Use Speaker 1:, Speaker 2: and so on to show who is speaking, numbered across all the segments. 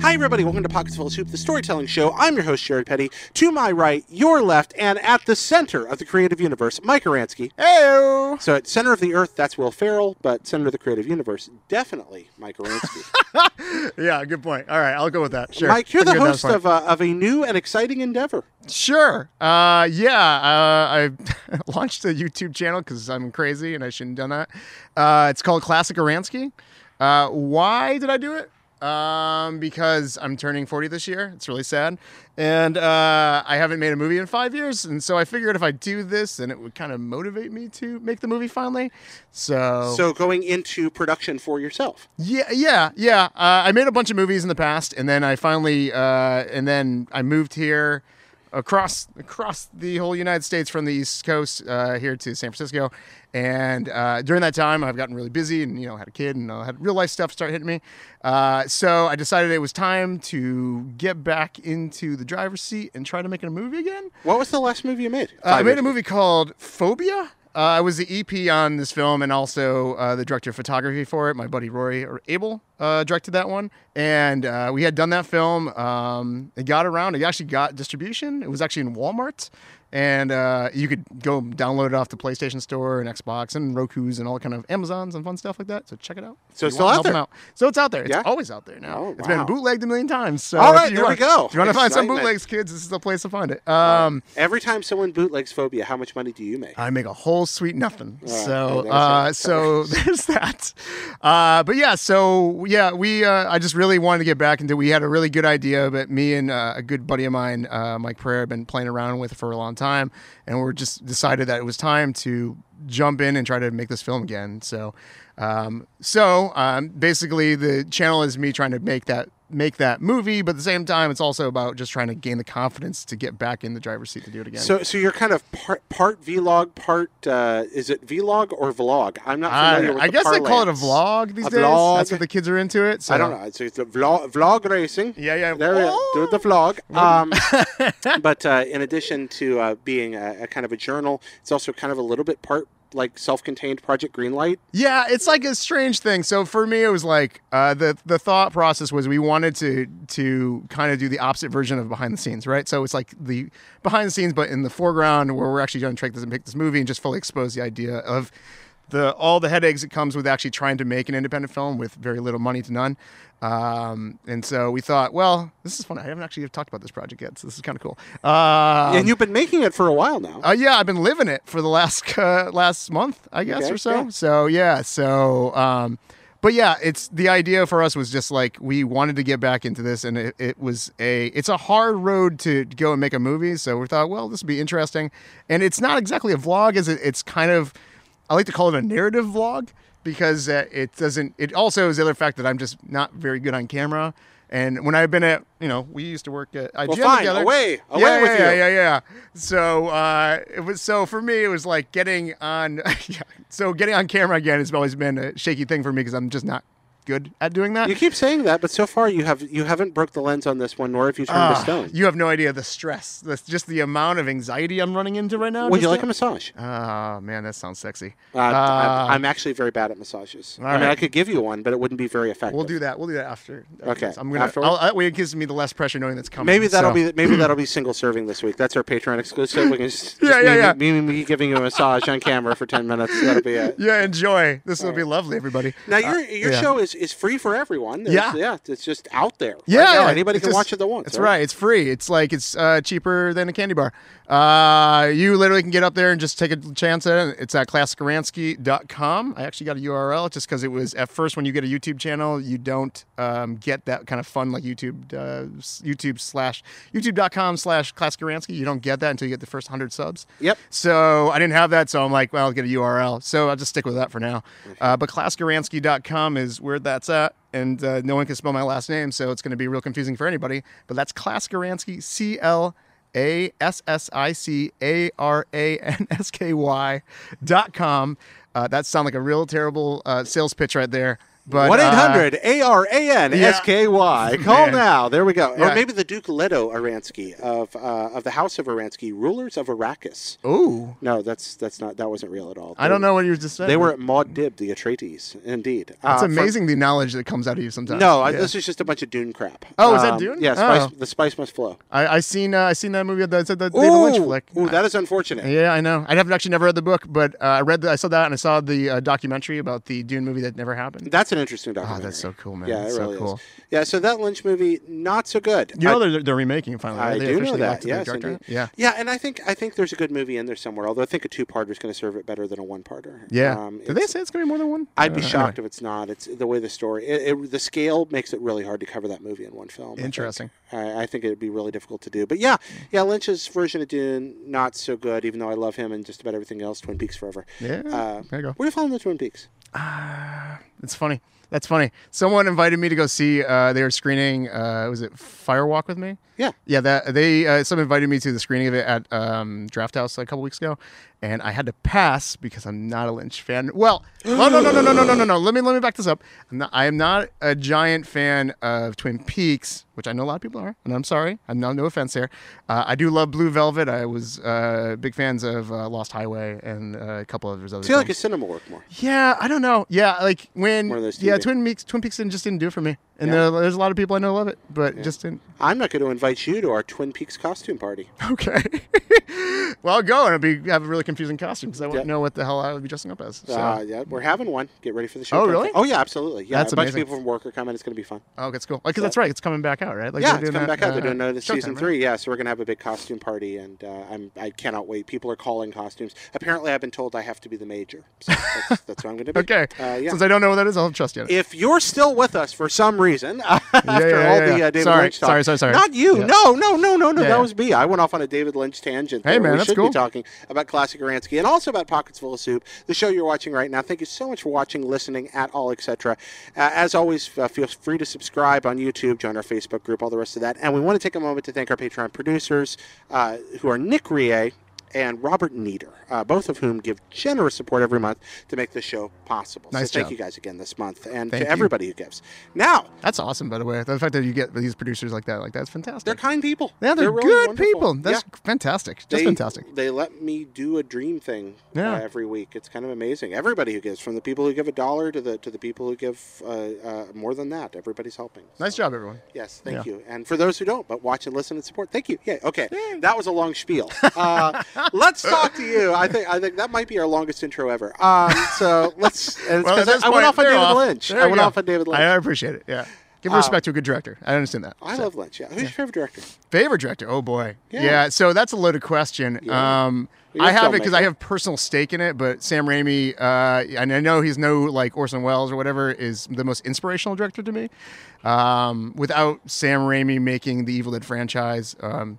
Speaker 1: Hi, everybody. Welcome to Pockets Full of Soup, the storytelling show. I'm your host, Jared Petty. To my right, your left, and at the center of the creative universe, Mike Aransky.
Speaker 2: Hey,
Speaker 1: So at center of the earth, that's Will Ferrell, but center of the creative universe, definitely Mike Aransky.
Speaker 2: yeah, good point. All right, I'll go with that. Sure,
Speaker 1: Mike, you're
Speaker 2: I'll
Speaker 1: the
Speaker 2: give that
Speaker 1: host
Speaker 2: point.
Speaker 1: of, uh, of a new and exciting endeavor.
Speaker 2: Sure. Uh, yeah, uh, I launched a YouTube channel because I'm crazy and I shouldn't have done that. Uh, it's called Classic Aransky. Uh, why did I do it? Um, because I'm turning 40 this year. It's really sad. And uh, I haven't made a movie in five years. And so I figured if I do this, then it would kind of motivate me to make the movie finally. So,
Speaker 1: So going into production for yourself.
Speaker 2: yeah, yeah, yeah. Uh, I made a bunch of movies in the past, and then I finally, uh, and then I moved here across across the whole United States from the East Coast uh, here to San Francisco. And uh, during that time, I've gotten really busy, and you know, had a kid, and uh, had real life stuff start hitting me. Uh, so I decided it was time to get back into the driver's seat and try to make a movie again.
Speaker 1: What was the last movie you made?
Speaker 2: Uh, I
Speaker 1: Five
Speaker 2: made a
Speaker 1: years
Speaker 2: movie called Phobia. Uh, I was the EP on this film and also uh, the director of photography for it. My buddy Rory or Abel uh, directed that one, and uh, we had done that film. Um, it got around. It actually got distribution. It was actually in Walmart, and uh, you could go download it off the PlayStation Store and Xbox and Roku's and all kind of Amazons and fun stuff like that. So check it out.
Speaker 1: So
Speaker 2: If
Speaker 1: it's
Speaker 2: you
Speaker 1: still
Speaker 2: want,
Speaker 1: out
Speaker 2: help 'em
Speaker 1: there.
Speaker 2: So it's out there. It's
Speaker 1: Yeah?
Speaker 2: always out there now.
Speaker 1: Oh,
Speaker 2: It's
Speaker 1: wow.
Speaker 2: been bootlegged a million times. So
Speaker 1: All
Speaker 2: if
Speaker 1: right,
Speaker 2: you
Speaker 1: there we
Speaker 2: want-
Speaker 1: go.
Speaker 2: If you want to find some
Speaker 1: Excitement.
Speaker 2: bootlegs, kids, this is the place to find it. Um,
Speaker 1: Every time someone bootlegs Phobia, how much money do you make?
Speaker 2: I make a whole sweet nothing.
Speaker 1: right,
Speaker 2: so,
Speaker 1: okay,
Speaker 2: uh,
Speaker 1: that's it.
Speaker 2: so there's that. Uh, but yeah, so yeah, we uh, I just really wanted to get back into. We had a really good idea, but me and uh, a good buddy of mine, uh, Mike Pereira, have been playing around with for a long time, and we are just decided that it was time to jump in and try to make this film again. So, um, so um, basically, the channel is me trying to make that make that movie, but at the same time, it's also about just trying to gain the confidence to get back in the driver's seat to do it again.
Speaker 1: So, so you're kind of part, part vlog, part uh, is it vlog or vlog? I'm not
Speaker 2: I,
Speaker 1: familiar with.
Speaker 2: Uh, I
Speaker 1: the
Speaker 2: guess they call it a
Speaker 1: parlance.
Speaker 2: vlog these
Speaker 1: A
Speaker 2: days.
Speaker 1: vlog.
Speaker 2: That's what the kids are into it. So.
Speaker 1: I don't know. So it's a vlog, vlog racing.
Speaker 2: Yeah, yeah.
Speaker 1: There we go.
Speaker 2: Oh.
Speaker 1: Do the vlog. Um, but uh, in addition to uh, being a, a kind of a journal, it's also kind of a little bit part like self-contained Project Greenlight.
Speaker 2: Yeah, it's like a strange thing. So for me, it was like uh, the the thought process was we wanted to to kind of do the opposite version of behind the scenes, right? So it's like the behind the scenes, but in the foreground where we're actually going to take this and pick this movie and just fully expose the idea of the all the headaches that comes with actually trying to make an independent film with very little money to none. Um, and so we thought, well, this is fun. I haven't actually talked about this project yet, so this is kind of cool. Um,
Speaker 1: and you've been making it for a while now.
Speaker 2: Uh, yeah, I've been living it for the last uh, last month, I guess,
Speaker 1: Okay,
Speaker 2: or so.
Speaker 1: yeah.
Speaker 2: So yeah, so um, but yeah, it's the idea for us was just like we wanted to get back into this, and it, it was a it's a hard road to go and make a movie. So we thought, well, this would be interesting, and it's not exactly a vlog, is it? It's kind of I like to call it a narrative vlog because uh, it doesn't. It also is the other fact that I'm just not very good on camera. And when I've been at, you know, we used to work at IGN
Speaker 1: well, fine.
Speaker 2: together
Speaker 1: Away, away
Speaker 2: yeah,
Speaker 1: with
Speaker 2: yeah,
Speaker 1: you.
Speaker 2: Yeah, yeah, So uh, it was so for me, it was like getting on. yeah, so getting on camera again has always been a shaky thing for me because I'm just not good at doing that.
Speaker 1: You keep saying that, but so far you have you haven't broke the lens on this one, nor have you turned to
Speaker 2: Ah,
Speaker 1: stone.
Speaker 2: you have no idea the stress, the, just the amount of anxiety I'm running into right now.
Speaker 1: Would you
Speaker 2: just
Speaker 1: like a
Speaker 2: to-
Speaker 1: massage?
Speaker 2: Oh man, that sounds sexy.
Speaker 1: Uh, I'm,
Speaker 2: Uh,
Speaker 1: I'm actually very bad at massages. I mean,
Speaker 2: right.
Speaker 1: I could give you one, but it wouldn't be very effective.
Speaker 2: We'll do that. We'll do that after. after
Speaker 1: Okay,
Speaker 2: this. I'm gonna.
Speaker 1: afterward?
Speaker 2: I'll, that way it gives me the less pressure knowing that's coming.
Speaker 1: Maybe that'll
Speaker 2: so.
Speaker 1: be maybe that'll be single serving this week. That's our Patreon exclusive. We can just,
Speaker 2: Yeah,
Speaker 1: just
Speaker 2: yeah,
Speaker 1: me,
Speaker 2: yeah.
Speaker 1: Me, me giving you a massage on camera for ten minutes. That'll be it.
Speaker 2: Yeah, enjoy. This will be lovely, everybody. Uh,
Speaker 1: Now your your
Speaker 2: yeah.
Speaker 1: show is, is free for everyone.
Speaker 2: Yeah.
Speaker 1: yeah, it's just out there. right
Speaker 2: Yeah,
Speaker 1: now.
Speaker 2: yeah,
Speaker 1: anybody
Speaker 2: it's
Speaker 1: can
Speaker 2: just-
Speaker 1: watch it that wants.
Speaker 2: That's right. It's free. It's like it's uh, cheaper than a candy bar. Uh, you literally can get up there and just take a chance at it. It's at classicaransky.com. I actually got a URL just because it was at first when you get a YouTube channel, you don't um, get that kind of fun like YouTube, uh, s- YouTube slash YouTube.com slash classicaransky. You don't get that until you get the first hundred subs.
Speaker 1: Yep.
Speaker 2: So I didn't have that, so I'm like, well, I'll get a URL. So I'll just stick with that for now.
Speaker 1: Mm-hmm.
Speaker 2: Uh, but classgaransky.com is where that's at, and uh, no one can spell my last name, so it's going to be real confusing for anybody. But that's Klaskaransky, C L A S S I C A R A N S K Y dot com. Uh, that sounds like a real terrible uh, sales pitch right there. But
Speaker 1: One eight
Speaker 2: uh,
Speaker 1: hundred A R A N S K Y. Call
Speaker 2: Man.
Speaker 1: now. There we go.
Speaker 2: Yeah.
Speaker 1: Or maybe the Duke Leto Aransky of uh, of the House of Aransky, rulers of Arrakis.
Speaker 2: uh, Ooh,
Speaker 1: No, that's that's not that wasn't real at all.
Speaker 2: I don't know what you were just saying.
Speaker 1: They were uh, at Maud Dib, the Atreides, indeed.
Speaker 2: It's
Speaker 1: Uh, for-
Speaker 2: amazing the knowledge that comes out of you sometimes.
Speaker 1: no, I
Speaker 2: Yeah.
Speaker 1: this is just a bunch of Dune crap.
Speaker 2: Oh, is that
Speaker 1: Um,
Speaker 2: Dune?
Speaker 1: Yeah, spice,
Speaker 2: Oh.
Speaker 1: the spice must flow.
Speaker 2: I, I seen uh, I seen that movie that that, that David Lynch flick.
Speaker 1: ooh, that is unfortunate.
Speaker 2: yeah, I know. I haven't actually never read the book, but uh, I read the, I saw that and I saw the uh, documentary about the Dune movie that never happened.
Speaker 1: That's an interesting
Speaker 2: Oh,
Speaker 1: documentary.
Speaker 2: that's so cool, man.
Speaker 1: Yeah,
Speaker 2: that's
Speaker 1: it
Speaker 2: so
Speaker 1: really
Speaker 2: cool.
Speaker 1: is. Yeah, so that Lynch movie, not so good.
Speaker 2: You
Speaker 1: I-
Speaker 2: know they're, they're remaking it finally. Right?
Speaker 1: I
Speaker 2: They
Speaker 1: do know
Speaker 2: officially
Speaker 1: that.
Speaker 2: locked the
Speaker 1: Yes,
Speaker 2: director.
Speaker 1: indeed.
Speaker 2: Yeah.
Speaker 1: Yeah, and I think I think there's a good movie in there somewhere. Although I think a two-parter is going to serve it better than a one-parter.
Speaker 2: Yeah.
Speaker 1: Um,
Speaker 2: Did they
Speaker 1: it's-
Speaker 2: say it's gonna be more than one?
Speaker 1: I'd be
Speaker 2: Uh,
Speaker 1: shocked if it's not. It's the way the story, it, it, the scale makes it really hard to cover that movie in one film. I
Speaker 2: anyway.
Speaker 1: think.
Speaker 2: Interesting.
Speaker 1: I, I think it'd be really difficult to do. But yeah, yeah, Lynch's version of Dune not so good. Even though I love him and just about everything else, Twin Peaks forever.
Speaker 2: Yeah.
Speaker 1: Uh,
Speaker 2: there you go.
Speaker 1: Where do you fall in the Twin Peaks?
Speaker 2: It's funny. That's funny. Someone invited me to go see. Uh, they were screening. Uh, was it Firewalk with me?
Speaker 1: Yeah.
Speaker 2: Yeah. That they. Uh, someone invited me to the screening of it at um, Draft House a couple weeks ago, and I had to pass because I'm not a Lynch fan. Well, no, no, no, no, no, no, no, no, no. Let me let me back this up. I'm not, I am not a giant fan of Twin Peaks, which I know a lot of people are, and I'm sorry. I'm not no offense there. Uh, I do love Blue Velvet. I was uh, big fans of uh, Lost Highway and uh, a couple others. Other
Speaker 1: I feel like
Speaker 2: films.
Speaker 1: a cinema work more.
Speaker 2: Yeah, I don't know. Yeah, like when
Speaker 1: One of those
Speaker 2: yeah,
Speaker 1: TV.
Speaker 2: Twin Peaks, Twin Peaks didn't, just didn't do it for me, and
Speaker 1: Yeah.
Speaker 2: there, there's a lot of people I know love it, but it just didn't.
Speaker 1: I'm not going to invite you to our Twin Peaks costume party.
Speaker 2: Okay, well, go and it'd be have a really confusing costume because I wouldn't
Speaker 1: Yeah.
Speaker 2: know what the hell I would be dressing up as. So.
Speaker 1: Uh, yeah, we're having one. Get ready for the show.
Speaker 2: Oh, really?
Speaker 1: Oh yeah, absolutely. Yeah,
Speaker 2: That's
Speaker 1: a bunch
Speaker 2: amazing.
Speaker 1: of people from work are coming. It's going to be fun.
Speaker 2: oh, that's cool. Like, 'cause that's right, it's coming back out, right? Like,
Speaker 1: yeah,
Speaker 2: they're
Speaker 1: it's
Speaker 2: doing
Speaker 1: coming back
Speaker 2: that,
Speaker 1: out. They're
Speaker 2: uh,
Speaker 1: doing another
Speaker 2: Showtime,
Speaker 1: season
Speaker 2: right?
Speaker 1: three. Yeah, so we're going to have a big costume party, and uh, I'm I cannot wait. People are calling costumes. Apparently, I've been told I have to be the major. So that's, that's what I'm going to be.
Speaker 2: Okay,
Speaker 1: Uh, yeah.
Speaker 2: since I don't know what that is, I'll trust you. on it.
Speaker 1: if you're still with us for some reason after
Speaker 2: yeah,
Speaker 1: all
Speaker 2: yeah,
Speaker 1: the
Speaker 2: yeah.
Speaker 1: uh, David
Speaker 2: Sorry,
Speaker 1: Lynch talk,
Speaker 2: sorry, sorry, sorry.
Speaker 1: not you.
Speaker 2: Yeah.
Speaker 1: No, no, no, no, no.
Speaker 2: Yeah,
Speaker 1: that
Speaker 2: yeah.
Speaker 1: was me. I went off on a David Lynch tangent.
Speaker 2: Hey,
Speaker 1: there.
Speaker 2: man,
Speaker 1: we
Speaker 2: that's
Speaker 1: should
Speaker 2: cool.
Speaker 1: be talking about classic Aransky and also about Pockets Full of Soup, the show you're watching right now. Thank you so much for watching, listening, at all, etc. Uh, as always, uh, feel free to subscribe on YouTube, join our Facebook group, all the rest of that. And we want to take a moment to thank our Patreon producers, uh, who are Nick Rie and Robert Nieder, uh, both of whom give generous support every month to make this show possible.
Speaker 2: Nice
Speaker 1: so thank
Speaker 2: job.
Speaker 1: you guys again this month and
Speaker 2: Thank
Speaker 1: to
Speaker 2: you.
Speaker 1: everybody who gives. Now,
Speaker 2: That's awesome, by the way. The fact that you get these producers like that, like that's fantastic.
Speaker 1: they're kind people.
Speaker 2: yeah, they're,
Speaker 1: really
Speaker 2: good
Speaker 1: wonderful.
Speaker 2: people. That's
Speaker 1: Yeah.
Speaker 2: fantastic. Just
Speaker 1: They-
Speaker 2: fantastic.
Speaker 1: They let me do a dream thing uh,
Speaker 2: Yeah.
Speaker 1: every week. It's kind of amazing. Everybody who gives, from the people who give a dollar to the to the people who give uh, uh, more than that, everybody's helping.
Speaker 2: Nice job, everyone.
Speaker 1: Yes, thank you. And for those who don't, but watch and listen and support, thank you. Yeah, okay. That was a long spiel. Uh, let's talk to you. I think I think that might be our longest intro ever. Um, so let's. And it's
Speaker 2: Well,
Speaker 1: 'cause
Speaker 2: at this
Speaker 1: I, I went
Speaker 2: point,
Speaker 1: off on
Speaker 2: they're
Speaker 1: David Lynch.
Speaker 2: There
Speaker 1: I
Speaker 2: you
Speaker 1: went
Speaker 2: go.
Speaker 1: off on David Lynch. Um,
Speaker 2: I appreciate it. Yeah, give respect to a good director. I understand that.
Speaker 1: I
Speaker 2: So.
Speaker 1: love Lynch. Yeah, who's your favorite director?
Speaker 2: Favorite director? Oh boy. Yeah.
Speaker 1: Yeah.
Speaker 2: so that's a loaded question.
Speaker 1: Yeah.
Speaker 2: Um,
Speaker 1: You're
Speaker 2: I
Speaker 1: a
Speaker 2: have it because I
Speaker 1: filmmaker.
Speaker 2: have personal stake in it, but Sam Raimi, uh, and I know he's no like Orson Welles or whatever, is the most inspirational director to me. Um, without Sam Raimi making the Evil Dead franchise, um,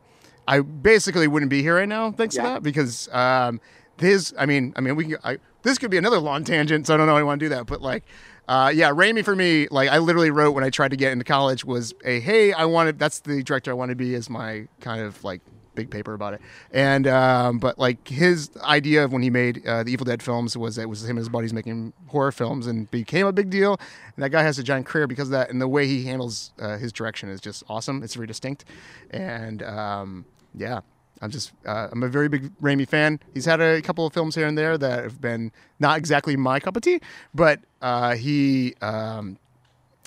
Speaker 2: I basically wouldn't be here right now thanks to
Speaker 1: Yeah.
Speaker 2: that because um, his, I mean, I mean, we can, I, this could be another long tangent, so I don't know how I want to do that, but like, uh, yeah, Raimi for me, like I literally wrote when I tried to get into college was a hey, I wanted that's the director I want to be is my kind of like big paper about it. And um, but like his idea of when he made uh, the Evil Dead films was it was him and his buddies making horror films and became a big deal. And that guy has a giant career because of that. And the way he handles uh, his direction is just awesome. It's very distinct. And um, yeah. I'm just uh, I'm a very big Raimi fan. He's had a couple of films here and there that have been not exactly my cup of tea, but uh, he um,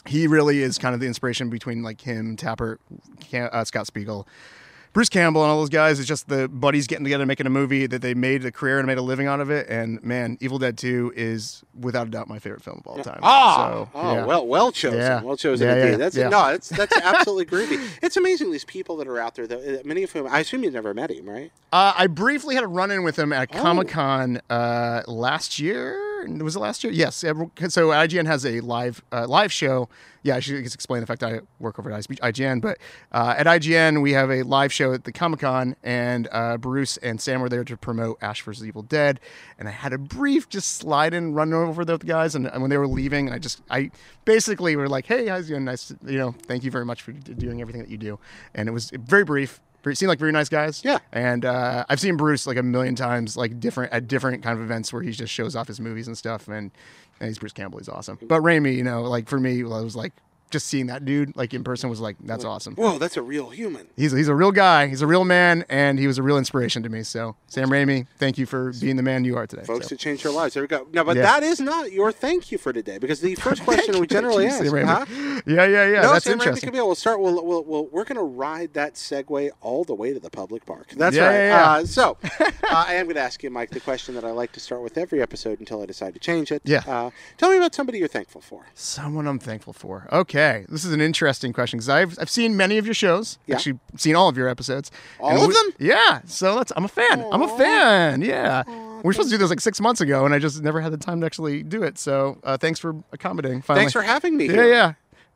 Speaker 2: he really is kind of the inspiration between like him, Tapper, Cam- uh, Scott Spiegel, Bruce Campbell, and all those guys. It's just the buddies getting together, making a movie that they made a career and made a living out of it. And man, Evil Dead Two is without a doubt my favorite film of all time.
Speaker 1: Ah,
Speaker 2: So,
Speaker 1: oh
Speaker 2: yeah.
Speaker 1: well, well chosen,
Speaker 2: Yeah.
Speaker 1: well chosen
Speaker 2: Yeah, yeah,
Speaker 1: indeed.
Speaker 2: yeah.
Speaker 1: That's
Speaker 2: Yeah.
Speaker 1: no, it's that's absolutely groovy. It's amazing these people that are out there. Though uh, many of whom I assume you've never met him, right?
Speaker 2: Uh, I briefly had a run in with him at Comic Con uh, last year. Was it last year? Yes. Yeah, So IGN has a live uh, live show. Yeah, I should just explain the fact I work over at IGN. But uh, at IGN, we have a live show at the Comic Con, and uh, Bruce and Sam were there to promote Ash vs. Evil Dead. And I had a brief just slide in, run over the guys, and, and when they were leaving, I just I basically were like, "Hey, how's it going? Nice, to, you know, thank you very much for d- doing everything that you do." And it was very brief Very- seem like very nice guys.
Speaker 1: Yeah.
Speaker 2: And uh, I've seen Bruce like a million times, like different at different kind of events where he just shows off his movies and stuff. And, and he's Bruce Campbell. He's awesome. But Raimi, you know, like for me, I was like just seeing that dude like in person was like that's awesome.
Speaker 1: Whoa, that's a real human.
Speaker 2: He's he's a real guy. He's a real man, and he was a real inspiration to me. So Sam Raimi, thank you for being the man you are today.
Speaker 1: Folks
Speaker 2: So.
Speaker 1: that changed their lives. There we go. No, but
Speaker 2: Yeah.
Speaker 1: that is not your thank you for today because the first question we generally
Speaker 2: Thank
Speaker 1: ask.
Speaker 2: you, Sam
Speaker 1: huh?
Speaker 2: Raimi. Yeah, yeah, yeah.
Speaker 1: no,
Speaker 2: that's
Speaker 1: Sam
Speaker 2: interesting.
Speaker 1: Raimi Camille. We'll start. We'll, we'll, we'll, we're going to ride that segue all the way to the public park. That's
Speaker 2: Yeah,
Speaker 1: right.
Speaker 2: yeah, yeah.
Speaker 1: Uh, so uh, I am going to ask you, Mike, the question that I like to start with every episode until I decide to change it.
Speaker 2: Yeah.
Speaker 1: Uh, tell me about somebody you're thankful for.
Speaker 2: Someone I'm thankful for. Okay, this is an interesting question because I've I've seen many of your shows.
Speaker 1: Yeah.
Speaker 2: Actually, seen all of your episodes.
Speaker 1: All
Speaker 2: And
Speaker 1: of
Speaker 2: we-
Speaker 1: them?
Speaker 2: Yeah. So that's I'm a fan. I'm
Speaker 1: Aw.
Speaker 2: a fan. Yeah.
Speaker 1: Aw,
Speaker 2: we were supposed to do this like six months ago, and I just never had the time to actually do it. So uh, thanks for accommodating. Finally.
Speaker 1: Thanks for having me.
Speaker 2: Yeah,
Speaker 1: here.
Speaker 2: yeah.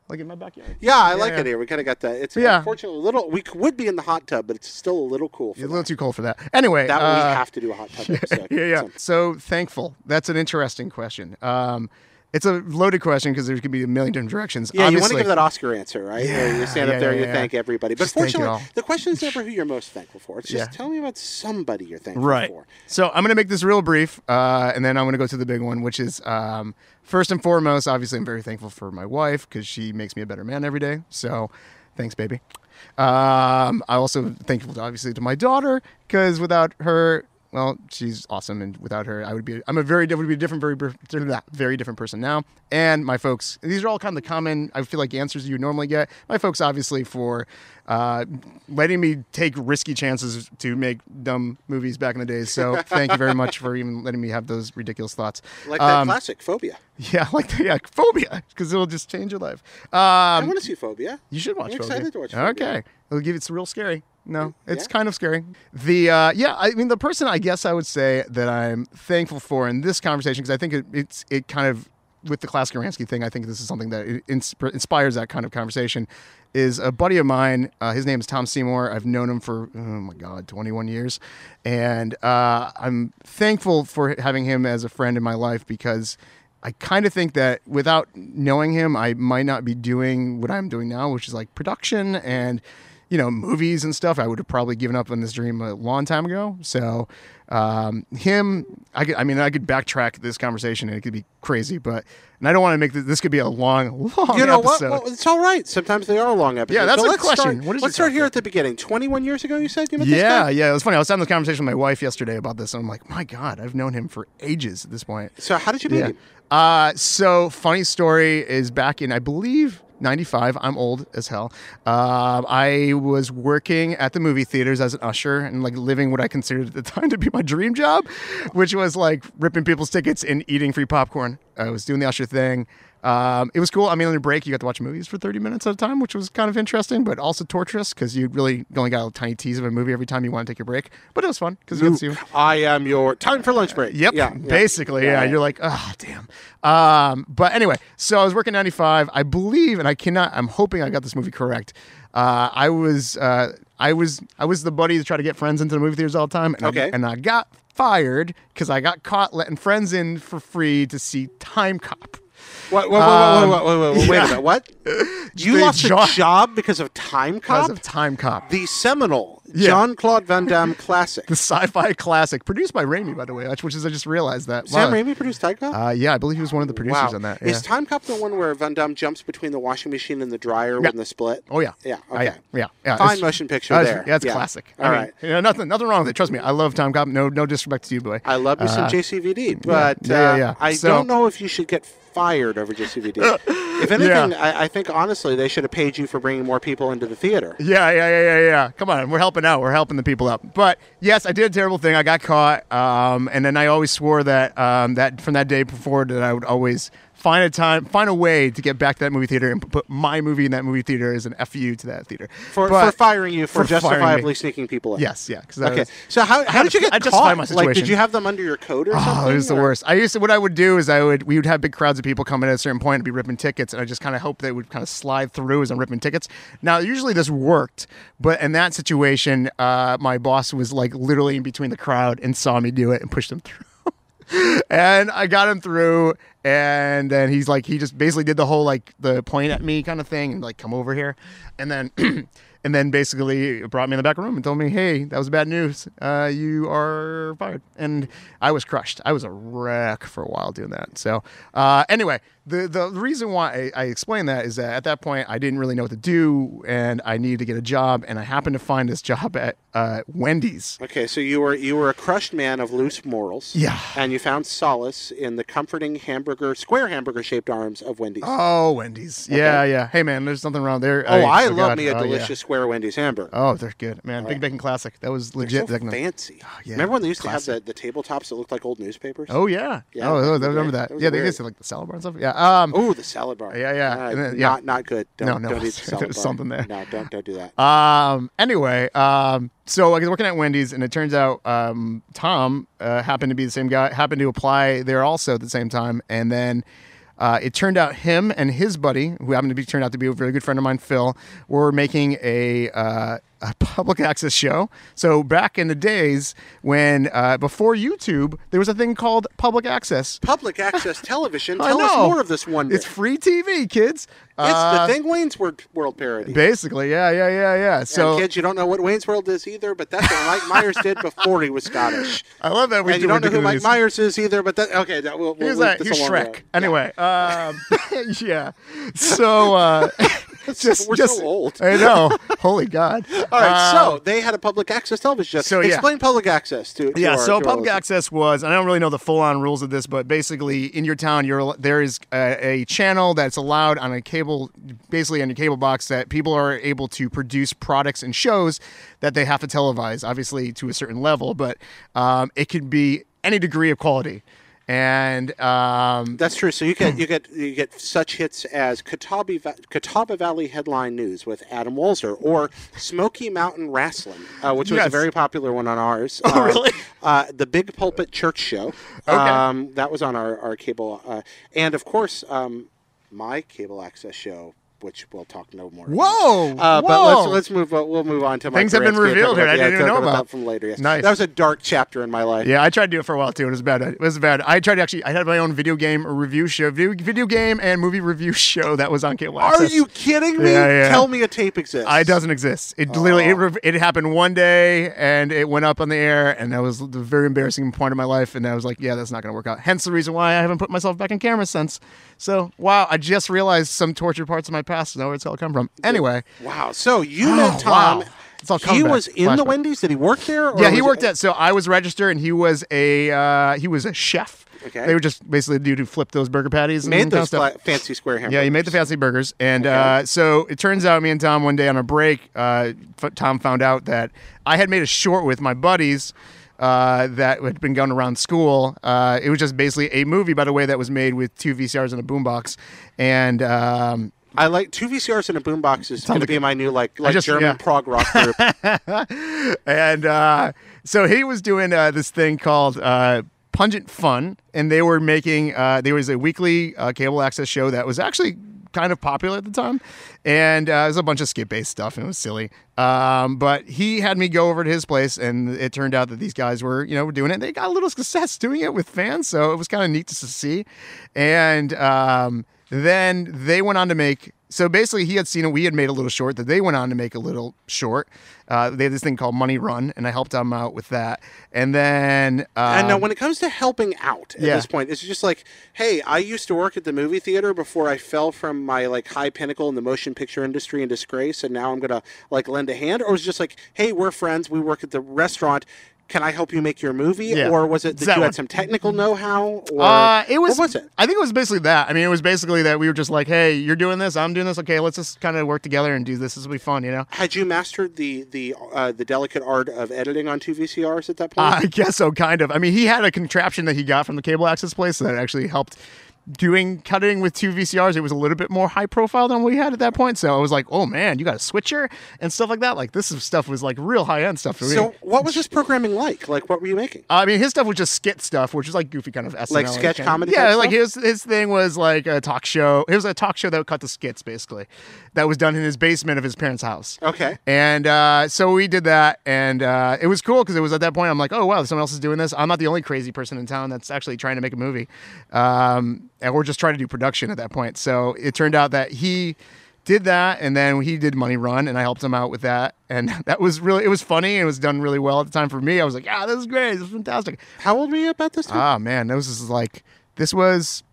Speaker 2: Like in my backyard.
Speaker 1: Yeah, I like
Speaker 2: yeah.
Speaker 1: it here. We kind of got that. It's
Speaker 2: Yeah.
Speaker 1: unfortunately a little. We c- would be in the hot tub, but it's still a little cool. For
Speaker 2: It's a
Speaker 1: that.
Speaker 2: little too cold for that. Anyway,
Speaker 1: That
Speaker 2: uh,
Speaker 1: we have to do a hot tub episode.
Speaker 2: yeah, yeah.
Speaker 1: So-
Speaker 2: So thankful. That's an interesting question. Um, it's a loaded question because there could be a million different directions.
Speaker 1: Yeah, you want
Speaker 2: Obviously,
Speaker 1: to give that Oscar answer, right? Where you
Speaker 2: Yeah,
Speaker 1: stand up
Speaker 2: yeah,
Speaker 1: there and
Speaker 2: yeah,
Speaker 1: you
Speaker 2: yeah.
Speaker 1: thank everybody. But
Speaker 2: Just thank you
Speaker 1: fortunately,
Speaker 2: all.
Speaker 1: the question is never who you're most thankful for. It's just
Speaker 2: Yeah.
Speaker 1: tell me about somebody you're thankful
Speaker 2: right.
Speaker 1: for.
Speaker 2: So I'm going to make this real brief, uh, and then I'm going to go to the big one, which is um, first and foremost. Obviously, I'm very thankful for my wife because she makes me a better man every day. So, thanks, baby. Um, I also thankful, obviously, to my daughter because without her. Well, she's awesome, and without her, I would be. I'm a very would be a different, very, br- very different person now. And my folks, these are all kind of the common. I feel like answers you normally get. My folks, obviously, for uh, letting me take risky chances to make dumb movies back in the days. So thank you very much for even letting me have those ridiculous thoughts.
Speaker 1: Like that
Speaker 2: Um,
Speaker 1: classic phobia.
Speaker 2: yeah, like the, yeah, phobia, because it'll just change your life.
Speaker 1: I
Speaker 2: Um,
Speaker 1: want to see phobia.
Speaker 2: you should watch.
Speaker 1: I'm
Speaker 2: Phobia.
Speaker 1: excited to watch Phobia.
Speaker 2: Okay, it'll give it's real scary. No, it's
Speaker 1: yeah.
Speaker 2: kind of scary. The uh, yeah, I mean the person I guess I would say that I'm thankful for in this conversation because I think it, it's it kind of with the Klaus Garansky thing. I think this is something that it insp- inspires that kind of conversation. Is a buddy of mine. Uh, his name is Tom Seymour. I've known him for oh my god, 21 years, and uh, I'm thankful for having him as a friend in my life because I kind of think that without knowing him, I might not be doing what I'm doing now, which is like production and you know movies and stuff. I would have probably given up on this dream a long time ago. So um, him, I, could, I mean, I could backtrack this conversation and it could be crazy, but and I don't want to make this. This could be a long, long
Speaker 1: You know what?
Speaker 2: episode.
Speaker 1: Well, It's all right. Sometimes they are long episodes.
Speaker 2: Yeah, that's
Speaker 1: so
Speaker 2: a
Speaker 1: let's
Speaker 2: question.
Speaker 1: Start,
Speaker 2: What is
Speaker 1: let's
Speaker 2: your
Speaker 1: start here at the beginning. 21 years ago, you said you met this
Speaker 2: Yeah,
Speaker 1: guy?
Speaker 2: yeah. It was funny. I was having this conversation with my wife yesterday about this, and I'm like, my God, I've known him for ages at this point.
Speaker 1: So how did you meet him?
Speaker 2: Uh, so funny story is back in I believe '95. I'm old as hell. Um, I was working at the movie theaters as an usher and like living what I considered at the time to be my dream job, which was like ripping people's tickets and eating free popcorn. I was doing the usher thing. Um, it was cool. I mean, on your break, you got to watch movies for 30 minutes at a time, which was kind of interesting, but also torturous because you really only got a tiny tease of a movie every time you want to take your break. But it was fun because you got to see
Speaker 1: I am your time for lunch break.
Speaker 2: Yep.
Speaker 1: Yeah. yeah.
Speaker 2: basically, yeah. You're like, ah, damn. Um, but anyway, so I was working 95. I believe, and I cannot. I'm hoping I got this movie correct. Uh, I was, uh, I was, I was the buddy to try to get friends into the movie theaters all the time. And
Speaker 1: Okay.
Speaker 2: I, and I got fired because I got caught letting friends in for free to see Time Cop.
Speaker 1: Wait, wait, wait, wait, wait, wait, wait, wait,
Speaker 2: Um, yeah.
Speaker 1: a minute. What? You
Speaker 2: They
Speaker 1: lost your
Speaker 2: jo-
Speaker 1: job because of Time Cop?
Speaker 2: Because of Time Cop.
Speaker 1: the seminal
Speaker 2: Yeah.
Speaker 1: Jean Claude Van Damme classic.
Speaker 2: The sci-fi classic, produced by Raimi, by the way, which is I just realized that.
Speaker 1: Sam
Speaker 2: Wow.
Speaker 1: Raimi produced Time Cop?
Speaker 2: Uh, yeah, I believe he was one of the producers
Speaker 1: wow.
Speaker 2: on that.
Speaker 1: Is
Speaker 2: yeah.
Speaker 1: Time Cop the one where Van Damme jumps between the washing machine and the dryer
Speaker 2: Yeah.
Speaker 1: when the split?
Speaker 2: Oh yeah,
Speaker 1: Yeah,
Speaker 2: Oh,
Speaker 1: okay.
Speaker 2: yeah, yeah, yeah.
Speaker 1: Fine
Speaker 2: It's-
Speaker 1: motion picture
Speaker 2: that's,
Speaker 1: there.
Speaker 2: Yeah, it's
Speaker 1: Yeah.
Speaker 2: classic.
Speaker 1: All
Speaker 2: All right,
Speaker 1: right.
Speaker 2: yeah, nothing, nothing wrong with it. Trust me, I love Tom Cop. No, no disrespect to you, boy.
Speaker 1: I love you some
Speaker 2: Uh,
Speaker 1: JCVD, but
Speaker 2: yeah, yeah,
Speaker 1: uh,
Speaker 2: yeah.
Speaker 1: I
Speaker 2: So-
Speaker 1: don't know if you should get fired over JCVD. if anything, I, I think honestly they should have paid you for bringing more people into the theater.
Speaker 2: Yeah, yeah, yeah, yeah, yeah. Come on, we're helping out. We're helping the people out. But yes, I did a terrible thing. I got caught, um, and then I always swore that um, that from that day forward that I would always find a time, find a way to get back to that movie theater and put my movie in that movie theater as an fu to that theater
Speaker 1: For,
Speaker 2: But-
Speaker 1: for firing you for,
Speaker 2: for firing me.
Speaker 1: justifiably sneaking people in.
Speaker 2: Yes, yeah. 'cause I
Speaker 1: Okay.
Speaker 2: was-
Speaker 1: So how, how did you get
Speaker 2: I justify
Speaker 1: caught?
Speaker 2: my
Speaker 1: Like, did
Speaker 2: situation.
Speaker 1: you have them under your coat or something?
Speaker 2: Oh, it was the
Speaker 1: or-
Speaker 2: worst. I used to what I would do is I would we would have big crowds of people come in at a certain point and be ripping tickets, and I just kind of hope they would kind of slide through as I'm ripping tickets. Now usually this worked, but in that situation, uh, my boss was like literally in between the crowd and saw me do it and pushed him through, and I got him through. and then he's like he just basically did the whole like the point at me kind of thing and like come over here and then and then basically brought me in the back room and told me hey that was bad news uh, you are fired and i was crushed i was a wreck for a while doing that so uh, anyway the, the reason why I, I explained that is that at that point i didn't really know what to do and i needed to get a job and i happened to find this job at uh, wendy's
Speaker 1: Okay, so you were you were a crushed man of loose morals.
Speaker 2: Yeah.
Speaker 1: And you found solace in the comforting hamburger, square hamburger shaped arms of Wendy's.
Speaker 2: oh wendy's yeah yeah hey man there's nothing wrong there
Speaker 1: oh, I love
Speaker 2: forgot.
Speaker 1: me a
Speaker 2: Oh, yeah.
Speaker 1: delicious square Wendy's hamburger.
Speaker 2: Oh, they're good, man. Big Bacon Classic. That was
Speaker 1: They're
Speaker 2: legit.
Speaker 1: so
Speaker 2: Like, no- Oh,
Speaker 1: fancy.
Speaker 2: yeah,
Speaker 1: Remember when they used to have the, the tabletops that looked like old newspapers?
Speaker 2: Oh yeah.
Speaker 1: Yeah,
Speaker 2: oh,
Speaker 1: that
Speaker 2: oh,
Speaker 1: was
Speaker 2: I remember
Speaker 1: weird.
Speaker 2: that.
Speaker 1: That was
Speaker 2: yeah, they
Speaker 1: weird.
Speaker 2: used to like the salad bar and stuff. Yeah. Um.
Speaker 1: Oh, the salad bar.
Speaker 2: Yeah, yeah.
Speaker 1: Ah,
Speaker 2: And then- yeah.
Speaker 1: Not not good. Don't,
Speaker 2: No, no,
Speaker 1: don't eat the
Speaker 2: there's
Speaker 1: salad bar.
Speaker 2: something there.
Speaker 1: No, don't don't do that.
Speaker 2: Um. Anyway. Um. So I was working at Wendy's, and it turns out um Tom uh, happened to be the same guy. Happened to apply there also at the same time, and then. Uh, it turned out him and his buddy, who happened to be turned out to be a very good friend of mine, Phil, were making a uh, a public access show. So back in the days when uh, before YouTube, there was a thing called public access.
Speaker 1: Public access television.
Speaker 2: I
Speaker 1: Tell us
Speaker 2: know.
Speaker 1: more of this wonder.
Speaker 2: It's free TV, kids.
Speaker 1: It's
Speaker 2: Uh,
Speaker 1: the thing Wayne's World, World parody.
Speaker 2: Basically, yeah, yeah, yeah, yeah.
Speaker 1: and
Speaker 2: So
Speaker 1: kids, you don't know what Wayne's World is either, but that's what Mike Myers did before he was Scottish.
Speaker 2: I love that we
Speaker 1: and you
Speaker 2: we're
Speaker 1: don't know who
Speaker 2: doing
Speaker 1: Mike
Speaker 2: this.
Speaker 1: Myers is either, but that okay. That, we'll, we'll
Speaker 2: Here's
Speaker 1: leave
Speaker 2: that.
Speaker 1: this
Speaker 2: Here's
Speaker 1: a long
Speaker 2: Shrek.
Speaker 1: road.
Speaker 2: Anyway, um, yeah. So uh, just
Speaker 1: We're so
Speaker 2: just
Speaker 1: old. Um,
Speaker 2: I know. Holy God. Uh,
Speaker 1: All right, so they had a public access television. show.
Speaker 2: so, yeah.
Speaker 1: explain public access to. to
Speaker 2: Yeah,
Speaker 1: our-
Speaker 2: so
Speaker 1: to our
Speaker 2: public
Speaker 1: listeners.
Speaker 2: access was, and I don't really know the full on rules of this, but basically in your town, you're, al- there is a, a channel that's allowed on a cable, basically on your cable box, that people are able to produce products and shows that they have to televise, obviously to a certain level, but um, it could be any degree of quality. And um,
Speaker 1: That's true. So you get you get you get such hits as Catawba, Va- Catawba Valley headline news with Adam Walzer or Smoky Mountain Wrestling, uh, which was
Speaker 2: Yes.
Speaker 1: a very popular one on ours. Oh,
Speaker 2: really?
Speaker 1: Uh, the Big Pulpit Church Show. Okay. Um, that was on our our cable, uh, and of course um, my cable access show, which we'll talk no more. about.
Speaker 2: whoa,
Speaker 1: Uh,
Speaker 2: whoa.
Speaker 1: but let's let's move. On, we'll move on to my
Speaker 2: Things have been
Speaker 1: Baranski. I'll talk
Speaker 2: revealed here.
Speaker 1: about-
Speaker 2: I
Speaker 1: yeah,
Speaker 2: didn't
Speaker 1: talk
Speaker 2: even know
Speaker 1: about
Speaker 2: about.
Speaker 1: that from later. Yes.
Speaker 2: Nice.
Speaker 1: That was a dark chapter in my life.
Speaker 2: Yeah, I tried to do it for a while too, and it was bad. It was bad. I tried to actually. I had my own video game review show, video, video game and movie review show that was on cable.
Speaker 1: Are
Speaker 2: Access.
Speaker 1: you kidding me?
Speaker 2: Yeah, yeah.
Speaker 1: Tell me a tape exists.
Speaker 2: It doesn't exist. It literally
Speaker 1: Oh.
Speaker 2: it, rev- it happened one day, and it went up on the air, and that was the very embarrassing point of my life. And I was like, yeah, that's not going to work out. Hence the reason why I haven't put myself back in camera since. So wow, I just realized some tortured parts of my past. and Know where it's all come from. Anyway,
Speaker 1: Wow. So you
Speaker 2: Oh,
Speaker 1: met Tom.
Speaker 2: wow. It's all
Speaker 1: he
Speaker 2: comeback.
Speaker 1: was in the
Speaker 2: Flashback.
Speaker 1: Wendy's. Did he work there? Or
Speaker 2: yeah, he
Speaker 1: was
Speaker 2: worked
Speaker 1: it-
Speaker 2: at. So I was register, and he was a uh, he was a chef.
Speaker 1: Okay.
Speaker 2: They were just basically the dude who flipped those burger patties. and
Speaker 1: Made
Speaker 2: kind of
Speaker 1: those
Speaker 2: stuff.
Speaker 1: fla- fancy square hamburgers.
Speaker 2: Mm-hmm. Yeah, he made the fancy burgers, and uh, so it turns out me and Tom one day on a break, uh, f- Tom found out that I had made a short with my buddies uh, that had been going around school. Uh, it was just basically a movie, by the way, that was made with two VCRs and a boombox, and um,
Speaker 1: I like two VCRs and a boombox is going to be my new like like
Speaker 2: just-
Speaker 1: German
Speaker 2: yeah.
Speaker 1: prog rock group.
Speaker 2: and uh, so he was doing uh, this thing called uh, Pungent Fun, and they were making uh, there was a weekly uh, cable access show that was actually kind of popular at the time, and uh, it was a bunch of skip based stuff, and it was silly. Um, but he had me go over to his place, and it turned out that these guys were you know were doing it. They got a little success doing it with fans, so it was kind of neat to see, and. Um, then they went on to make so basically he had seen it we had made a little short that they went on to make a little short uh, they had this thing called money run and i helped them out with that and then uh,
Speaker 1: and now, when it comes to helping out at
Speaker 2: yeah.
Speaker 1: this point, it's just like, hey, I used to work at the movie theater before I fell from my like high pinnacle in the motion picture industry in disgrace, and now I'm gonna like lend a hand, or was it just like, hey, we're friends, we work at the restaurant. Can I help you make your movie?
Speaker 2: Yeah.
Speaker 1: Or was it
Speaker 2: It's
Speaker 1: that,
Speaker 2: that
Speaker 1: you
Speaker 2: one.
Speaker 1: had some technical know-how? Or
Speaker 2: uh, it was,
Speaker 1: what was it?
Speaker 2: i think it was basically that i mean it was basically that we were just like hey you're doing this i'm doing this okay let's just kind of work together and do this this will be fun you know
Speaker 1: Had you mastered the the uh, the delicate art of editing on two VCRs at that point?
Speaker 2: I guess so, kind of. I mean, he had a contraption that he got from the cable access place that actually helped doing cutting with two VCRs. It was a little bit more high profile than we had at that point. So I was like, oh man, you got a switcher and stuff like that. Like this is- stuff was like real high end stuff for me.
Speaker 1: so, what was this programming like? Like, what were you making?
Speaker 2: I mean, his stuff was just skit stuff, which is like goofy kind of SNL,
Speaker 1: Like sketch
Speaker 2: kind of-
Speaker 1: comedy
Speaker 2: Yeah,
Speaker 1: type
Speaker 2: like
Speaker 1: stuff?
Speaker 2: his his thing was like a talk show. It was a talk show that would cut the skits, basically. that was done in his basement of his parents' house.
Speaker 1: Okay.
Speaker 2: And uh, so we did that, and uh, it was cool because it was at that point I'm like, oh wow, someone else is doing this. I'm not the only crazy person in town that's actually trying to make a movie, um, and we're just trying to do production at that point. So it turned out that he did that, and then he did Money Run, and I helped him out with that, and that was really it was funny. and It was done really well at the time for me. I was like, yeah, this is great, this is fantastic.
Speaker 1: How old were you about this time?
Speaker 2: Ah man, this is like this was.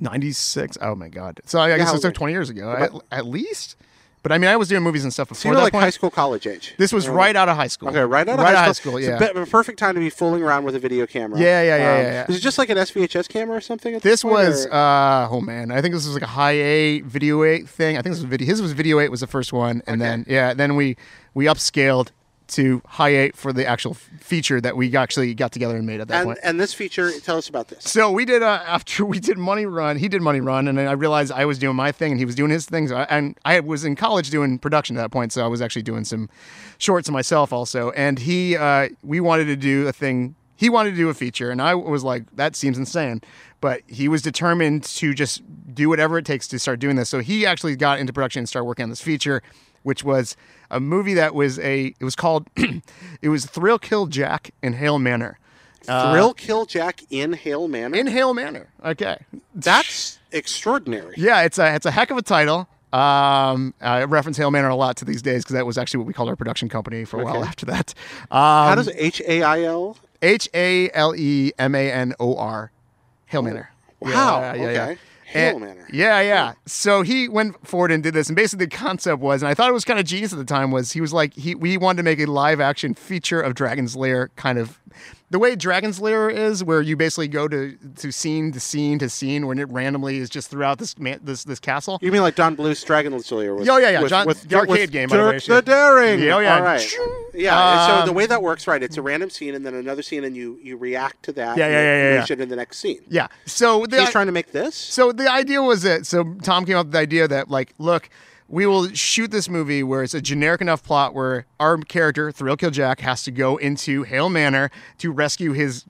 Speaker 2: 96 oh my god so i, I guess
Speaker 1: how
Speaker 2: it was like
Speaker 1: old-
Speaker 2: 20 years ago at, at least but i mean i was doing movies and stuff before
Speaker 1: so you were
Speaker 2: that
Speaker 1: like
Speaker 2: point
Speaker 1: high school, college age.
Speaker 2: this was
Speaker 1: Or-
Speaker 2: right out of high school.
Speaker 1: Okay, right out of high school.
Speaker 2: yeah.
Speaker 1: It's a bit- a perfect time to be fooling around with a video camera.
Speaker 2: Yeah, yeah, yeah, yeah, yeah.
Speaker 1: Was it just like an SVHS camera or something? at
Speaker 2: this
Speaker 1: point,
Speaker 2: was
Speaker 1: or-
Speaker 2: uh oh man, I think this was like a high eight video eight thing. I think this was video his was video eight was the first one, and then yeah, then we we upscaled to high eight for the actual f- feature that we actually got together and made at that
Speaker 1: and
Speaker 2: point.
Speaker 1: and this feature. Tell us about this.
Speaker 2: So we did uh, after we did Money Run. He did Money Run, and then I realized I was doing my thing, and he was doing his things. I- And I was in college doing production at that point, so I was actually doing some shorts myself also. And he, uh, we wanted to do a thing. He wanted to do a feature, and I was like, that seems insane. But he was determined to just do whatever it takes to start doing this. So he actually got into production and started working on this feature, which was a movie that was a. It was called, it was Thrill Kill Jack in Hale Manor. Uh,
Speaker 1: Thrill Kill Jack in Hail Manor.
Speaker 2: In Hale Manor. Okay.
Speaker 1: That's extraordinary.
Speaker 2: Yeah, it's a it's a heck of a title. Um, I reference Hail Manor a lot to these days because that was actually what we called our production company for a while after that.
Speaker 1: How
Speaker 2: Um,
Speaker 1: does H A I L?
Speaker 2: H A L E M A N O R, Hail Manor.
Speaker 1: Oh, Wow.
Speaker 2: Yeah, yeah, yeah.
Speaker 1: okay. Hail
Speaker 2: And-
Speaker 1: Manor.
Speaker 2: Yeah, yeah. So he went forward and did this, and basically the concept was, and I thought it was kind of genius at the time, was he was like he we wanted to make a live action feature of Dragon's Lair, kind of the way Dragon's Lair is, where you basically go to to scene to scene to scene, when it randomly is just throughout this man, this this castle.
Speaker 1: You mean like Don Bluth's Dragon Lair? With,
Speaker 2: Oh, yeah, yeah,
Speaker 1: With,
Speaker 2: John-
Speaker 1: with,
Speaker 2: the arcade
Speaker 1: with
Speaker 2: game, by the way,
Speaker 1: Dirk the
Speaker 2: shit.
Speaker 1: Daring.
Speaker 2: Yeah, oh, yeah. Um,
Speaker 1: All right. Yeah. and so the way that works, right? It's a random scene and then another scene, and you you react to that.
Speaker 2: Yeah,
Speaker 1: and
Speaker 2: yeah,
Speaker 1: then
Speaker 2: yeah,
Speaker 1: you
Speaker 2: yeah,
Speaker 1: Reach it in the next scene.
Speaker 2: Yeah. So the,
Speaker 1: He's trying to make this.
Speaker 2: So the idea was that so Tom came up with the idea that like, look, we will shoot this movie where it's a generic enough plot where our character Thrill Kill Jack has to go into Hale Manor to rescue his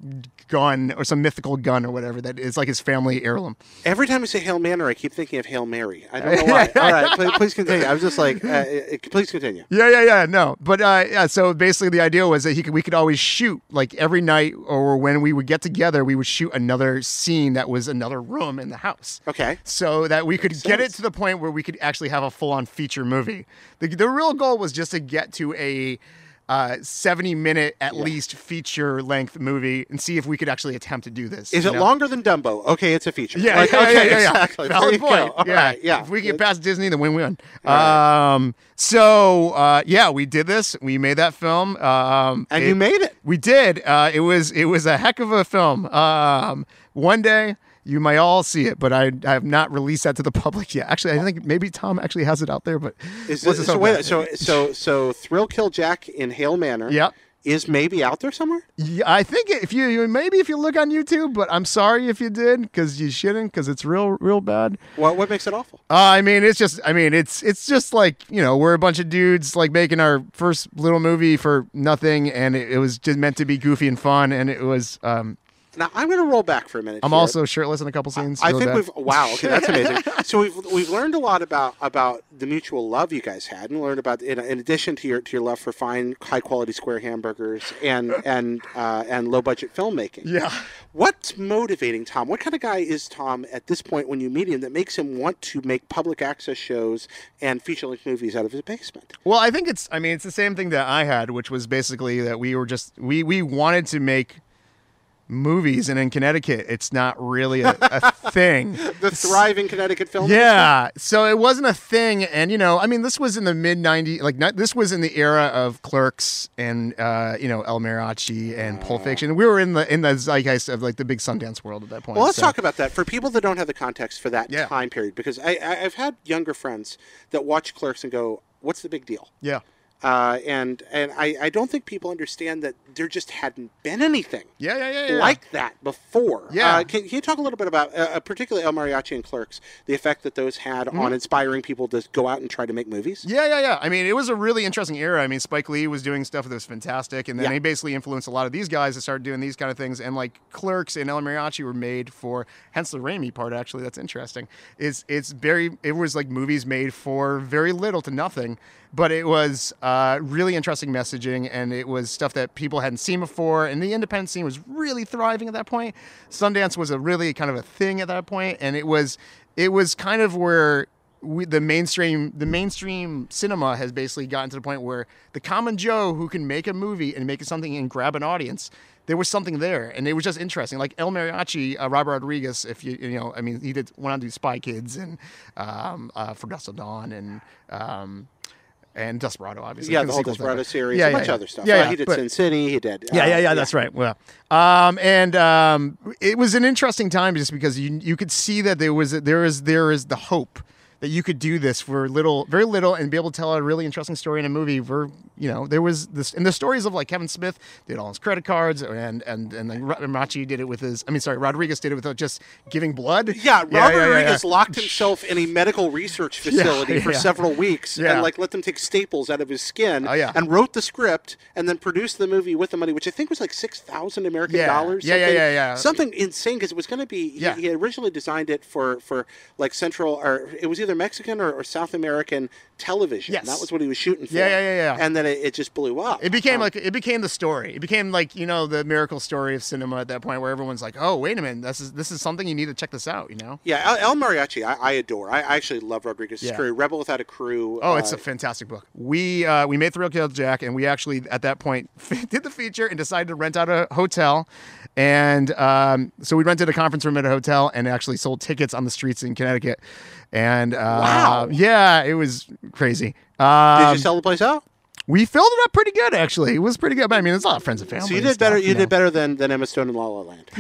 Speaker 2: gun or some mythical gun or whatever that is like his family heirloom.
Speaker 1: Every time I say Hail Manor, I keep thinking of Hail Mary. I don't know why. All right, please, please continue. I was just like, uh, uh, please continue.
Speaker 2: Yeah, yeah, yeah. No, but uh, yeah. So basically, the idea was that he could, we could always shoot like every night or when we would get together, we would shoot another scene that was another room in the house.
Speaker 1: Okay.
Speaker 2: so that we could get it
Speaker 1: sense.
Speaker 2: to the point where we could actually have a full-on feature movie. The, the real goal was just to get to a uh, 70 minute at least feature length movie and see if we could actually attempt to do this.
Speaker 1: Is
Speaker 2: you
Speaker 1: it
Speaker 2: know?
Speaker 1: longer than Dumbo? Okay, it's a feature.
Speaker 2: Yeah,
Speaker 1: Like,
Speaker 2: yeah,
Speaker 1: okay,
Speaker 2: yeah, yeah, yeah.
Speaker 1: exactly. There
Speaker 2: Valid
Speaker 1: you go.
Speaker 2: point.
Speaker 1: All
Speaker 2: yeah.
Speaker 1: right, yeah.
Speaker 2: If we get past Disney, then win-win. Um, so uh, yeah, we did this. We made that film. Um,
Speaker 1: and
Speaker 2: it-
Speaker 1: you made it.
Speaker 2: we did. Uh, it was it was a heck of a film. Um, one day you may all see it, but I, I have not released that to the public yet. Actually, I think maybe Tom actually has it out there, but
Speaker 1: Is this,
Speaker 2: what's this
Speaker 1: so,
Speaker 2: up
Speaker 1: wait,
Speaker 2: there?
Speaker 1: so so so Thrill Kill Jack in Hail Manor.
Speaker 2: Yep.
Speaker 1: Is maybe out there somewhere?
Speaker 2: Yeah, I think if you, you maybe if you look on YouTube, but I'm sorry if you did because you shouldn't because it's real real bad.
Speaker 1: What what makes it awful?
Speaker 2: Uh, I mean, it's just, I mean, it's it's just like you know, we're a bunch of dudes like making our first little movie for nothing, and it, it was just meant to be goofy and fun, and it was. Um,
Speaker 1: Now I'm going to roll back for a minute.
Speaker 2: I'm
Speaker 1: here.
Speaker 2: also shirtless in a couple scenes.
Speaker 1: I
Speaker 2: really
Speaker 1: think
Speaker 2: bad.
Speaker 1: we've wow, okay, that's amazing. so we've we've learned a lot about about the mutual love you guys had, and learned about in, in addition to your to your love for fine, high quality square hamburgers and and uh, and low budget filmmaking.
Speaker 2: yeah.
Speaker 1: What's motivating Tom? What kind of guy is Tom at this point when you meet him that makes him want to make public access shows and feature length movies out of his basement?
Speaker 2: Well, I think it's. I mean, it's the same thing that I had, which was basically that we were just we we wanted to make movies, and in Connecticut, it's not really a, a thing.
Speaker 1: The thriving Connecticut film.
Speaker 2: Yeah, so it wasn't a thing, and you know, I mean, this was in the mid '90s. Like, not, this was in the era of Clerks and uh, you know El Mariachi and
Speaker 1: Oh.
Speaker 2: Pulp Fiction. We were in the in the zeitgeist of like the big Sundance world at that point.
Speaker 1: Well, let's
Speaker 2: so-
Speaker 1: talk about that for people that don't have the context for that
Speaker 2: Yeah.
Speaker 1: time period, because I, I, I've had younger friends that watch Clerks and go, "What's the big deal?"
Speaker 2: Yeah.
Speaker 1: Uh, and and I, I don't think people understand that there just hadn't been anything
Speaker 2: Yeah, yeah, yeah, yeah.
Speaker 1: like that before.
Speaker 2: Yeah.
Speaker 1: Uh, can, can you talk a little bit about, uh, uh, particularly El Mariachi and Clerks, the effect that those had on inspiring people to go out and try to make movies?
Speaker 2: Mm-hmm. Yeah, yeah, yeah. I mean, it was a really interesting era. I mean, Spike Lee was doing stuff that was fantastic, and then
Speaker 1: Yeah.
Speaker 2: he basically influenced a lot of these guys to start doing these kind of things. And like Clerks and El Mariachi were made for, hence the Raimi part. Actually, that's interesting. It's it's very it was like movies made for very little to nothing, but it was uh, really interesting messaging, and it was stuff that people hadn't seen before. And the independent scene was really thriving at that point. Sundance was a really kind of a thing at that point, and it was it was kind of where we, the mainstream the mainstream cinema has basically gotten to the point where the common Joe who can make a movie and make it something and grab an audience, there was something there, and it was just interesting. Like El Mariachi, uh, Robert Rodriguez. If you you know, I mean, he did went on to do Spy Kids and um, uh, For Dust Till Dawn and. Um, and Desperado, obviously.
Speaker 1: Yeah,
Speaker 2: and
Speaker 1: the whole
Speaker 2: sequels like that.
Speaker 1: Desperado series,
Speaker 2: Yeah,
Speaker 1: a
Speaker 2: yeah,
Speaker 1: bunch
Speaker 2: yeah.
Speaker 1: of other stuff.
Speaker 2: Yeah,
Speaker 1: Uh,
Speaker 2: yeah,
Speaker 1: he did
Speaker 2: but-
Speaker 1: Sin City. He did.
Speaker 2: yeah,
Speaker 1: uh,
Speaker 2: yeah, yeah, That's right. Well, um, and um, it was an interesting time just because you you could see that there was there is there is the hope that you could do this for little, very little, and be able to tell a really interesting story in a movie. Where you know there was this and the stories of like Kevin Smith did all his credit cards and and and like Ra- Machi did it with his. I mean, sorry, Rodriguez did it without just giving blood.
Speaker 1: Yeah, Robert
Speaker 2: yeah, yeah.
Speaker 1: Rodriguez locked himself in a medical research facility for
Speaker 2: yeah.
Speaker 1: several weeks
Speaker 2: Yeah.
Speaker 1: and like let them take staples out of his skin
Speaker 2: Oh, yeah.
Speaker 1: and wrote the script and then produced the movie with the money, which I think was like six thousand American
Speaker 2: Yeah.
Speaker 1: dollars.
Speaker 2: Yeah, yeah,
Speaker 1: something-
Speaker 2: yeah, yeah.
Speaker 1: Something insane because it was going to be. he-
Speaker 2: Yeah.
Speaker 1: He, originally designed it for for like Central or it was either Mexican or, or South American television.
Speaker 2: Yes.
Speaker 1: that was what he was shooting for.
Speaker 2: Yeah, yeah, yeah, yeah.
Speaker 1: And then it, it just blew up.
Speaker 2: It became like it became the story. It became like you know the miracle story of cinema at that point, where everyone's like, "Oh, wait a minute, this is this is something you need to check this out." You know?
Speaker 1: Yeah, El, El Mariachi, I, I adore. I, I actually love Rodriguez's
Speaker 2: Yeah.
Speaker 1: crew. Rebel Without a Crew.
Speaker 2: Oh,
Speaker 1: uh,
Speaker 2: it's a fantastic book. We uh, we made Thrill Kill Jack, and we actually at that point did the feature and decided to rent out a hotel, and um, so we rented a conference room at a hotel and actually sold tickets on the streets in Connecticut, and uh,
Speaker 1: Wow.
Speaker 2: yeah, it was crazy.
Speaker 1: Did
Speaker 2: Um,
Speaker 1: you sell the place out?
Speaker 2: we filled it up pretty good, actually. It was pretty good. But I mean, it's a lot of friends and family.
Speaker 1: So you
Speaker 2: and
Speaker 1: did
Speaker 2: stuff,
Speaker 1: better. You
Speaker 2: know.
Speaker 1: did better than than Emma Stone in La La Land.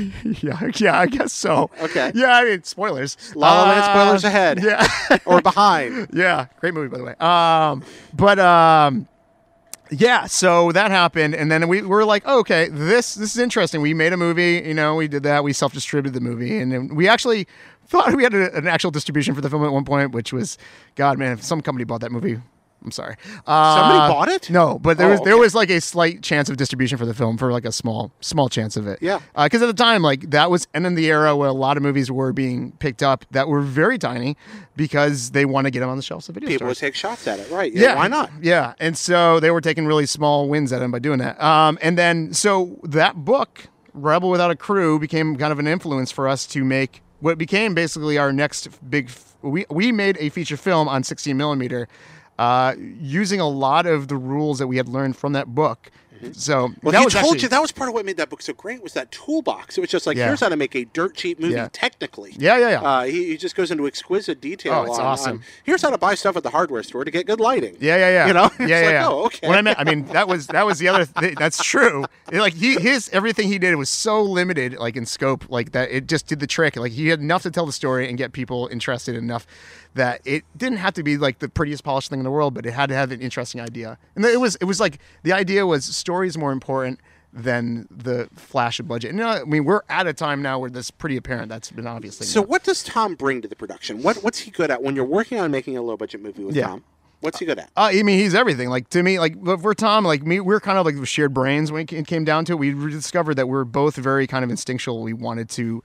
Speaker 2: Yeah, yeah, I guess so.
Speaker 1: Okay.
Speaker 2: Yeah, I mean, spoilers.
Speaker 1: La La Land
Speaker 2: Uh,
Speaker 1: spoilers ahead.
Speaker 2: Yeah,
Speaker 1: or behind.
Speaker 2: yeah, great movie by the way. Um, but um, yeah, so that happened, and then we were like, oh, okay, this this is interesting. We made a movie, you know, we did that. We self distributed the movie, and then we actually thought we had a, an actual distribution for the film at one point, which was, God, man, if some company bought that movie. I'm sorry. Uh,
Speaker 1: Somebody bought it?
Speaker 2: No, but there
Speaker 1: Oh,
Speaker 2: was there
Speaker 1: okay.
Speaker 2: was like a slight chance of distribution for the film for like a small small chance of it.
Speaker 1: Yeah.
Speaker 2: Because Uh, at the time, like that was and in the era where a lot of movies were being picked up that were very tiny because they want to get them on the shelves of video
Speaker 1: People would
Speaker 2: stores.
Speaker 1: take shots at it, right?
Speaker 2: Yeah.
Speaker 1: Why not?
Speaker 2: Yeah. And so they were taking really small wins at him by doing that. Um, and then so that book, Rebel Without a Crew, became kind of an influence for us to make what became basically our next big. f- We we made a feature film on 16 millimeter, uh, using a lot of the rules that we had learned from that book. So
Speaker 1: Mm-hmm. Well,
Speaker 2: that
Speaker 1: he
Speaker 2: was
Speaker 1: told
Speaker 2: actually-
Speaker 1: you that was part of what made that book so great was that toolbox. It was just like,
Speaker 2: Yeah.
Speaker 1: here's how to make a dirt cheap movie
Speaker 2: Yeah.
Speaker 1: technically.
Speaker 2: Yeah, yeah, yeah.
Speaker 1: Uh, he, he just goes into exquisite detail.
Speaker 2: Oh, it's
Speaker 1: on,
Speaker 2: awesome.
Speaker 1: on, here's how to buy stuff at the hardware store to get good lighting.
Speaker 2: Yeah, yeah, yeah.
Speaker 1: You know?
Speaker 2: yeah,
Speaker 1: It's
Speaker 2: yeah,
Speaker 1: like,
Speaker 2: yeah.
Speaker 1: oh, okay.
Speaker 2: What I meant, I mean, that was that was the other. Th- that's true. It, like he, his everything he did was so limited, like in scope, like that it just did the trick. Like he had enough to tell the story and get people interested enough that it didn't have to be like the prettiest polished thing in the world, but it had to have an interesting idea. And it was it was like the idea was story is more important than the flash of budget. And you know, I mean, we're at a time now where that's pretty apparent. That's been obviously.
Speaker 1: So what does Tom bring to the production? What what's he good at when you're working on making a low budget movie with
Speaker 2: Yeah.
Speaker 1: Tom? What's he good at?
Speaker 2: Uh, I mean, he's everything. Like to me, like but for Tom, like me, we're kind of like shared brains when it ca- came down to it. We discovered that we are both very kind of instinctual. We wanted to,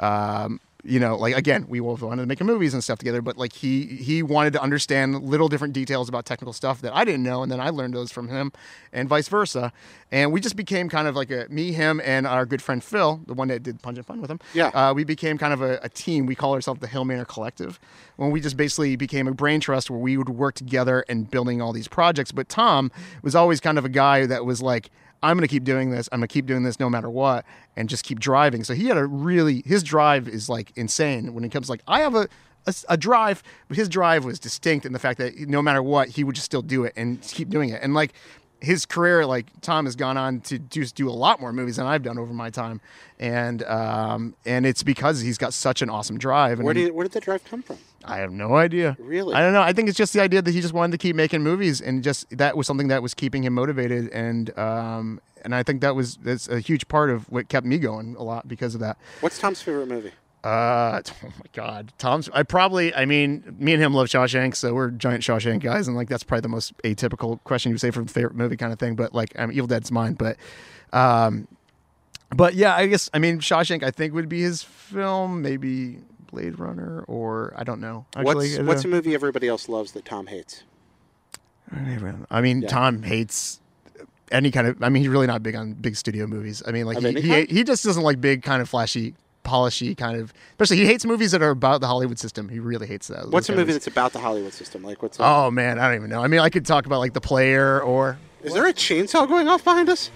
Speaker 2: um, you know, like again, we both wanted to make movies and stuff together. But like he he wanted to understand little different details about technical stuff that I didn't know, and then I learned those from him, and vice versa. And we just became kind of like a me, him, and our good friend Phil, the one that did Punch and Fun with him.
Speaker 1: Yeah.
Speaker 2: Uh, uh, we became kind of a, a team. We call ourselves the Hillmanor Collective. When we just basically became a brain trust where we would work together and building all these projects. But Tom was always kind of a guy that was like, I'm going to keep doing this. I'm going to keep doing this no matter what and just keep driving. So he had a really, his drive is like insane when it comes like, I have a, a, s- a drive, but his drive was distinct in the fact that no matter what, he would just still do it and keep doing it. And like, his career, like Tom, has gone on to just do a lot more movies than I've done over my time, and um, and it's because he's got such an awesome drive. And
Speaker 1: Where
Speaker 2: he-
Speaker 1: did where did that drive come from?
Speaker 2: I have no idea.
Speaker 1: Really?
Speaker 2: I don't know. I think it's just the idea that he just wanted to keep making movies, and just that was something that was keeping him motivated, and um, and I think that was that's a huge part of what kept me going a lot because of that.
Speaker 1: What's Tom's favorite movie?
Speaker 2: Uh, oh my God, Tom's. I probably. I mean, me and him love Shawshank, so we're giant Shawshank guys, and like that's probably the most atypical question you would say for favorite movie kind of thing. But like, I mean, Evil Dead's mine, but, um, but yeah, I guess I mean Shawshank. I think would be his film, maybe Blade Runner, or I don't know. Actually, uh, I
Speaker 1: what's
Speaker 2: don't
Speaker 1: what's a
Speaker 2: know.
Speaker 1: maybe everybody else loves that Tom hates?
Speaker 2: I mean, Tom hates any kind of. I mean, he's really not big on big studio movies. I mean, like
Speaker 1: Of
Speaker 2: he,
Speaker 1: any
Speaker 2: he
Speaker 1: kind?
Speaker 2: he just doesn't like big kind of flashy, polishy kind of. Especially he hates movies that are about the Hollywood system. He really hates that.
Speaker 1: What's a movie
Speaker 2: Those kind of-
Speaker 1: that's about the Hollywood system? Like what's a,
Speaker 2: Oh man, I don't even know. I mean, I could talk about like The Player or
Speaker 1: Is there a chainsaw going off behind us?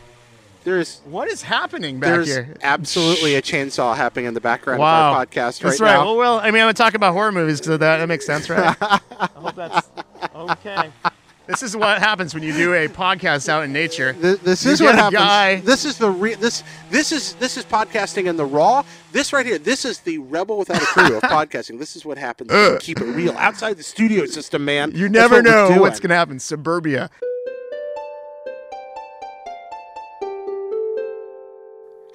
Speaker 1: There's
Speaker 2: what is happening back
Speaker 1: there's
Speaker 2: here.
Speaker 1: absolutely a chainsaw happening in the background of
Speaker 2: Wow,
Speaker 1: our podcast
Speaker 2: that's
Speaker 1: right
Speaker 2: right.
Speaker 1: now.
Speaker 2: Well, well, I mean, I'm gonna talk about horror movies, so that that makes sense, right?
Speaker 3: I hope that's okay.
Speaker 2: this is what happens when you do a podcast out in nature.
Speaker 1: Th- this
Speaker 2: You
Speaker 1: is
Speaker 2: get
Speaker 1: what
Speaker 2: a
Speaker 1: happens.
Speaker 2: guy-
Speaker 1: This is the re- this this is this is podcasting in the raw. This right here, this is the rebel without a crew of podcasting. This is what happens. when you keep it real outside the studio system, man.
Speaker 2: You
Speaker 1: That's
Speaker 2: never
Speaker 1: what we're
Speaker 2: know what's
Speaker 1: doing.
Speaker 2: gonna happen. Suburbia.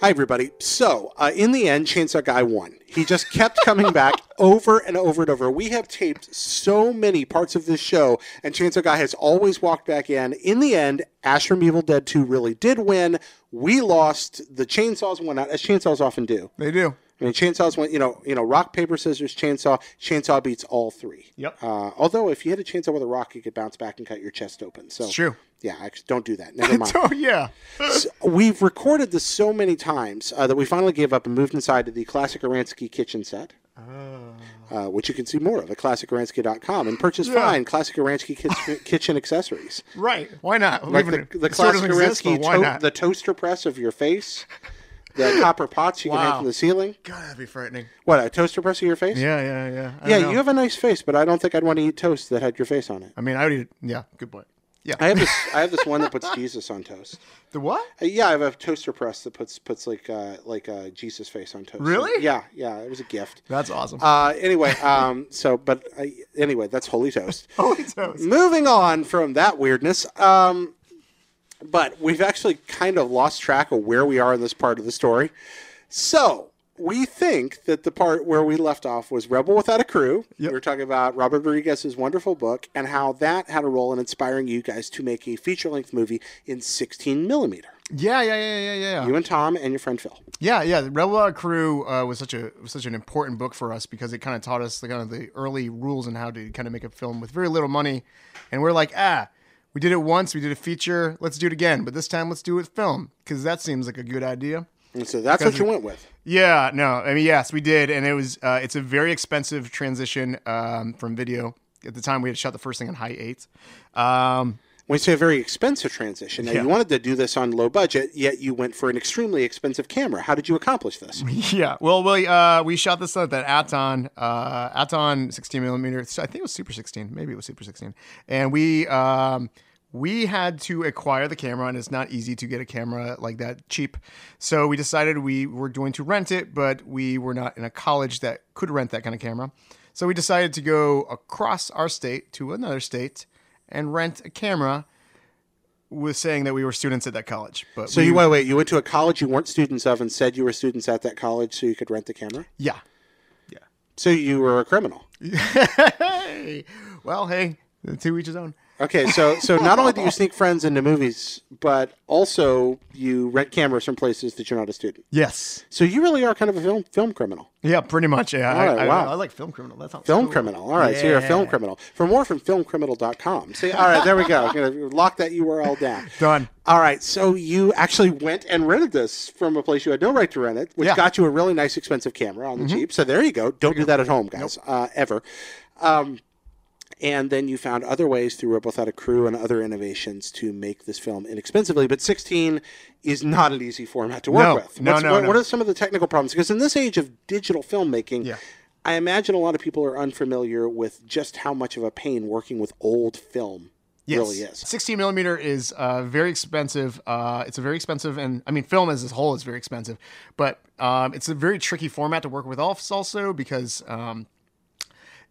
Speaker 1: Hi, everybody. So, uh, in the end, Chainsaw Guy won. He just kept coming back over and over and over. We have taped so many parts of this show, and Chainsaw Guy has always walked back in. In the end, Ash from Evil Dead 2 really did win. We lost. The chainsaws won out, as chainsaws often do.
Speaker 2: They do.
Speaker 1: I mean, chainsaws went, you know, you know, rock, paper, scissors, chainsaw. Chainsaw beats all three.
Speaker 2: Yep.
Speaker 1: Uh, although, if you hit a chainsaw with a rock, you could bounce back and cut your chest open. So,
Speaker 2: It's true.
Speaker 1: yeah, actually, don't do that. Never mind
Speaker 2: Oh yeah.
Speaker 1: we've recorded this so many times uh, that we finally gave up and moved inside to the classic Aransky kitchen set.
Speaker 2: Oh.
Speaker 1: Uh, which you can see more of at classicaransky.com and purchase fine classic Aransky kits- kitchen accessories.
Speaker 2: Right. Why not?
Speaker 1: Like
Speaker 2: Even
Speaker 1: the, the
Speaker 2: if it sort
Speaker 1: classic
Speaker 2: of exists,
Speaker 1: Aransky,
Speaker 2: but why
Speaker 1: to-
Speaker 2: not?
Speaker 1: the toaster press of your face, the copper pots you can hang
Speaker 2: Wow.
Speaker 1: from the ceiling.
Speaker 2: God, that'd be frightening.
Speaker 1: What, a toaster press of your face?
Speaker 2: Yeah, yeah, yeah. I
Speaker 1: Yeah,
Speaker 2: don't know.
Speaker 1: you have a nice face, but I don't think I'd want to eat toast that had your face on it.
Speaker 2: I mean, I would. eat- Yeah, good point. Yeah.
Speaker 1: I have this. I have this one that puts Jesus on toast.
Speaker 2: the what?
Speaker 1: Uh, Yeah, I have a toaster press that puts puts like uh, like uh, Jesus face on toast.
Speaker 2: Really?
Speaker 1: Yeah, yeah. It was a gift.
Speaker 2: That's awesome.
Speaker 1: Uh, anyway, um, so but I, anyway, that's holy toast.
Speaker 2: Holy toast.
Speaker 1: Moving on from that weirdness, um, but we've actually kind of lost track of where we are in this part of the story. So we think that the part where we left off was Rebel Without a Crew.
Speaker 2: Yep.
Speaker 1: We were talking about Robert Rodriguez's wonderful book and how that had a role in inspiring you guys to make a feature length movie in 16 millimeter.
Speaker 2: Yeah, yeah, yeah, yeah, yeah, yeah.
Speaker 1: You and Tom and your friend Phil.
Speaker 2: Yeah, yeah. The Rebel Without a Crew uh, was such a was such an important book for us because it kind of taught us the kind of the early rules and how to kind of make a film with very little money, and we're like, ah, we did it once, we did a feature, let's do it again, but this time let's do it with film because that seems like a good idea.
Speaker 1: And so that's what you went with.
Speaker 2: Yeah, no, I mean, yes, we did, and it was uh, it's a very expensive transition um, from video. At the time, we had shot the first thing on high eight. Um,
Speaker 1: When you say a very expensive transition, now
Speaker 2: Yeah.
Speaker 1: you wanted to do this on low budget, yet you went for an extremely expensive camera. How did you accomplish this?
Speaker 2: yeah, well, we uh, we shot this at that Aton uh, Aton 16 millimeter. I think it was Super 16, maybe it was Super 16, and we. Um, we had to acquire the camera, and it's not easy to get a camera like that cheap. So we decided we were going to rent it, but we were not in a college that could rent that kind of camera. So we decided to go across our state to another state and rent a camera, with saying that we were students at that college. But
Speaker 1: So
Speaker 2: we-
Speaker 1: you wait, wait, you went to a college you weren't students of and said you were students at that college so you could rent the camera?
Speaker 2: yeah,
Speaker 1: So you were a criminal.
Speaker 2: hey, well, hey, to each his own.
Speaker 1: Okay, so so not only do you sneak friends into movies, but also you rent cameras from places that you're not a student.
Speaker 2: Yes.
Speaker 1: So you really are kind of a film film criminal.
Speaker 2: Yeah, pretty much. Yeah. I,
Speaker 1: Alright,
Speaker 2: I-
Speaker 1: wow.
Speaker 2: I like film criminal. That sounds
Speaker 1: Film
Speaker 2: cool.
Speaker 1: criminal. All right, so you're a film
Speaker 2: Yeah.
Speaker 1: criminal. For more from filmcriminal.com. See, all right, there we go. I'm gonna lock that URL down.
Speaker 2: Done.
Speaker 1: All right, so you actually went and rented this from a place you had no right to rent it, which
Speaker 2: Yeah. Mm-hmm.
Speaker 1: got you a really nice, expensive camera on the cheap. So there you go. Don't do that at home, guys, uh, ever. Um, and then you found other ways through Rebel Without a Crew and other innovations to make this film inexpensively. But 16 is not an easy format to work
Speaker 2: No,
Speaker 1: with.
Speaker 2: no,
Speaker 1: What's-
Speaker 2: no,
Speaker 1: what,
Speaker 2: no.
Speaker 1: what are some of the technical problems? Because in this age of digital filmmaking,
Speaker 2: Yeah.
Speaker 1: I imagine a lot of people are unfamiliar with just how much of a pain working with old film
Speaker 2: Yes.
Speaker 1: really is.
Speaker 2: 16 millimeter is uh, very expensive. Uh, it's a very expensive, and I mean, film as a whole is very expensive, but um, it's a very tricky format to work with als- also because um,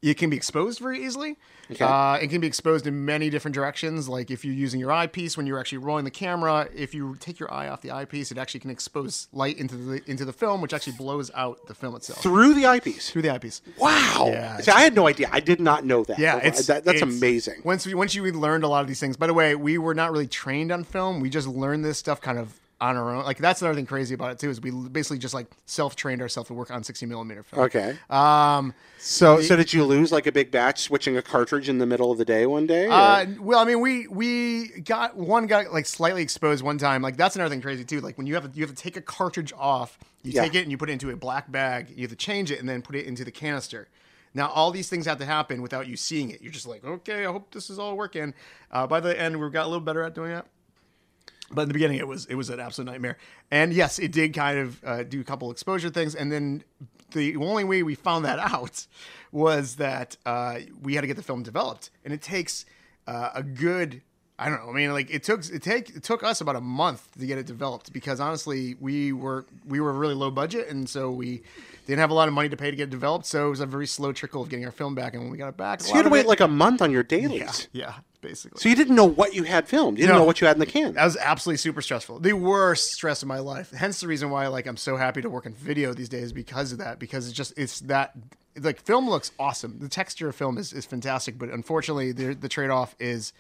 Speaker 2: it can be exposed very easily.
Speaker 1: Okay.
Speaker 2: Uh, it can be exposed in many different directions. Like if you're using your eyepiece when you're actually rolling the camera, if you take your eye off the eyepiece, it actually can expose light into the into the film, which actually blows out the film itself
Speaker 1: Through the eyepiece.
Speaker 2: through the eyepiece.
Speaker 1: Wow.
Speaker 2: Yeah,
Speaker 1: See, I had no idea. I did not know that.
Speaker 2: Yeah,
Speaker 1: That-
Speaker 2: it's
Speaker 1: that- that's
Speaker 2: it's-
Speaker 1: amazing.
Speaker 2: Once we once you learned a lot of these things. By the way, we were not really trained on film. We just learned this stuff kind of on our own. Like that's another thing crazy about it too is we basically just like self trained ourselves to work on sixty millimeter film.
Speaker 1: Okay.
Speaker 2: Um.
Speaker 1: So, so did Uh, you lose like a big batch switching a cartridge in the middle of the day one day? or-
Speaker 2: Uh, well, I mean, we we got one got like slightly exposed one time. Like that's another thing crazy too. Like when you have to, you have to take a cartridge off, you
Speaker 1: Yeah.
Speaker 2: take it and you put it into a black bag. You have to change it and then put it into the canister. Now all these things have to happen without you seeing it. You're just like, okay, I hope this is all working. Uh, by the end, we got a little better at doing that. But in the beginning, it was it was an absolute nightmare. And yes, it did kind of uh, do a couple exposure things. And then the only way we found that out was that uh, we had to get the film developed, and it takes uh, a good I don't know. I mean, like it took it take it took us about a month to get it developed because honestly, we were we were really low budget, and so we didn't have a lot of money to pay to get it developed. So it was a very slow trickle of getting our film back. And when we got it back, a
Speaker 1: so
Speaker 2: lot
Speaker 1: you had to
Speaker 2: of
Speaker 1: wait
Speaker 2: it-
Speaker 1: like a month on your dailies.
Speaker 2: yeah, yeah, basically.
Speaker 1: So you didn't know what you had filmed. You didn't
Speaker 2: No.
Speaker 1: know what you had in the can.
Speaker 2: That was absolutely super stressful. The worst stress of my life. Hence the reason why like I'm so happy to work in video these days because of that. Because it's just it's that like film looks awesome. The texture of film is, is fantastic, but unfortunately the the trade off is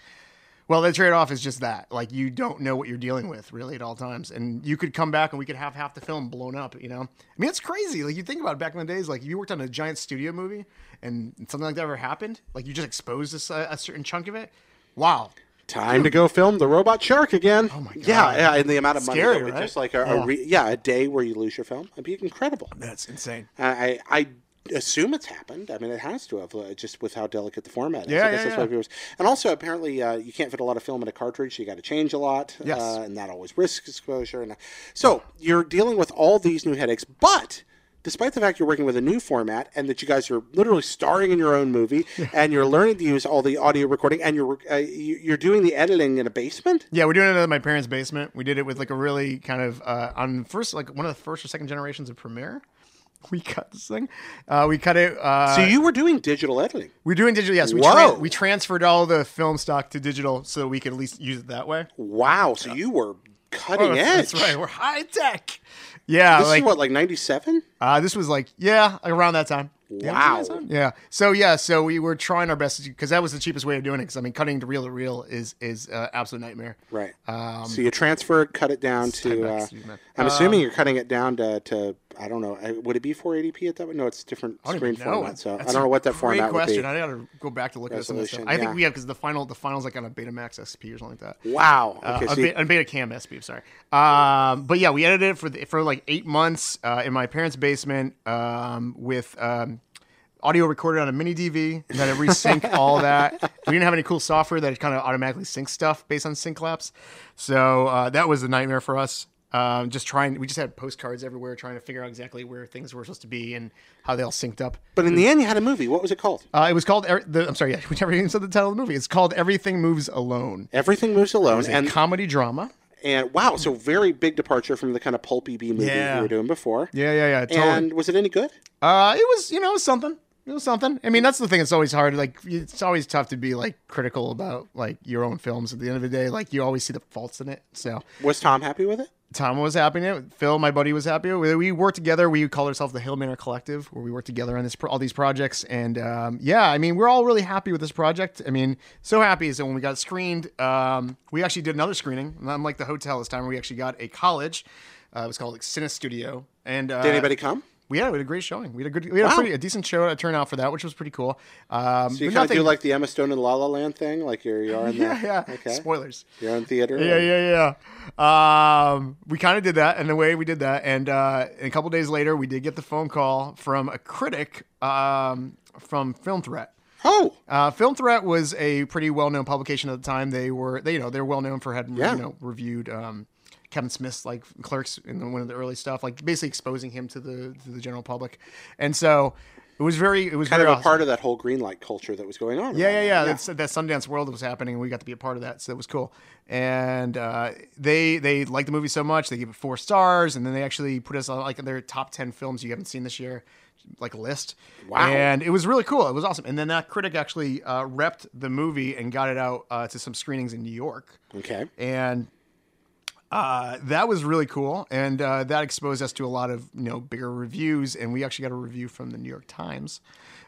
Speaker 2: well, the trade off is just that. Like you don't know what you're dealing with really at all times. And you could come back and we could have half the film blown up, you know? I mean it's crazy. Like you think about it back in the days, like if you worked on a giant studio movie and something like that ever happened, like you just exposed this, uh, a certain chunk of it. Wow.
Speaker 1: Time to go film the Robot Shark again. Oh
Speaker 2: my God.
Speaker 1: Yeah, yeah, and the amount of money.
Speaker 2: Scary,
Speaker 1: that would
Speaker 2: right?
Speaker 1: Just like a, a
Speaker 2: Yeah.
Speaker 1: re- yeah, a day where you lose your film. It'd be incredible.
Speaker 2: That's insane.
Speaker 1: I I I assume it's happened. I mean, it has to have uh, just with how delicate the format is.
Speaker 2: Yeah,
Speaker 1: I guess
Speaker 2: yeah,
Speaker 1: that's
Speaker 2: yeah.
Speaker 1: why viewers. And also, apparently, uh, you can't fit a lot of film in a cartridge. So you got to change a lot.
Speaker 2: Yes.
Speaker 1: uh, and that always risks exposure. And uh, so you're dealing with all these new headaches, but. Despite the fact you're working with a new format and that you guys are literally starring in your own movie and you're learning to use all the audio recording and you're uh, you- you're doing the editing in a basement,
Speaker 2: Yeah, we're doing it in my parents' basement. We did it with like a really kind of uh, on first like one of the first or second generations of Premiere. We cut this thing. Uh, we cut it. Uh,
Speaker 1: so you were doing digital editing.
Speaker 2: we're doing digital. Yes, we
Speaker 1: Whoa.
Speaker 2: tran we transferred all the film stock to digital so we could at least use it that way.
Speaker 1: Wow, so you were cutting edge.
Speaker 2: Oh, that's, that's right. We're high tech. Yeah,
Speaker 1: This
Speaker 2: like
Speaker 1: is what like '97.
Speaker 2: Uh, this was like, yeah, like around that time. Yeah,
Speaker 1: Wow.
Speaker 2: it was around that time. Yeah. So yeah, so we were trying our best because that was the cheapest way of doing it. Because I mean, cutting to reel to reel is is uh, absolute nightmare.
Speaker 1: Right. so you transferred, cut it down to.
Speaker 2: 10x,
Speaker 1: Uh,
Speaker 2: Um, you Um, meant.
Speaker 1: I'm assuming you're cutting it down to, to I don't know. uh, Would it be 480p at that point? No, it's different
Speaker 2: I don't
Speaker 1: screen
Speaker 2: even know.
Speaker 1: format. So I
Speaker 2: That's
Speaker 1: don't know
Speaker 2: a
Speaker 1: what that
Speaker 2: great
Speaker 1: format
Speaker 2: question.
Speaker 1: would
Speaker 2: I gotta go back to look at some of this stuff.
Speaker 1: Resolution,
Speaker 2: I think
Speaker 1: yeah.
Speaker 2: we have because the final the finals like on a Betamax XP or something like that.
Speaker 1: be. Wow.
Speaker 2: Uh,
Speaker 1: Okay.
Speaker 2: a,
Speaker 1: so you-
Speaker 2: Be- a Beta Cam SP, I'm sorry. Um, but yeah, we edited it for the, for like eight months uh, in my parents' basement um, with um, audio recorded on a mini DV and then it resync all that. We didn't have any cool software that kind of automatically syncs stuff based on sync laps, so uh, that was a nightmare for us. Um, just trying, we just had postcards everywhere trying to figure out exactly where things were supposed to be and how they all synced up.
Speaker 1: but in the end, you had a movie. What was it called?
Speaker 2: Uh, it was called. Er- the, I'm sorry, yeah, we never even said the title of the movie. It's called Everything Moves Alone.
Speaker 1: Everything Moves Alone.
Speaker 2: It's a
Speaker 1: And,
Speaker 2: comedy drama.
Speaker 1: and wow, so very big departure from the kind of pulpy B movie
Speaker 2: Yeah.
Speaker 1: you were doing before.
Speaker 2: Yeah, yeah, yeah. Totally.
Speaker 1: And was it any good?
Speaker 2: uh, it was, you know, it was something. It was something. I mean, that's the thing. It's always hard. Like, it's always tough to be like critical about like your own films. At the end of the day, like you always see the faults in it. So
Speaker 1: Was Tom happy with it?
Speaker 2: Tom was happy in it. Phil, my buddy, was happy. We, we worked together. We called ourselves the Hillmanor Collective, where we worked together on this pro- all these projects. And um, yeah, I mean, we're all really happy with this project. I mean, so happy is that when we got screened, um, we actually did another screening. Unlike the hotel this time, we actually got a college. Uh, it was called like Cine Studio. And uh,
Speaker 1: Did anybody come?
Speaker 2: we had, we had a great showing. We had a good, we had
Speaker 1: Wow.
Speaker 2: a pretty a decent show a turnout for that, which was pretty cool. Um,
Speaker 1: So you kind
Speaker 2: but
Speaker 1: of
Speaker 2: nothing-
Speaker 1: do like the Emma Stone and La La Land thing, like you're you are in
Speaker 2: yeah,
Speaker 1: the
Speaker 2: yeah.
Speaker 1: okay,
Speaker 2: Spoilers.
Speaker 1: you're in theater.
Speaker 2: Yeah, yeah, yeah. Um, we kind of did that, and the way we did that, and, uh, and a couple days later, we did get the phone call from a critic um, from Film Threat.
Speaker 1: Oh,
Speaker 2: Uh, Film Threat was a pretty well-known publication at the time. They were, they, you know, they're well-known for having
Speaker 1: Yeah.
Speaker 2: you know reviewed um, Kevin Smith's like Clerks in the, one of the early stuff, like basically exposing him to the to the general public. And so It was very. It was
Speaker 1: kind of
Speaker 2: very
Speaker 1: a
Speaker 2: awesome.
Speaker 1: part of that whole green light culture that was going on.
Speaker 2: Yeah,
Speaker 1: around
Speaker 2: yeah,
Speaker 1: then.
Speaker 2: yeah. That's, that Sundance World was happening, and we got to be a part of that, so it was cool. And uh, they they liked the movie so much, they gave it four stars, and then they actually put us on like their top ten films you haven't seen this year, like a list.
Speaker 1: Wow.
Speaker 2: And it was really cool. It was awesome. And then that critic actually uh, repped the movie and got it out uh, to some screenings in New York,
Speaker 1: Okay.
Speaker 2: and. Uh, that was really cool, and uh, that exposed us to a lot of you know bigger reviews, and we actually got a review from the New York Times.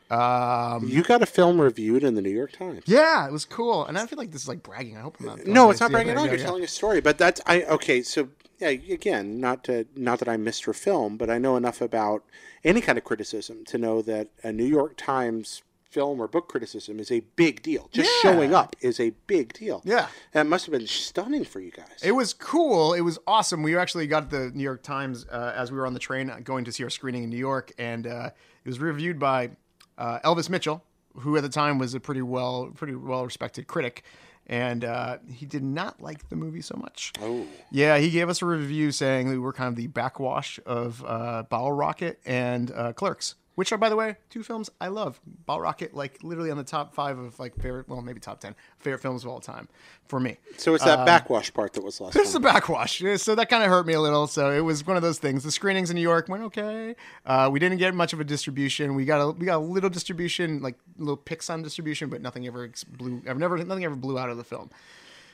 Speaker 2: Um,
Speaker 1: You got a film reviewed in the New York Times.
Speaker 2: yeah, it was cool, and I feel like this is like bragging. I hope I'm not.
Speaker 1: No, it's not
Speaker 2: Yeah,
Speaker 1: bragging
Speaker 2: yeah,
Speaker 1: on.
Speaker 2: yeah,
Speaker 1: You're
Speaker 2: yeah.
Speaker 1: telling a story, but that's I okay. So yeah, again, not to, not that I missed her film, but I know enough about any kind of criticism to know that a New York Times film or book criticism is a big deal. Just
Speaker 2: Yeah.
Speaker 1: showing up is a big deal.
Speaker 2: Yeah.
Speaker 1: that must have been stunning for you guys.
Speaker 2: It was cool. It was awesome. We actually got the New York Times uh, as we were on the train going to see our screening in New York, and uh, it was reviewed by uh, Elvis Mitchell, who at the time was a pretty well, pretty well respected critic, and uh, he did not like the movie so much.
Speaker 1: oh,
Speaker 2: Yeah, he gave us a review saying that we were kind of the backwash of uh, Bottle Rocket and uh, Clerks, which are, by the way, two films I love. Bottle Rocket, like literally on the top five of like favorite, well, maybe top ten favorite films of all time for me.
Speaker 1: so it's
Speaker 2: Uh,
Speaker 1: that backwash part that was last.
Speaker 2: It's the
Speaker 1: time.
Speaker 2: backwash, Yeah, so that kind of hurt me a little. So it was one of those things. The screenings in New York went okay. Uh, we didn't get much of a distribution. We got a we got a little distribution, like little picks on distribution, but nothing ever ex- blew. I've never nothing ever blew out of the film.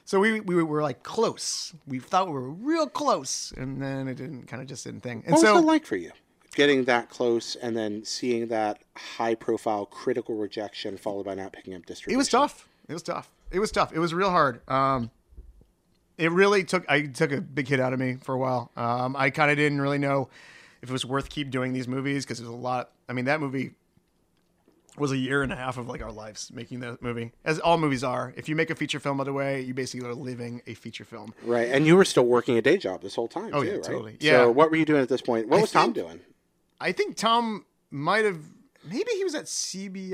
Speaker 2: So we, we were like close. We thought we were real close, and then it didn't kind of just didn't thing. And
Speaker 1: What
Speaker 2: so
Speaker 1: was it like for you? Getting that close and then seeing that high profile critical rejection followed by not picking up distribution.
Speaker 2: it was tough. It was tough. It was tough. It was real hard. Um, it really took I took a big hit out of me for a while. Um, I kind of didn't really know if it was worth keep doing these movies because it was a lot. I mean, that movie was a year and a half of like our lives making that movie, as all movies are. If you make a feature film by the way, you basically are living a feature film.
Speaker 1: Right, and you were still working a day job this whole time.
Speaker 2: Oh,
Speaker 1: too,
Speaker 2: yeah,
Speaker 1: right?
Speaker 2: totally. Yeah.
Speaker 1: So what were you doing at this point? What was Tom
Speaker 2: think-
Speaker 1: doing?
Speaker 2: I think Tom might have maybe he was at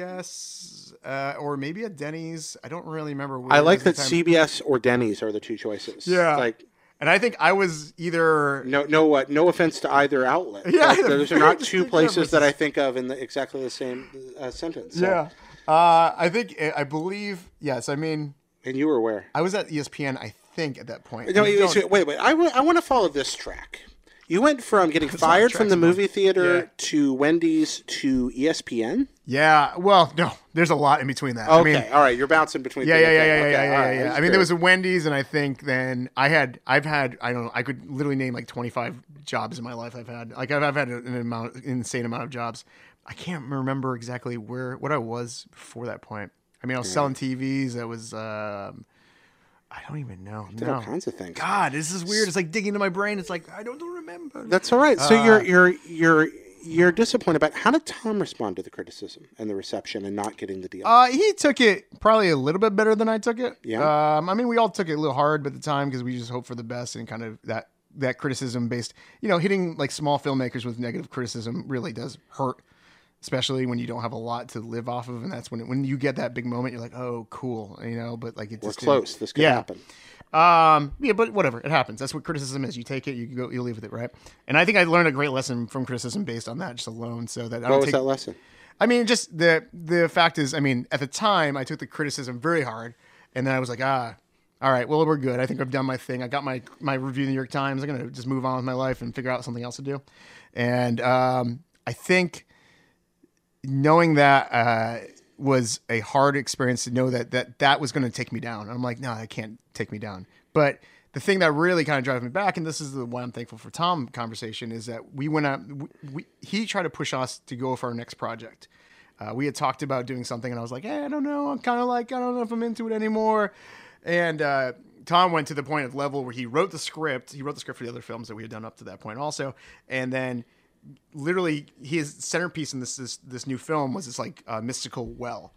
Speaker 2: CBS uh, or maybe at Denny's. I don't really remember. Where
Speaker 1: I
Speaker 2: it
Speaker 1: like
Speaker 2: was at
Speaker 1: that
Speaker 2: the time.
Speaker 1: CBS or Denny's are the two choices.
Speaker 2: Yeah.
Speaker 1: like
Speaker 2: and I think I was either
Speaker 1: no, no, uh, no offense to either outlet.
Speaker 2: Yeah,
Speaker 1: Like,
Speaker 2: they're
Speaker 1: those are
Speaker 2: very
Speaker 1: not two
Speaker 2: distinct
Speaker 1: places that I think of in the, exactly the same uh, sentence. So-
Speaker 2: Yeah. Uh, I think, I believe, yes. I mean,
Speaker 1: and you were where?
Speaker 2: I was at E ESPN, I think, at that point.
Speaker 1: No,
Speaker 2: You
Speaker 1: wait,
Speaker 2: don't-
Speaker 1: wait, wait, wait. I want to follow this track. You went from getting
Speaker 2: a lot of
Speaker 1: fired from the
Speaker 2: tracks, man.
Speaker 1: movie theater
Speaker 2: Yeah.
Speaker 1: to Wendy's to E ESPN.
Speaker 2: yeah. Well, no, there's a lot in between that.
Speaker 1: Okay,
Speaker 2: I mean,
Speaker 1: all right, you're bouncing between.
Speaker 2: yeah,
Speaker 1: things.
Speaker 2: yeah, yeah,
Speaker 1: Okay,
Speaker 2: yeah,
Speaker 1: okay,
Speaker 2: yeah,
Speaker 1: all
Speaker 2: yeah,
Speaker 1: right,
Speaker 2: yeah.
Speaker 1: that's
Speaker 2: I mean, there
Speaker 1: fair.
Speaker 2: was a Wendy's, and I think then I had, I've had, I don't know, I could literally name like 25 jobs in my life I've had. Like, I've, I've had an amount, insane amount of jobs. I can't remember exactly where, what I was before that point. I mean, I was selling TVs. I was, um, I don't even know.
Speaker 1: Did all
Speaker 2: No.
Speaker 1: kinds of things.
Speaker 2: God, this is weird. It's like digging into my brain. It's like I don't remember.
Speaker 1: That's all right. So
Speaker 2: Uh.
Speaker 1: you're you're you're you're disappointed about how did Tom respond to the criticism and the reception and not getting the deal?
Speaker 2: uh, he took it probably a little bit better than I took it.
Speaker 1: Yeah.
Speaker 2: Um, I mean, we all took it a little hard, but at the time because we just hope for the best and kind of that that criticism based, you know, hitting like small filmmakers with negative criticism really does hurt, especially when you don't have a lot to live off of, and that's when when you get that big moment, you're like, oh, cool, you know. But like it
Speaker 1: We're
Speaker 2: just didn't-
Speaker 1: close. This could
Speaker 2: Yeah.
Speaker 1: happen.
Speaker 2: Um, yeah, but whatever, it happens. That's what criticism is. You take it, you go, you leave with it, right? And I think I learned a great lesson from criticism based on that just alone. So that I don't
Speaker 1: What was
Speaker 2: take
Speaker 1: that lesson?
Speaker 2: I mean, just the the fact is, I mean, at the time, I took the criticism very hard, and then I was like, ah, all right, well, we're good. I think I've done my thing. I got my my review in the New York Times. I'm gonna just move on with my life and figure out something else to do. And um, I think knowing that uh, was a hard experience to know that that that was going to take me down. I'm like, no, that can't take me down. But the thing that really kind of drives me back, and this is the why I'm thankful for Tom conversation, is that we went out. We, we, he tried to push us to go for our next project. Uh, we had talked about doing something, and I was like, hey, I don't know. I'm kind of like, I don't know if I'm into it anymore. And uh, Tom went to the point of level where he wrote the script. He wrote the script for the other films that we had done up to that point, also. And then literally his centerpiece in this this, this new film was this like uh, mystical well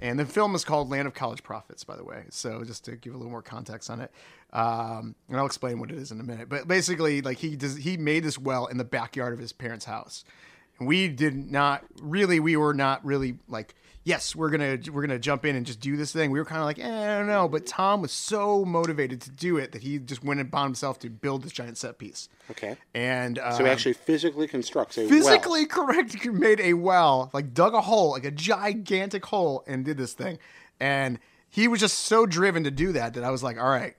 Speaker 2: and the film is called land of college prophets by the way so just to give a little more context on it um, and i'll explain what it is in a minute but basically like he does he made this well in the backyard of his parents house we did not really. We were not really like. Yes, we're gonna we're gonna jump in and just do this thing. We were kind of like, eh, I don't know. But Tom was so motivated to do it that he just went and bound himself to build this giant set piece.
Speaker 1: Okay.
Speaker 2: And uh,
Speaker 1: So he actually physically constructs a well.
Speaker 2: physically correct made a well like dug a hole like a gigantic hole and did this thing and he was just so driven to do that that i was like all right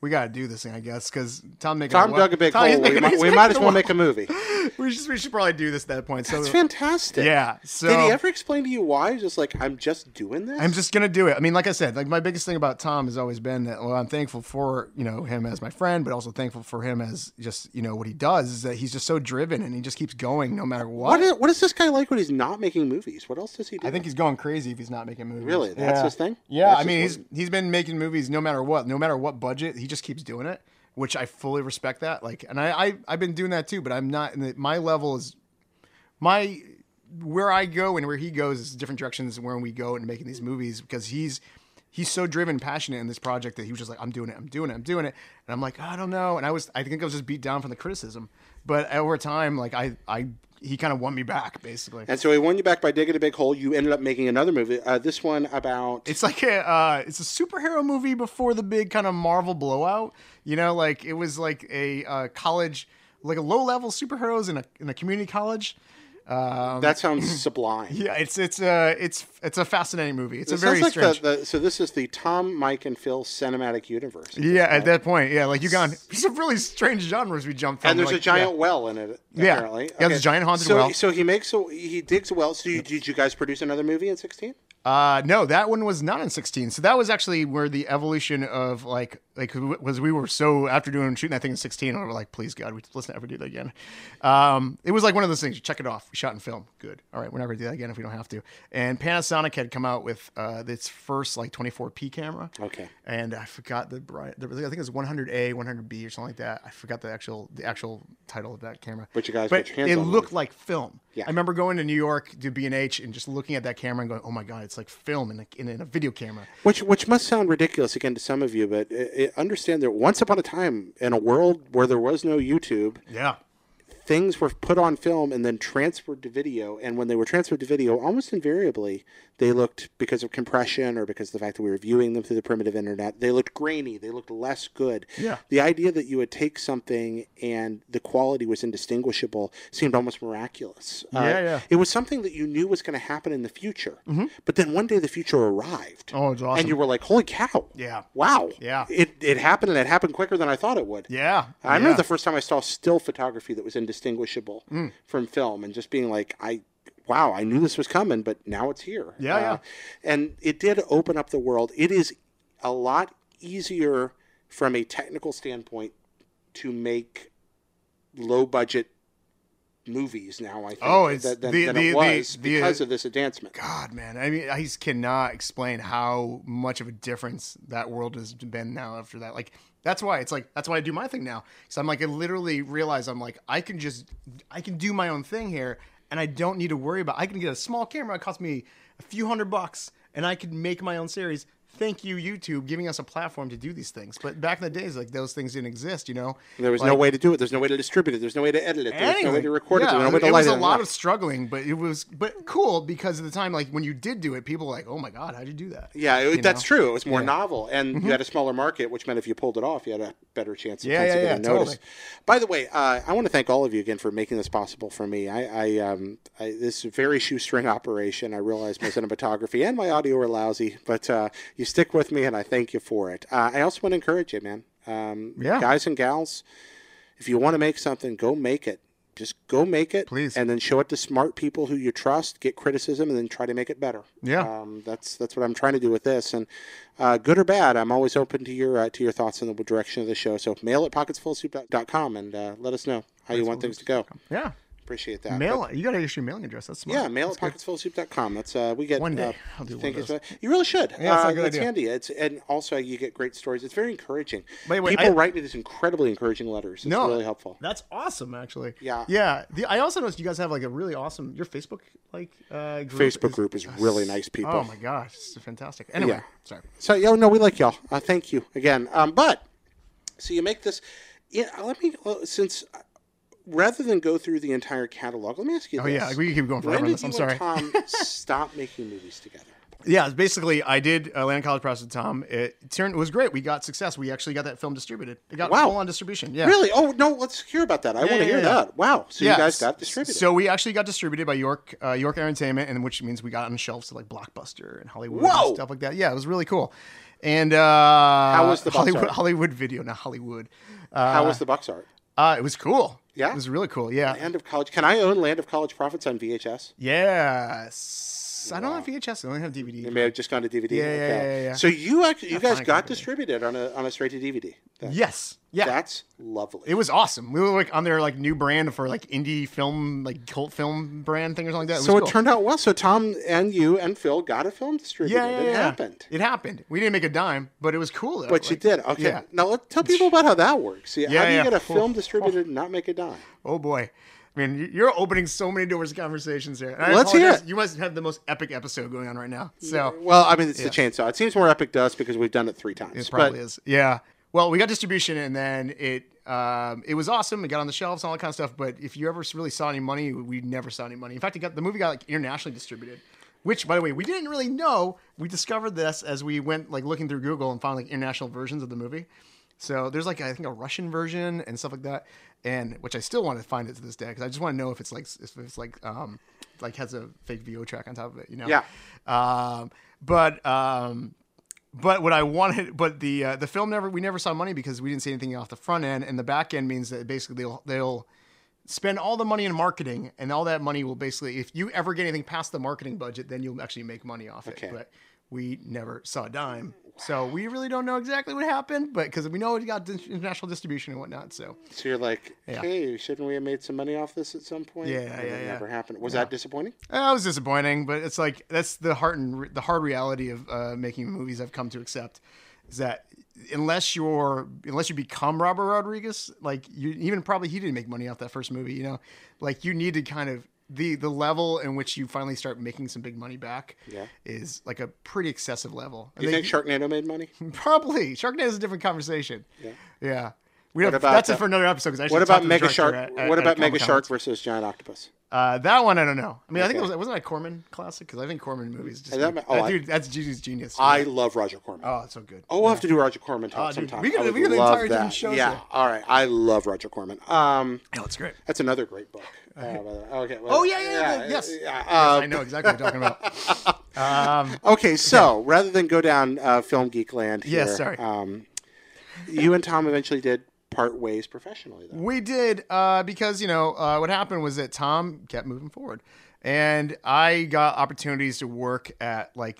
Speaker 2: we gotta do this thing i guess because tom making
Speaker 1: Tom
Speaker 2: a well-
Speaker 1: dug a big
Speaker 2: Tom- he's
Speaker 1: hole. We
Speaker 2: making-
Speaker 1: might,
Speaker 2: he's
Speaker 1: we
Speaker 2: making
Speaker 1: might as
Speaker 2: a
Speaker 1: well
Speaker 2: well.
Speaker 1: make a movie.
Speaker 2: we should, we should probably do this at that point so
Speaker 1: That's fantastic.
Speaker 2: yeah so
Speaker 1: Did he ever explain to you why? He's just like, I'm just doing this.
Speaker 2: I'm just gonna do it. I mean, like I said, like my biggest thing about Tom has always been that well, I'm thankful for you know him as my friend, but also thankful for him as just you know what he does is that he's just so driven and he just keeps going no matter
Speaker 1: what is, what is this guy like when he's not making movies? What else does he do?
Speaker 2: I think he's going crazy if he's not making movies.
Speaker 1: Really? That's his thing?
Speaker 2: Yeah,
Speaker 1: That's
Speaker 2: I
Speaker 1: his
Speaker 2: mean,
Speaker 1: one-
Speaker 2: he's he's been making movies no matter what, no matter what budget, he just keeps doing it, which I fully respect that. Like, and I, I I've been doing that too, but I'm not. In the, my level is my where I go and where he goes is different directions than where we go in making these movies because he's he's so driven, passionate in this project that he was just like, I'm doing it, I'm doing it, I'm doing it, and I'm like, I don't know, and I was I think I was just beat down from the criticism, but over time, like I I he kind of won me back basically.
Speaker 1: And so he won you back by digging a big hole. You ended up making another movie. Uh, this one about
Speaker 2: It's like a uh, it's a superhero movie before the big kind of Marvel blowout. You know, like it was like a uh, college, like a low level superheroes in a in a community college. Um,
Speaker 1: that sounds sublime.
Speaker 2: yeah, it's it's a it's it's a fascinating movie. It's
Speaker 1: It
Speaker 2: a very
Speaker 1: sounds like
Speaker 2: strange.
Speaker 1: The, the, so this is the Tom, Mike, and Phil cinematic universe.
Speaker 2: yeah, at that point, yeah, like you gone some really strange genres we jumped from.
Speaker 1: And there's
Speaker 2: like,
Speaker 1: a giant well in it.
Speaker 2: Yeah.
Speaker 1: Apparently.
Speaker 2: Yeah, there's a giant haunted
Speaker 1: so,
Speaker 2: well.
Speaker 1: So he makes a he digs a well. So you, did you guys produce another movie in sixteen?
Speaker 2: Yeah. Uh, no, that one was not in sixteen. So that was actually where the evolution of like like was we were so after doing shooting that thing in sixteen, we were like, please God, we, let's never do that again. Um, it was like one of those things. You check it off. We shot in film. Good. All right, we're never gonna do that again if we don't have to. And Panasonic had come out with uh, its first like 24p camera.
Speaker 1: Okay.
Speaker 2: And I forgot the bright. I think it was 100A, 100B, or something like that. I forgot the actual the actual title of that camera.
Speaker 1: But you guys
Speaker 2: but
Speaker 1: got your hands
Speaker 2: it
Speaker 1: on one.
Speaker 2: looked like film.
Speaker 1: Yeah.
Speaker 2: I remember going to New York to B and H and just looking at that camera and going, "Oh my god, it's like film in a, in, a video camera."
Speaker 1: Which which must sound ridiculous again to some of you, but uh, uh, understand that once upon a time in a world where there was no YouTube,
Speaker 2: Yeah.
Speaker 1: things were put on film and then transferred to video. And when they were transferred to video, almost invariably they looked because of compression or because of the fact that we were viewing them through the primitive internet, they looked grainy. They looked less good.
Speaker 2: Yeah.
Speaker 1: The idea that you would take something and the quality was indistinguishable seemed almost miraculous. Uh,
Speaker 2: Yeah, yeah. Mm-hmm.
Speaker 1: It was something that you knew was going to happen in the future, but then one day the future arrived.
Speaker 2: Oh, it's awesome.
Speaker 1: And you were like, "Holy cow!
Speaker 2: Yeah.
Speaker 1: wow!
Speaker 2: Yeah.
Speaker 1: it it happened, and it happened quicker than I thought it would."
Speaker 2: yeah.
Speaker 1: I remember
Speaker 2: yeah. Mm.
Speaker 1: the first time I saw still photography that was indistinguishable from film, and just being like, "I, wow, I knew this was coming, but now it's here." Uh,
Speaker 2: Yeah, yeah.
Speaker 1: And it did open up the world. It is a lot easier from a technical standpoint to make low budget movies now. I think
Speaker 2: Oh, it's
Speaker 1: than, than-
Speaker 2: the-
Speaker 1: than
Speaker 2: the-
Speaker 1: it
Speaker 2: the-
Speaker 1: was
Speaker 2: the-
Speaker 1: because of this advancement.
Speaker 2: God, man. I mean, I just cannot explain how much of a difference that world has been now after that. Like, that's why it's like, that's why I do my thing now. Cause I'm like, I literally realize I'm like, I can just, I can do my own thing here and I don't need to worry about, I can get a small camera. It cost me a few hundred bucks and I can make my own series. Thank you, YouTube, giving us a platform to do these things. But back in the days, like those things didn't exist, you know?
Speaker 1: There was no way to do it. There's no way to distribute it. There's no way to edit it. There's no way
Speaker 2: Anything.
Speaker 1: to record it.
Speaker 2: Yeah,
Speaker 1: There's no way to
Speaker 2: it
Speaker 1: light
Speaker 2: was
Speaker 1: it.
Speaker 2: a lot of struggling, but it was but cool because at the time, like when you did do it, people were like, "Oh my god, how'd you do that?"
Speaker 1: Yeah, it,
Speaker 2: You
Speaker 1: that's
Speaker 2: know? Mm-hmm.
Speaker 1: true. It was more novel, and you had a smaller market, which meant if you pulled it off, you had a better chance of
Speaker 2: Yeah, yeah,
Speaker 1: getting
Speaker 2: yeah,
Speaker 1: noticed.
Speaker 2: totally.
Speaker 1: By the way, uh, I want to thank all of you again for making this possible for me. I, I, um, I this is a very shoestring operation. I realize my cinematography and my audio are lousy, but uh, you stick with me, and I thank you for it. Uh, I also want to encourage you, man. Um,
Speaker 2: Yeah.
Speaker 1: guys and gals, if you want to make something, go make it. Just go make it,
Speaker 2: Please.
Speaker 1: and then show it to smart people who you trust. Get criticism, and then try to make it better.
Speaker 2: Yeah.
Speaker 1: Um, that's that's what I'm trying to do with this, and uh, good or bad, I'm always open to your uh, to your thoughts in the direction of the show. So mail at pocketsfullsoup.com and uh, let us know how you want things to go.
Speaker 2: Yeah,
Speaker 1: Appreciate that.
Speaker 2: mail. You got to issue your mailing address. That's
Speaker 1: But,
Speaker 2: smart.
Speaker 1: yeah, mail at pocketsfullsoup.com. That's uh, we get.
Speaker 2: One day,
Speaker 1: uh,
Speaker 2: I'll do one
Speaker 1: think
Speaker 2: of
Speaker 1: it's- You really should.
Speaker 2: Yeah, it's a
Speaker 1: uh,
Speaker 2: good
Speaker 1: it's
Speaker 2: idea.
Speaker 1: handy. It's and also you get great stories. It's very encouraging.
Speaker 2: By the way,
Speaker 1: People
Speaker 2: I-
Speaker 1: write me these incredibly encouraging letters. It's
Speaker 2: No.
Speaker 1: really helpful.
Speaker 2: That's awesome, actually.
Speaker 1: Yeah.
Speaker 2: yeah. The, I also noticed you guys have like a really awesome your Facebook like uh, group
Speaker 1: Facebook
Speaker 2: is-
Speaker 1: group is really nice people.
Speaker 2: Oh my gosh, it's fantastic. Anyway,
Speaker 1: Yeah.
Speaker 2: sorry.
Speaker 1: So, yo, no, we like y'all. Uh, thank uh, you again. Um, but so you make this. Yeah, let me since rather than go through the entire catalog, let me ask you
Speaker 2: Oh
Speaker 1: this.
Speaker 2: yeah, like, we can keep going forever
Speaker 1: when
Speaker 2: on
Speaker 1: did
Speaker 2: this.
Speaker 1: you
Speaker 2: I'm
Speaker 1: and
Speaker 2: sorry.
Speaker 1: Tom stop making movies together?
Speaker 2: Yeah, basically, I did uh, Land College Press with Tom. It turned it was great. We got success. We actually got that film distributed. It got
Speaker 1: Wow.
Speaker 2: full on distribution. Yeah,
Speaker 1: Really? Oh no, let's hear about that. I want to
Speaker 2: yeah,
Speaker 1: hear
Speaker 2: yeah.
Speaker 1: that. Wow. So
Speaker 2: Yeah,
Speaker 1: you guys
Speaker 2: s-
Speaker 1: got distributed.
Speaker 2: So we actually got distributed by York uh, York Entertainment, and which means we got on shelves to like Blockbuster and Hollywood
Speaker 1: Whoa!
Speaker 2: and stuff like that. Yeah, it was really cool. And uh, how
Speaker 1: was the box
Speaker 2: Hollywood,
Speaker 1: art?
Speaker 2: Hollywood Video? Not Hollywood. Uh,
Speaker 1: How was the box art?
Speaker 2: uh, it was cool.
Speaker 1: Yeah?
Speaker 2: it was really cool. Yeah,
Speaker 1: Land of College. Can I own Land of College Profits on VHS?
Speaker 2: yes. I don't have VHS. I only have DVD.
Speaker 1: It may have just gone to DVD.
Speaker 2: Yeah, yeah,
Speaker 1: okay.
Speaker 2: yeah, yeah.
Speaker 1: So you actually, you guys
Speaker 2: fine
Speaker 1: got
Speaker 2: copy.
Speaker 1: distributed on a on a straight to DVD. That-
Speaker 2: Yes. Yeah.
Speaker 1: That's lovely.
Speaker 2: It was awesome. We were like on their like new brand for like indie film, like cult film brand thing or something like that. It
Speaker 1: so
Speaker 2: was
Speaker 1: it
Speaker 2: cool.
Speaker 1: turned out well. So Tom and you and Phil got a film distributed.
Speaker 2: yeah, yeah,
Speaker 1: it
Speaker 2: yeah.
Speaker 1: happened.
Speaker 2: It happened. We didn't make a dime, but it was cool. Though.
Speaker 1: But you
Speaker 2: Like,
Speaker 1: did. Okay.
Speaker 2: yeah.
Speaker 1: Now let tell people about how that works. Yeah,
Speaker 2: Yeah,
Speaker 1: how do you
Speaker 2: yeah.
Speaker 1: get a
Speaker 2: Cool.
Speaker 1: film distributed and not make a dime?
Speaker 2: Oh boy. I mean, y- you're opening so many doors to conversations here. And I
Speaker 1: Let's hear
Speaker 2: apologize.
Speaker 1: it.
Speaker 2: You must have the most epic episode going on right now. So
Speaker 1: Well, I mean, it's the chainsaw. It seems more epic to us because we've done it three times.
Speaker 2: It probably
Speaker 1: but
Speaker 2: is. Yeah. Well, we got distribution, and then it um, it was awesome. It got on the shelves and all that kind of stuff. But if you ever really saw any money, we never saw any money. In fact, it got the movie got like internationally distributed. Which, by the way, we didn't really know. We discovered this as we went like looking through Google and found like international versions of the movie. So there's like I think a Russian version and stuff like that, and which I still want to find it to this day because I just want to know if it's like if it's like um like has a fake VO track on top of it, you know?
Speaker 1: Yeah.
Speaker 2: Um, but um, but what I wanted, but the uh, the film never we never saw money because we didn't see anything off the front end, and the back end means that basically they'll they'll spend all the money in marketing, and all that money will basically if you ever get anything past the marketing budget, then you'll actually make money off
Speaker 1: Okay.
Speaker 2: it. But we never saw a dime, so we really don't know exactly what happened, but because we know it got dis- international distribution and whatnot, so
Speaker 1: so you're like,
Speaker 2: Yeah.
Speaker 1: hey, shouldn't we have made some money off this at some point?
Speaker 2: Yeah,
Speaker 1: And
Speaker 2: yeah,
Speaker 1: it
Speaker 2: yeah.
Speaker 1: Never happened. Was that disappointing?
Speaker 2: That Eh, was disappointing, but it's like that's the heart and re- the hard reality of uh, making movies. I've come to accept is that unless you're unless you become Robert Rodriguez, like you even probably he didn't make money off that first movie. You know, like you need to kind of the the level in which you finally start making some big money back
Speaker 1: Yeah.
Speaker 2: is like a pretty excessive level.
Speaker 1: You
Speaker 2: They-
Speaker 1: think Sharknado made money?
Speaker 2: probably Sharknado is a different conversation. Yeah, yeah. We
Speaker 1: What
Speaker 2: have,
Speaker 1: about,
Speaker 2: that's
Speaker 1: uh,
Speaker 2: it for another episode. 'cause I actually
Speaker 1: What
Speaker 2: talked
Speaker 1: about
Speaker 2: to the
Speaker 1: Mega
Speaker 2: director
Speaker 1: Shark?
Speaker 2: at- at-
Speaker 1: what
Speaker 2: at
Speaker 1: about Mega
Speaker 2: Comic-Con.
Speaker 1: Shark versus Giant Octopus?
Speaker 2: Uh, that one I don't know. I mean, I think it
Speaker 1: Okay.
Speaker 2: was wasn't that a Corman classic because I think Corman movies just
Speaker 1: Is that my- oh,
Speaker 2: that
Speaker 1: I-
Speaker 2: dude. That's Jesus genius.
Speaker 1: I love Roger Corman.
Speaker 2: oh, it's so good.
Speaker 1: Oh, we'll have to do Roger Corman talk
Speaker 2: Oh, dude,
Speaker 1: sometime.
Speaker 2: we could-
Speaker 1: I would
Speaker 2: we could do the
Speaker 1: love
Speaker 2: entire
Speaker 1: that.
Speaker 2: Jim show
Speaker 1: Yeah,
Speaker 2: there.
Speaker 1: all right. I love Roger Corman. Um,
Speaker 2: no, it's great.
Speaker 1: that's another great book. Uh, by the way. okay. well,
Speaker 2: Oh yeah, yeah, yeah, yes.
Speaker 1: yeah, um,
Speaker 2: I know exactly what you're talking about. um,
Speaker 1: Okay, so rather than go down uh, film geek land, here,
Speaker 2: Yeah, sorry.
Speaker 1: Um, you and Tom eventually did part ways professionally, though.
Speaker 2: we did uh, because you know uh, what happened was that Tom kept moving forward, and I got opportunities to work at like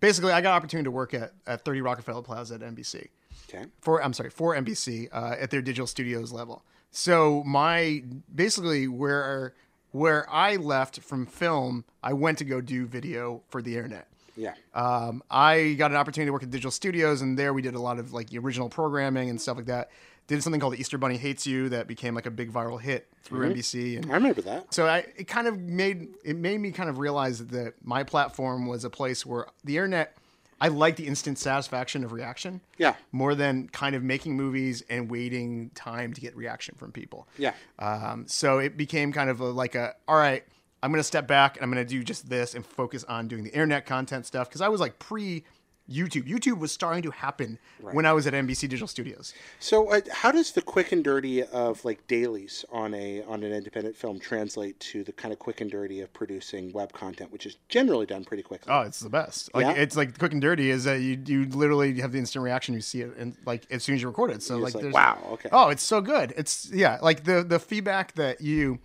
Speaker 2: basically I got opportunity to work at at 30 Rockefeller Plaza at NBC.
Speaker 1: Okay,
Speaker 2: for I'm sorry for NBC uh, at their digital studios level. So my basically where where I left from film, I went to go do video for the internet.
Speaker 1: yeah,
Speaker 2: Um, I got an opportunity to work at digital studios, and there we did a lot of like original programming and stuff like that. Did something called Easter Bunny Hates You that became like a big viral hit through NBC and
Speaker 1: I remember that.
Speaker 2: so I, it kind of made it made me kind of realize that my platform was a place where the internet I like the instant satisfaction of reaction.
Speaker 1: Yeah.
Speaker 2: More than kind of making movies and waiting time to get reaction from people.
Speaker 1: Yeah,
Speaker 2: Um, so it became kind of a, like a all right, I'm gonna step back and I'm gonna do just this and focus on doing the internet content stuff because I was like pre YouTube. YouTube was starting to happen when I was at NBC Digital Studios.
Speaker 1: So, uh, how does the quick and dirty of like dailies on a on an independent film translate to the kind of quick and dirty of producing web content, which is generally done pretty quickly?
Speaker 2: Oh, it's the best. Like
Speaker 1: Yeah?
Speaker 2: it's like quick and dirty is that you you literally have the instant reaction. You see it and like as soon as you record it. So
Speaker 1: It's
Speaker 2: like,
Speaker 1: like,
Speaker 2: there's,
Speaker 1: wow, okay,
Speaker 2: Oh, it's so good. It's yeah, like the the feedback that you,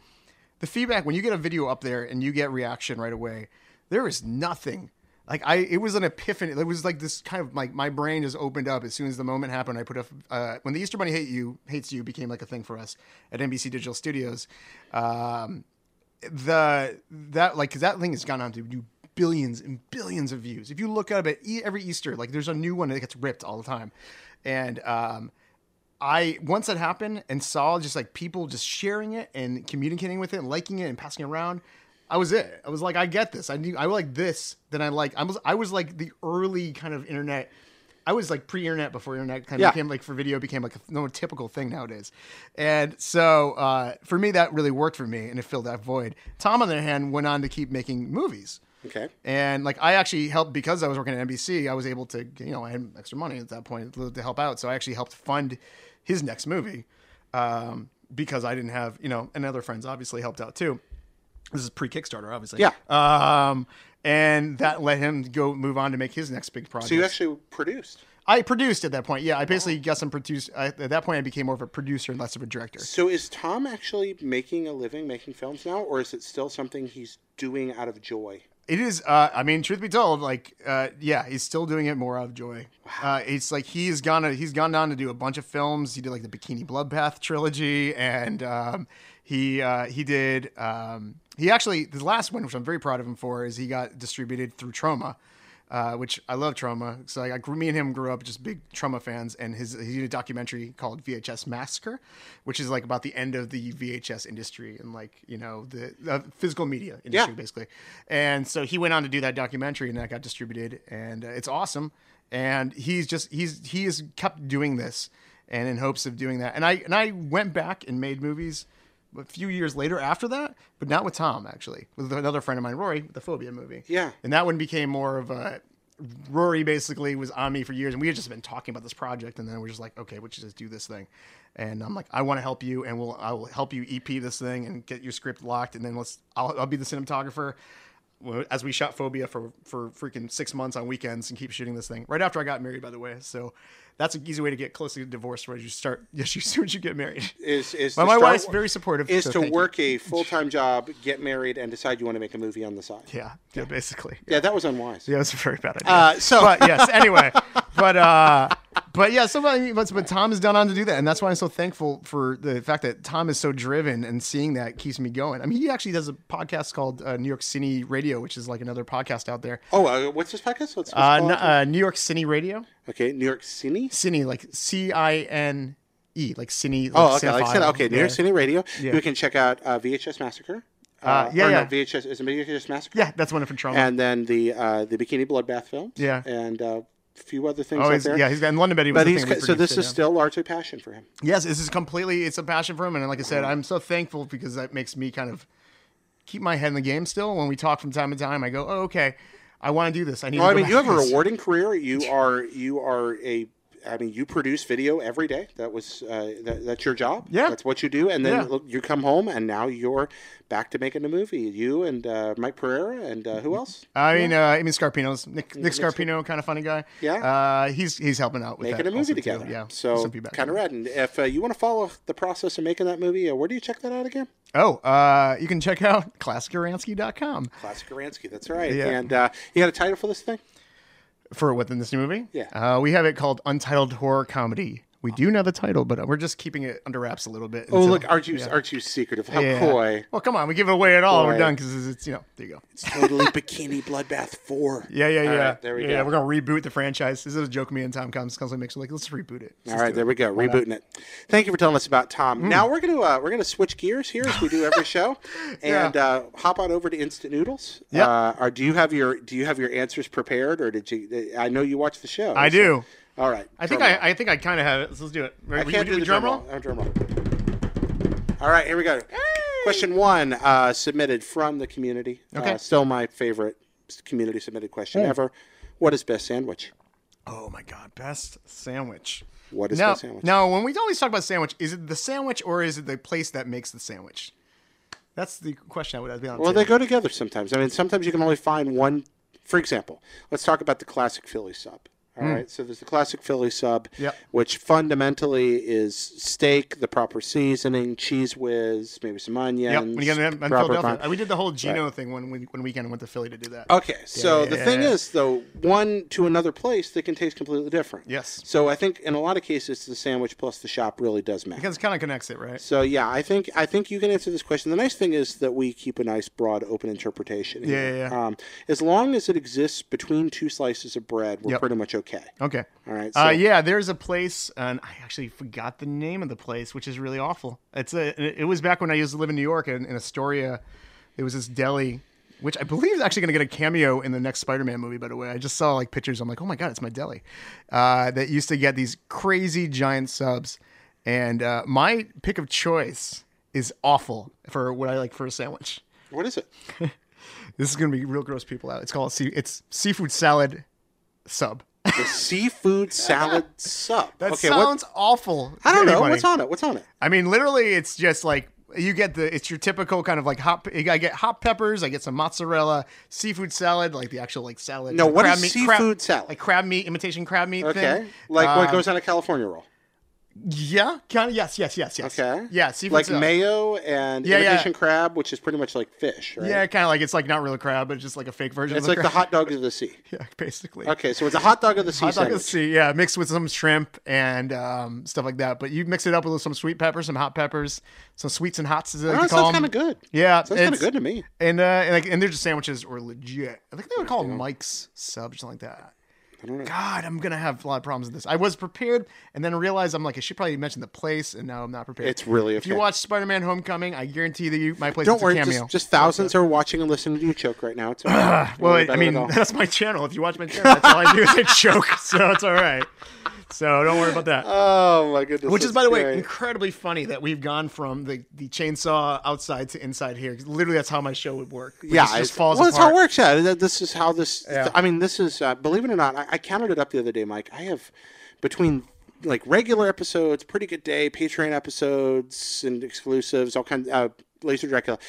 Speaker 2: the feedback when you get a video up there and you get reaction right away. There is nothing. Like I, it was an epiphany. It was like this kind of like my brain just opened up as soon as the moment happened. I put up uh, when the Easter Bunny hate you hates you became like a thing for us at NBC Digital Studios. Um, the that like 'cause that thing has gone on to do billions and billions of views. If you look up at e- every Easter, like there's a new one that gets ripped all the time, and um, I once that happened and saw just like people just sharing it and communicating with it and liking it and passing it around. I was it. I was like, I get this. I knew I like this. Then I like I was I was like the early kind of internet I was like pre-internet before internet kind of
Speaker 1: Yeah.
Speaker 2: became like for video became like a no typical thing nowadays, and so uh, for me that really worked for me and it filled that void. Tom on the other hand went on to keep making movies.
Speaker 1: Okay.
Speaker 2: And like I actually helped because I was working at NBC, I was able to you know I had extra money at that point to help out, so I actually helped fund his next movie um, because I didn't have you know and other friends obviously helped out too. This is pre Kickstarter, obviously.
Speaker 1: Yeah.
Speaker 2: Um, and that let him go move on to make his next big project.
Speaker 1: So you actually produced.
Speaker 2: I produced at that point. Yeah, I basically got some produce. I, at that point, I became more of a producer and less of a director.
Speaker 1: So is Tom actually making a living making films now, or is it still something he's doing out of joy?
Speaker 2: It is. Uh, I mean, truth be told, like, uh, yeah, he's still doing it more out of joy. Uh, it's like he's gonna he's gone on to do a bunch of films. He did like the Bikini Bloodbath trilogy, and um, he uh, he did um, he actually the last one, which I'm very proud of him for, is he got distributed through Trauma. Uh, which I love trauma. So like, I grew, me and him grew up just big trauma fans, and his he did a documentary called VHS Massacre, which is like about the end of the VHS industry and like you know the, the physical media industry
Speaker 1: Yeah.
Speaker 2: basically. And so he went on to do that documentary, and that got distributed, and uh, it's awesome. And he's just he's he has kept doing this, and in hopes of doing that. And I and I went back and made movies a few years later after that, but not with Tom actually, with another friend of mine, Rory, with the Phobia movie.
Speaker 1: Yeah.
Speaker 2: And that one became more of a Rory basically was on me for years, and we had just been talking about this project, and then we're just like, okay, we should just do this thing. And I'm like, I want to help you, and we'll I will help you EP this thing and get your script locked, and then let's I'll, I'll be the cinematographer. Well, As we shot Phobia for for freaking six months on weekends and keep shooting this thing right after I got married, by the way. So that's an easy way to get close to divorce, where you start yes, you- as soon as you get married.
Speaker 1: Is is
Speaker 2: Well,
Speaker 1: to
Speaker 2: my
Speaker 1: start-
Speaker 2: wife's very supportive.
Speaker 1: is
Speaker 2: so
Speaker 1: to
Speaker 2: thank you.
Speaker 1: work a full time job, get married, and decide you want to make a movie on the side. Yeah,
Speaker 2: Yeah, yeah, basically.
Speaker 1: that was unwise.
Speaker 2: Yeah, that's a very bad idea.
Speaker 1: Uh, so-
Speaker 2: but yes, anyway, but uh, but yeah, so but, but but Tom has done on to do that, and that's why I'm so thankful for the fact that Tom is so driven, and seeing that keeps me going. I mean, he actually does a podcast called uh, New York City Radio, which is like another podcast out there.
Speaker 1: Oh, uh, what's this podcast? What's, what's it
Speaker 2: Uh,
Speaker 1: called?
Speaker 2: n- uh, New York City Radio,
Speaker 1: okay, New York Cine.
Speaker 2: Cine like C I N E, like Cine. Like
Speaker 1: Oh, okay. Like I said,
Speaker 2: cinephile.
Speaker 1: okay, New
Speaker 2: yeah.
Speaker 1: York City Radio.
Speaker 2: Yeah.
Speaker 1: You can check out uh, VHS Massacre. Uh,
Speaker 2: yeah,
Speaker 1: or
Speaker 2: yeah.
Speaker 1: No, VHS is it VHS Massacre?
Speaker 2: Yeah, that's one of Trauma.
Speaker 1: And then the uh, the Bikini Bloodbath films.
Speaker 2: Yeah.
Speaker 1: And uh, a few other things
Speaker 2: oh,
Speaker 1: out
Speaker 2: he's,
Speaker 1: there.
Speaker 2: yeah, he's got in London. Betty was
Speaker 1: But
Speaker 2: the
Speaker 1: he's
Speaker 2: thing we
Speaker 1: so this
Speaker 2: produced,
Speaker 1: is
Speaker 2: yeah.
Speaker 1: still largely passion for him.
Speaker 2: Yes, this is completely it's a passion for him, and like I said, I'm so thankful because that makes me kind of keep my head in the game still. When we talk from time to time, I go, "Oh, okay, I want to do this. I need."
Speaker 1: Well,
Speaker 2: to
Speaker 1: I
Speaker 2: go
Speaker 1: mean,
Speaker 2: back
Speaker 1: you have
Speaker 2: to
Speaker 1: a
Speaker 2: this."
Speaker 1: rewarding career. You are you are a I mean, you produce video every day. That was uh, that, that's your job.
Speaker 2: Yeah.
Speaker 1: that's what you do. And then
Speaker 2: Yeah.
Speaker 1: look, you come home, and now you're back to making a movie. You and uh, Mike Pereira, and uh,
Speaker 2: Mm-hmm.
Speaker 1: who else?
Speaker 2: I mean, uh, I mean, Scarpino's Nick, Nick Scarpino, kind of funny guy.
Speaker 1: Yeah.
Speaker 2: uh, he's he's helping out with
Speaker 1: making
Speaker 2: that
Speaker 1: a
Speaker 2: also,
Speaker 1: movie
Speaker 2: too.
Speaker 1: together.
Speaker 2: Yeah,
Speaker 1: so
Speaker 2: some feedback.
Speaker 1: kind of rad. And if uh, you want to follow the process of making that movie, uh, where do you check that out again?
Speaker 2: Oh, uh, you can check out classicaransky.com
Speaker 1: Classic Aransky. That's right.
Speaker 2: Yeah.
Speaker 1: And uh, you got a title for this thing?
Speaker 2: for within this new movie.
Speaker 1: Yeah.
Speaker 2: uh, we have it called Untitled Horror Comedy. We do know the title, but we're just keeping it under wraps a little bit.
Speaker 1: Oh,
Speaker 2: until-
Speaker 1: look, aren't you aren't you secretive? Oh, How
Speaker 2: Yeah.
Speaker 1: coy.
Speaker 2: Well, come on, we give it away at all.
Speaker 1: Coy.
Speaker 2: We're done because it's you know there you go.
Speaker 1: It's totally bikini bloodbath four.
Speaker 2: Yeah, yeah,
Speaker 1: All
Speaker 2: yeah.
Speaker 1: right, there we
Speaker 2: yeah,
Speaker 1: go.
Speaker 2: Yeah, we're gonna reboot the franchise. This is a joke me and Tom Combs constantly makes. We're Like, let's reboot it. Hmm.
Speaker 1: All right, there we go. Rebooting it. Thank you for telling us about Tom. Now we're gonna uh, we're gonna switch gears here as we do every show, and uh, hop on over to Instant Noodles.
Speaker 2: Yeah.
Speaker 1: Uh, or do you have your do you have your answers prepared, or did you? uh, I know you watched the show.
Speaker 2: I
Speaker 1: so-
Speaker 2: do.
Speaker 1: All right.
Speaker 2: I think
Speaker 1: drum
Speaker 2: I,
Speaker 1: roll.
Speaker 2: I think I kind of have it. So let's do it. Right,
Speaker 1: I
Speaker 2: we-
Speaker 1: can't
Speaker 2: we
Speaker 1: do the
Speaker 2: drum
Speaker 1: Oh, drum roll. All right, here we go. Question one uh, submitted from the community. Uh,
Speaker 2: Okay. Hmm.
Speaker 1: still my favorite community submitted question ever. What is best sandwich?
Speaker 2: Oh my god, best sandwich.
Speaker 1: What is
Speaker 2: now,
Speaker 1: best sandwich?
Speaker 2: Now, when we always talk about sandwich, is it the sandwich or is it the place that makes the sandwich? That's the question I would have been on.
Speaker 1: Well,
Speaker 2: too.
Speaker 1: they go together sometimes. I mean, sometimes you can only find one. For example, let's talk about the classic Philly sub. All right, so there's the classic Philly sub,
Speaker 2: Hmm. Yep.
Speaker 1: which fundamentally is steak, the proper seasoning, cheese whiz, maybe some onions.
Speaker 2: Yep, when you get in, in
Speaker 1: proper
Speaker 2: Philadelphia, Uh,
Speaker 1: bun.
Speaker 2: we did the whole Gino thing when we, when weekend I went to Philly to do that.
Speaker 1: Okay, so
Speaker 2: yeah,
Speaker 1: the
Speaker 2: yeah,
Speaker 1: thing
Speaker 2: yeah.
Speaker 1: is, though, one to another place, they can taste completely different.
Speaker 2: Yes.
Speaker 1: So I think in a lot of cases, the sandwich plus the shop really does matter.
Speaker 2: Because it kind of connects it, right?
Speaker 1: So yeah, I think I think you can answer this question. The nice thing is that we keep a nice, broad, open interpretation. here.
Speaker 2: Yeah, yeah, yeah.
Speaker 1: Um, as long as it exists between two slices of bread, we're
Speaker 2: Yep.
Speaker 1: pretty much okay.
Speaker 2: Okay.
Speaker 1: All right. So
Speaker 2: Uh, yeah, there's a place, and I actually forgot the name of the place, which is really awful. It's a. It was back when I used to live in New York, in, in Astoria. There was this deli which I believe is actually going to get a cameo in the next Spider-Man movie. By the way, I just saw like pictures. I'm like, oh my god, it's my deli. Uh, that used to get these crazy giant subs, and uh, my pick of choice is awful for what I like for a sandwich.
Speaker 1: What is it?
Speaker 2: This is going to be real gross people out. It's called sea- it's seafood salad sub.
Speaker 1: The seafood salad sub.
Speaker 2: That
Speaker 1: okay, what?
Speaker 2: sounds awful.
Speaker 1: I
Speaker 2: to
Speaker 1: don't know.
Speaker 2: anybody.
Speaker 1: What's on it? What's on it?
Speaker 2: I mean, literally, it's just like you get the it's your typical kind of like hot. I get hot peppers. I get some mozzarella, seafood salad, like the actual like salad.
Speaker 1: No,
Speaker 2: like
Speaker 1: what
Speaker 2: crab
Speaker 1: is
Speaker 2: crab-
Speaker 1: seafood salad?
Speaker 2: Like crab meat, imitation crab meat.
Speaker 1: Okay,
Speaker 2: thing.
Speaker 1: like what
Speaker 2: Um,
Speaker 1: goes on a California roll?
Speaker 2: Yeah, kind of. Yes, yes, yes, yes.
Speaker 1: Okay.
Speaker 2: Yeah, seafood
Speaker 1: Like
Speaker 2: salad.
Speaker 1: mayo and
Speaker 2: Yeah, yeah.
Speaker 1: imitation crab, which is pretty much like fish, right?
Speaker 2: Yeah, kind of like it's like not real crab, but it's just like a fake version.
Speaker 1: It's
Speaker 2: of
Speaker 1: like
Speaker 2: the
Speaker 1: the
Speaker 2: crab.
Speaker 1: hot dog of the sea.
Speaker 2: Yeah, basically.
Speaker 1: Okay, so it's a hot dog of the sea
Speaker 2: Hot dog
Speaker 1: sandwich.
Speaker 2: is sea, yeah, mixed with some shrimp and um, stuff like that. But you mix it up with some sweet peppers, some hot peppers, some sweets and hots. As they
Speaker 1: Oh,
Speaker 2: like to
Speaker 1: that
Speaker 2: call
Speaker 1: sounds
Speaker 2: them.
Speaker 1: kind of good.
Speaker 2: Yeah,
Speaker 1: Sounds kind of
Speaker 2: it's-
Speaker 1: good to me.
Speaker 2: And uh, and like and their just sandwiches were legit. I think they would call them Mike's sub or something like that. God, I'm gonna have a lot of problems with this. I was prepared, and then I realized I'm like, I should probably mention the place, and now I'm not prepared.
Speaker 1: It's really
Speaker 2: If you
Speaker 1: okay.
Speaker 2: watch Spider-Man: Homecoming, I guarantee that you my place
Speaker 1: Don't
Speaker 2: is
Speaker 1: worry,
Speaker 2: a cameo.
Speaker 1: just, just thousands are watching and listening to you choke right now. It's okay. Don't
Speaker 2: well,
Speaker 1: worry
Speaker 2: I
Speaker 1: about it
Speaker 2: mean,
Speaker 1: at all.
Speaker 2: that's my channel. If you watch my channel, that's all I do is I choke, so it's all right. So don't worry about that.
Speaker 1: oh my goodness,
Speaker 2: Which is,
Speaker 1: that's
Speaker 2: by the way,
Speaker 1: great.
Speaker 2: incredibly funny that we've gone from the, the chainsaw outside to inside here. 'cause Literally, that's how my show would work. It
Speaker 1: yeah,
Speaker 2: just, just
Speaker 1: it's-
Speaker 2: falls
Speaker 1: well,
Speaker 2: apart.
Speaker 1: that's how it works. Yeah, Th- this is how this.
Speaker 2: Yeah.
Speaker 1: I mean, this is uh, believe it or not. I, I counted it up the other day, Mike. I have between like regular episodes, pretty good day, Patreon episodes, and exclusives, all kinds. Uh, Laser Dracula.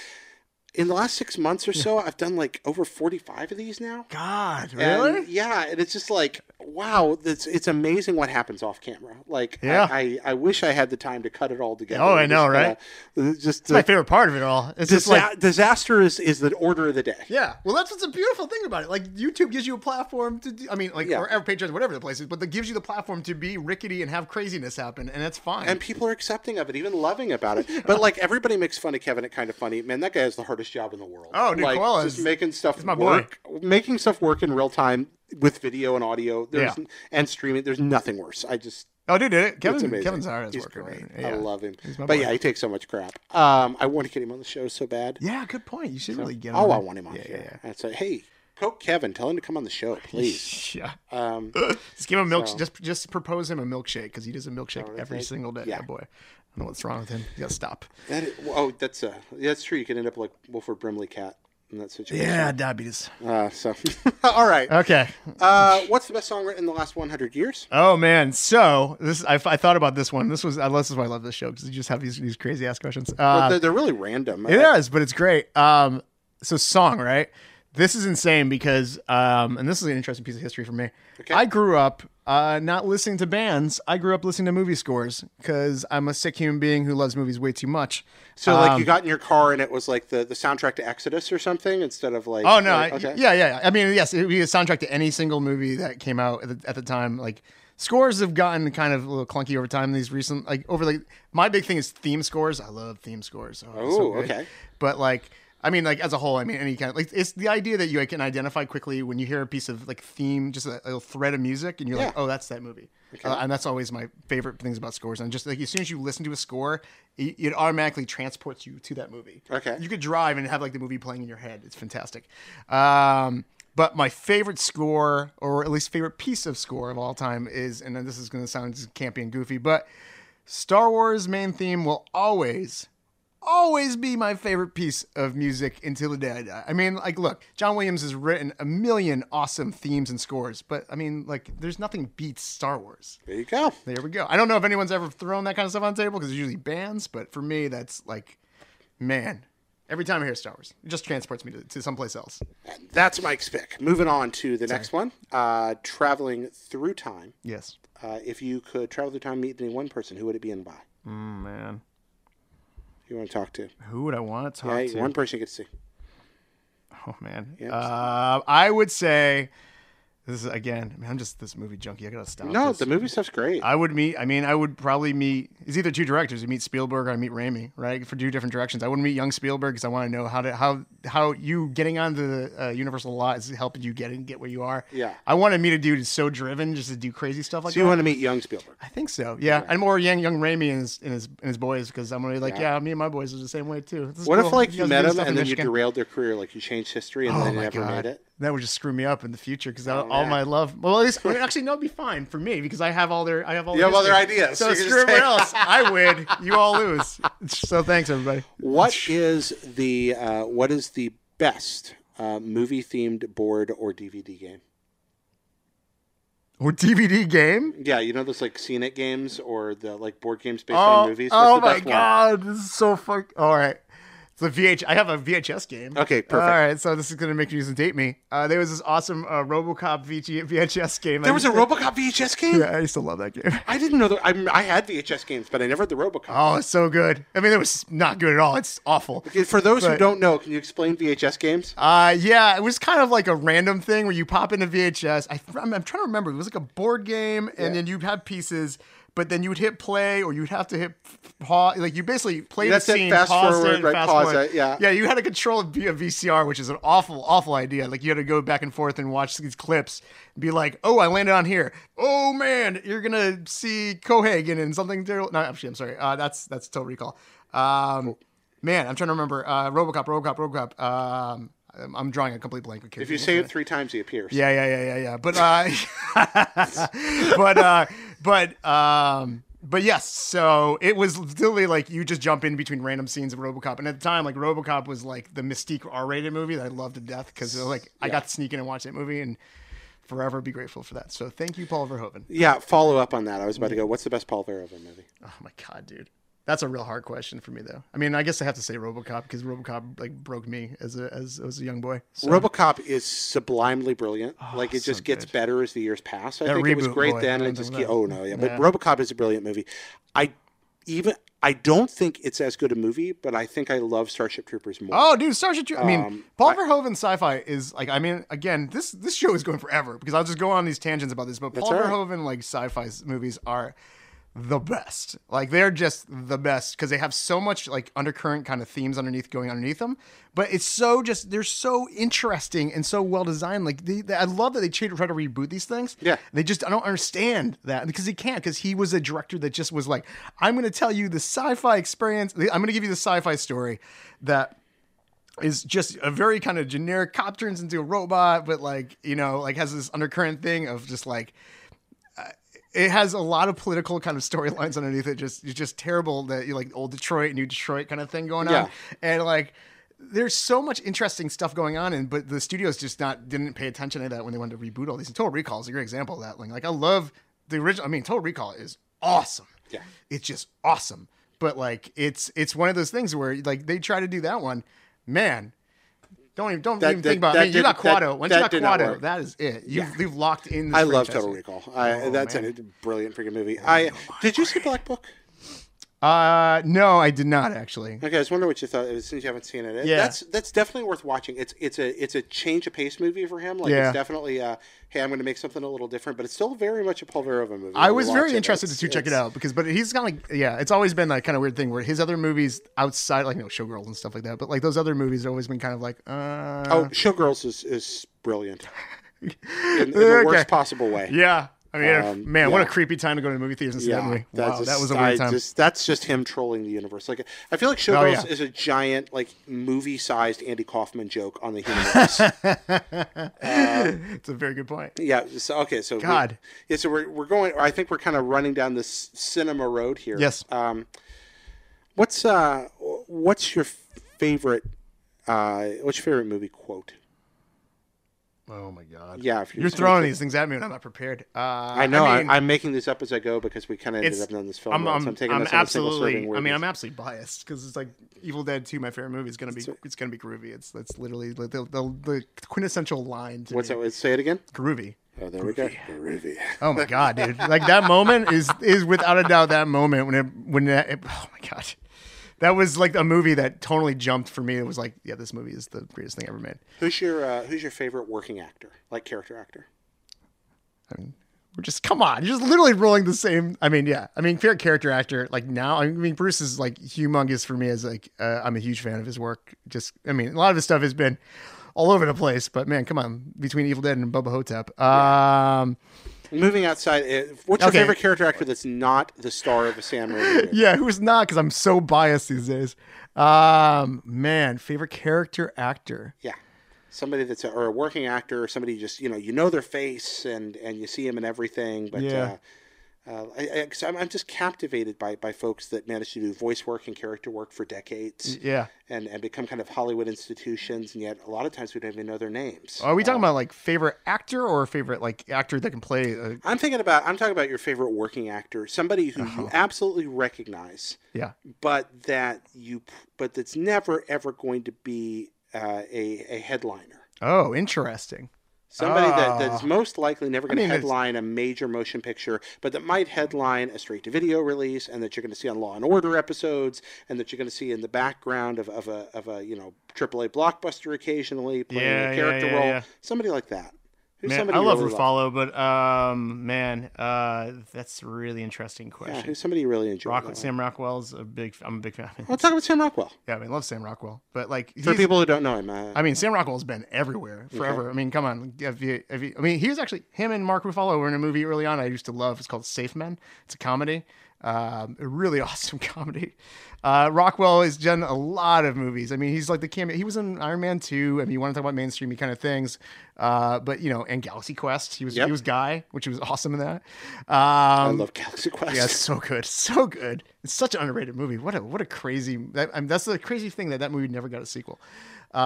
Speaker 1: In the last six months or so, I've done like over forty-five of these now.
Speaker 2: God,
Speaker 1: And,
Speaker 2: really?
Speaker 1: yeah, and it's just like wow, it's it's amazing what happens off camera. Like, I-
Speaker 2: Yeah.
Speaker 1: I, I, wish I had the time to cut it all together.
Speaker 2: Oh, I
Speaker 1: Just
Speaker 2: know,
Speaker 1: kinda-
Speaker 2: right?
Speaker 1: just uh,
Speaker 2: It's my favorite part of it all. It's just
Speaker 1: disa-
Speaker 2: like
Speaker 1: disaster is, is the order of the day.
Speaker 2: yeah. Well, that's what's a beautiful thing about it. Like YouTube gives you a platform to do. I mean, like
Speaker 1: Yeah.
Speaker 2: or Patreon, whatever the place is, but that gives you the platform to be rickety and have craziness happen, and that's fine.
Speaker 1: and people are accepting of it, even loving about it. But like everybody makes fun of Kevin at Kind of Funny. Man, that guy has the hardest job in the world.
Speaker 2: Oh, dude,
Speaker 1: like,
Speaker 2: Koala
Speaker 1: just
Speaker 2: is-
Speaker 1: making stuff
Speaker 2: is my boy.
Speaker 1: work, making stuff work in real time with video and audio. There's,
Speaker 2: Yeah.
Speaker 1: and streaming. There's nothing worse. I just
Speaker 2: oh, dude, did it.
Speaker 1: it's
Speaker 2: Kevin,
Speaker 1: amazing.
Speaker 2: Kevin's hard as
Speaker 1: He's
Speaker 2: worker.
Speaker 1: great.
Speaker 2: man. Yeah.
Speaker 1: I love him.
Speaker 2: He's my
Speaker 1: But
Speaker 2: boy.
Speaker 1: yeah, he takes so much crap. Um, I want to get him on the show so bad.
Speaker 2: Yeah, good point. You should really get.
Speaker 1: Oh,
Speaker 2: on
Speaker 1: I
Speaker 2: it.
Speaker 1: want him on.
Speaker 2: Yeah,
Speaker 1: here.
Speaker 2: yeah, yeah.
Speaker 1: I'd say, hey, Coke Kevin, tell him to come on the show, please.
Speaker 2: Yeah.
Speaker 1: Um,
Speaker 2: Just give him a milk.
Speaker 1: So-
Speaker 2: Just just propose him a milkshake because he does a milkshake every
Speaker 1: milkshake?
Speaker 2: single day.
Speaker 1: Yeah.
Speaker 2: Yeah, boy. I don't know what's wrong with him. You gotta stop.
Speaker 1: that is, oh, that's uh, that's true. You could end up like Wilford Brimley cat in that situation.
Speaker 2: Yeah, diabetes.
Speaker 1: Uh, so, all right.
Speaker 2: Okay.
Speaker 1: Uh, what's the best song written in the last 100 years?
Speaker 2: Oh man. So this I, I thought about this one. This was I- this is why I love this show because you just have these these crazy ass questions.
Speaker 1: But
Speaker 2: Uh,
Speaker 1: they're, they're really random.
Speaker 2: It
Speaker 1: I-
Speaker 2: is, but it's great. Um, so song, right? This is insane because, um, and this is an interesting piece of history for me.
Speaker 1: Okay.
Speaker 2: I grew up uh, not listening to bands. I grew up listening to movie scores because I'm a sick human being who loves movies way too much.
Speaker 1: so like
Speaker 2: Um,
Speaker 1: you got in your car and it was like the, the soundtrack to Exodus or something instead of like
Speaker 2: Oh no!
Speaker 1: like,
Speaker 2: I-
Speaker 1: okay.
Speaker 2: Yeah, yeah. I mean, yes, it would be a soundtrack to any single movie that came out at the, at the time. Like scores have gotten kind of a little clunky over time. These recent, like over like my big thing is theme scores. I love theme scores. Oh, they're
Speaker 1: Ooh,
Speaker 2: so good.
Speaker 1: okay.
Speaker 2: But like, I mean, like as a whole, I mean, any kind of like it's the idea that you like, can identify quickly when you hear a piece of like theme, just a, a thread of music, and you're like,
Speaker 1: Yeah.
Speaker 2: oh, that's that movie. Uh, and that's always my favorite things about scores. And just like as soon as you listen to a score, it, it automatically transports you to that movie.
Speaker 1: Okay.
Speaker 2: You could drive and have like the movie playing in your head. It's fantastic. Um, but my favorite score, or at least favorite piece of score of all time, is, and this is going to sound just campy and goofy, but Star Wars main theme will always, always be my favorite piece of music until the day I die. I mean, like, look, John Williams has written a million awesome themes and scores, but I mean, like, there's nothing beats Star Wars.
Speaker 1: There you go.
Speaker 2: There we go. I don't know if anyone's ever thrown that kind of stuff on the table because it's usually bands, but for me, that's like, man, every time I hear Star Wars, it just transports me to, to someplace else.
Speaker 1: That's Mike's pick. Moving on to the next one. Uh, traveling through time.
Speaker 2: Yes.
Speaker 1: Uh, if you could travel through time and meet any one person, who would it be and why?
Speaker 2: Oh, man.
Speaker 1: Who You want to talk to?
Speaker 2: Who would I want to talk
Speaker 1: Right?
Speaker 2: to?
Speaker 1: One person you could see.
Speaker 2: Oh, man.
Speaker 1: Yep.
Speaker 2: Uh, I would say, this is again, man, I'm just this movie junkie. I got to stop.
Speaker 1: No,
Speaker 2: this.
Speaker 1: the movie stuff's great.
Speaker 2: I would meet. I mean, I would probably meet. It's either two directors. You meet Spielberg or I meet Raimi, right? For two different directions. I wouldn't meet young Spielberg because I want to know how to how how you getting onto the uh, Universal lot is helping you get in, get where you are.
Speaker 1: Yeah.
Speaker 2: I want to meet a dude who's so driven just to do crazy stuff like
Speaker 1: So
Speaker 2: that.
Speaker 1: you want to meet young Spielberg?
Speaker 2: I think so. Yeah, and more young young Raimi and his and his, and his boys because I'm gonna be like,
Speaker 1: Yeah.
Speaker 2: yeah. me and my boys are the same way too. This is
Speaker 1: What if
Speaker 2: cool.
Speaker 1: like
Speaker 2: You
Speaker 1: you
Speaker 2: guys
Speaker 1: met
Speaker 2: do
Speaker 1: him
Speaker 2: stuff in
Speaker 1: and then you
Speaker 2: Michigan.
Speaker 1: derailed their career, like you changed history and
Speaker 2: Oh
Speaker 1: then you
Speaker 2: my
Speaker 1: never
Speaker 2: god,
Speaker 1: made it? Oh,
Speaker 2: that would just screw me up in the future because all
Speaker 1: man.
Speaker 2: my love. Well, at least I mean, actually, no, it'd be fine for me because I have all their I have all.
Speaker 1: You
Speaker 2: their
Speaker 1: have all their
Speaker 2: history.
Speaker 1: ideas, so
Speaker 2: So
Speaker 1: you can
Speaker 2: screw
Speaker 1: just
Speaker 2: everyone
Speaker 1: take-
Speaker 2: else. I win. You all lose. So thanks everybody.
Speaker 1: What is the uh, what is the best uh, movie themed board or DVD game?
Speaker 2: Or DVD game.
Speaker 1: Yeah, you know those like scenic games or the like board games based
Speaker 2: Oh,
Speaker 1: on movies. What's
Speaker 2: oh
Speaker 1: the
Speaker 2: my
Speaker 1: best one?
Speaker 2: god, this is so fuck. All right, it's a VH. I have a VHS game.
Speaker 1: Okay, perfect.
Speaker 2: All right, so this is gonna make you date me. Uh, there was this awesome uh, RoboCop VG- VHS game. I
Speaker 1: There was a
Speaker 2: used
Speaker 1: RoboCop VHS
Speaker 2: to-
Speaker 1: game.
Speaker 2: yeah, I used to love that game.
Speaker 1: I didn't know that. I, I had VHS games, but I never had the RoboCop.
Speaker 2: Oh, it's so good. I mean, it was not good at all. It's awful.
Speaker 1: Okay, For those who
Speaker 2: But-
Speaker 1: don't know, can you explain VHS games?
Speaker 2: Uh, yeah, it was kind of like a random thing where you pop into VHS. I, I'm, I'm trying to remember. It was like a board game, and then you'd have pieces, but then you would hit play, or you'd have to hit pause. Like you basically played the
Speaker 1: That's it,
Speaker 2: scene,
Speaker 1: fast
Speaker 2: paused
Speaker 1: forward,
Speaker 2: it,
Speaker 1: right,
Speaker 2: fast
Speaker 1: pause
Speaker 2: forward.
Speaker 1: it, yeah.
Speaker 2: yeah. You had to control it via VCR, which is an awful, awful idea. Like you had to go back and forth and watch these clips, and be like, "Oh, I landed on here. Oh man, you're gonna see Cohagen and something." Terrible. No, actually, I'm sorry. Uh, that's that's Total Recall. Um, man, I'm trying to remember. Uh, RoboCop, RoboCop, RoboCop. Um, I'm- I'm drawing a complete blank.
Speaker 1: If you say it three times, he appears.
Speaker 2: Uh, Yeah, yeah, yeah, yeah, yeah. But uh, but uh, but um, but yes. So it was literally like you just jump in between random scenes of RoboCop, and at the time, like RoboCop was like the mystique R-rated movie that I loved to death because like I got to sneak in and watch that movie and. Forever be grateful for that. So thank you, Paul Verhoeven.
Speaker 1: Yeah, follow up on that. I was about to
Speaker 2: Mm-hmm.
Speaker 1: go. What's the best Paul Verhoeven movie?
Speaker 2: Oh my god, dude, that's a real hard question for me though. I mean, I guess I have to say RoboCop because RoboCop like broke me as a as, as a young boy. So.
Speaker 1: RoboCop is sublimely brilliant. like it
Speaker 2: Oh, so
Speaker 1: just gets
Speaker 2: good.
Speaker 1: better as the years pass. I
Speaker 2: That
Speaker 1: think it was
Speaker 2: reboot,
Speaker 1: great
Speaker 2: boy,
Speaker 1: then, and
Speaker 2: I
Speaker 1: it just
Speaker 2: don't
Speaker 1: ke-
Speaker 2: know.
Speaker 1: oh no, yeah. But
Speaker 2: Yeah.
Speaker 1: RoboCop is a brilliant movie. I even I don't think it's as good a movie, but I think I love Starship Troopers more.
Speaker 2: Oh, dude, Starship Troopers. I
Speaker 1: Um,
Speaker 2: mean, Paul Verhoeven sci-fi is like. I mean, again, this this show is going forever because I'll just go on these tangents about this. But Paul
Speaker 1: all right.
Speaker 2: Verhoeven like sci-fi movies are the best. Like they're just the best because they have so much like undercurrent kind of themes underneath going underneath them. But it's so just they're so interesting and so well designed. Like they, they- I love that they try to try to reboot these things.
Speaker 1: Yeah.
Speaker 2: They just I don't understand that because he can't because he was a director that just was like I'm going to tell you the sci-fi experience. I'm going to give you the sci-fi story that is just a very kind of generic cop turns into a robot, but like you know, like has this undercurrent thing of just like uh, it has a lot of political kind of storylines underneath it. Just it's just terrible that you like old Detroit, new Detroit kind of thing going
Speaker 1: Yeah.
Speaker 2: on, and like there's so much interesting stuff going on, and but the studios just not didn't pay attention to that when they wanted to reboot all these. And Total Recall is a great example of that. Like, like I love the original. I mean, Total Recall is awesome.
Speaker 1: Yeah.
Speaker 2: it's just awesome. But like it's it's one of those things where like they try to do that one, man. Don't even don't
Speaker 1: That-
Speaker 2: even
Speaker 1: that-
Speaker 2: think about.
Speaker 1: that
Speaker 2: man, you got
Speaker 1: didn't- that-
Speaker 2: Quado. Once
Speaker 1: that
Speaker 2: you
Speaker 1: did not
Speaker 2: got Quado,
Speaker 1: work.
Speaker 2: that is it. You've, you've locked in. This
Speaker 1: I love
Speaker 2: franchise.
Speaker 1: Total Recall. I,
Speaker 2: Oh,
Speaker 1: that's a
Speaker 2: man. Oh,
Speaker 1: brilliant freaking movie. I did you see Black Book?
Speaker 2: Uh, no, I did not actually.
Speaker 1: Okay, I was wondering what you thought since you haven't seen it.
Speaker 2: Yeah.
Speaker 1: That's that's definitely worth watching. It's it's a it's a change of pace movie for him. Like
Speaker 2: Yeah.
Speaker 1: it's definitely uh hey, I'm gonna make something a little different, but it's still very much a Paul Verhoeven movie.
Speaker 2: I
Speaker 1: when
Speaker 2: was
Speaker 1: you watch
Speaker 2: very
Speaker 1: it.
Speaker 2: interested
Speaker 1: It's-
Speaker 2: to check it
Speaker 1: it's-
Speaker 2: out because, but he's kind of like, yeah, it's always been that kind of weird thing where his other movies outside, like, you know, Showgirls and stuff like that, but like those other movies have always been kind of like, uh,
Speaker 1: Oh, Showgirls is is brilliant. In, in the
Speaker 2: Okay.
Speaker 1: worst possible way.
Speaker 2: yeah. I mean,
Speaker 1: Um,
Speaker 2: man, what a
Speaker 1: yeah.
Speaker 2: creepy time to go to the movie theaters and see that movie.
Speaker 1: that's
Speaker 2: Wow,
Speaker 1: just-
Speaker 2: that was a weird
Speaker 1: I
Speaker 2: time. Oh,
Speaker 1: just- that's just him trolling the universe. Like I feel like Showgirls
Speaker 2: yeah.
Speaker 1: is a giant, like movie-sized Andy Kaufman joke on the human race.
Speaker 2: it's a very good point.
Speaker 1: yeah. So, okay. So we-
Speaker 2: God.
Speaker 1: yeah. So we're, we're going. I think we're kind of running down this cinema road here.
Speaker 2: Yes.
Speaker 1: Um, what's uh, what's your favorite? Uh, what's your favorite movie quote?
Speaker 2: Oh my God.
Speaker 1: Yeah. If
Speaker 2: You're throwing these things at me and I'm not prepared. Uh,
Speaker 1: I know. I
Speaker 2: mean,
Speaker 1: I, am making this up as I go because we kind of ended
Speaker 2: It's-
Speaker 1: up on this film.
Speaker 2: I'm,
Speaker 1: road,
Speaker 2: I'm,
Speaker 1: so
Speaker 2: I'm,
Speaker 1: taking this on a single
Speaker 2: absolutely.
Speaker 1: serving
Speaker 2: I mean,
Speaker 1: word.
Speaker 2: I'm absolutely biased because it's like Evil Dead 2, my favorite movie. is gonna be it's gonna be groovy. It's that's literally the, the, the, the quintessential line to
Speaker 1: What's
Speaker 2: me.
Speaker 1: that? Say it again.
Speaker 2: Groovy.
Speaker 1: Oh, there we go. Groovy.
Speaker 2: Oh my god, dude! Like that moment is is without a doubt that moment when it when that it, oh my god, that was like a movie that totally jumped for me. It was like, yeah, this movie is the greatest thing ever made.
Speaker 1: Who's your uh, Who's your favorite working actor, like character actor?
Speaker 2: I mean, We're just come on, you're just literally rolling the same. I mean, yeah, I mean, favorite character actor like now. I mean, Bruce is like humongous for me. As like, uh, I'm a huge fan of his work. Just, I mean, a lot of his stuff has been all over the place. But man, come on, between Evil Dead and Bubba Hotep, um,
Speaker 1: Moving outside, uh, what's your
Speaker 2: Okay.
Speaker 1: favorite character actor that's not the star of a Sam Raimi movie?
Speaker 2: yeah, who's not? Because I'm so biased these days. Um, man, favorite character actor.
Speaker 1: Yeah. Somebody that's a, or a working actor or somebody just you know you know their face and and you see him in everything, but
Speaker 2: Yeah.
Speaker 1: uh, uh, I, I, 'cause I'm, I'm just captivated by by folks that manage to do voice work and character work for decades
Speaker 2: Yeah.
Speaker 1: and and become kind of Hollywood institutions, and yet a lot of times we don't even know their names.
Speaker 2: Are we talking
Speaker 1: Uh,
Speaker 2: about like favorite actor or favorite like actor that can play? uh, A,
Speaker 1: I'm thinking about I'm talking about your favorite working actor, somebody who you absolutely recognize,
Speaker 2: Uh-huh. yeah.
Speaker 1: but that you but that's never ever going to be uh, a a headliner.
Speaker 2: Oh, interesting.
Speaker 1: Somebody
Speaker 2: Ah.
Speaker 1: that, that's most likely never going
Speaker 2: mean,
Speaker 1: to
Speaker 2: it's-
Speaker 1: headline a major motion picture, but that might headline a straight to video release, and that you're going to see on Law and Order episodes, and that you're going to see in the background of, of a of a you know AAA blockbuster occasionally playing
Speaker 4: Yeah, yeah,
Speaker 1: a character
Speaker 4: yeah,
Speaker 1: role,
Speaker 4: yeah.
Speaker 1: somebody like that. Who's
Speaker 4: Man,
Speaker 1: somebody
Speaker 4: I
Speaker 1: you
Speaker 4: love
Speaker 1: really like?
Speaker 4: Ruffalo, but um, man, uh, that's a really interesting
Speaker 1: Yeah,
Speaker 4: question.
Speaker 1: who's somebody you really enjoy?
Speaker 4: Rock, Sam Rockwell's a big. I'm a big fan.
Speaker 1: Let's talk about Sam Rockwell.
Speaker 2: Yeah, I mean, love Sam Rockwell, but like
Speaker 1: For
Speaker 2: he's-
Speaker 1: people who don't know him, uh,
Speaker 2: I mean, Sam Rockwell's been everywhere forever. I mean, come on. If you, if you, I mean, he was actually him and Mark Ruffalo were in a movie early on. I used to love. It's called Safe Men. It's a comedy, um, a really awesome comedy. Uh, Rockwell has done a lot of movies. I mean, he's like the cameo. He was in Iron Man two. I mean, you want to talk about mainstreamy kind of things, uh, but you know, and Galaxy Quest. He was
Speaker 1: Yep.
Speaker 2: he was Guy, which was awesome in that.
Speaker 1: I
Speaker 2: Um,
Speaker 1: love Galaxy Quest.
Speaker 2: yeah, it's so good, so good. It's such an underrated movie. What a what a crazy. That, I mean, that's the crazy thing that that movie never got a sequel.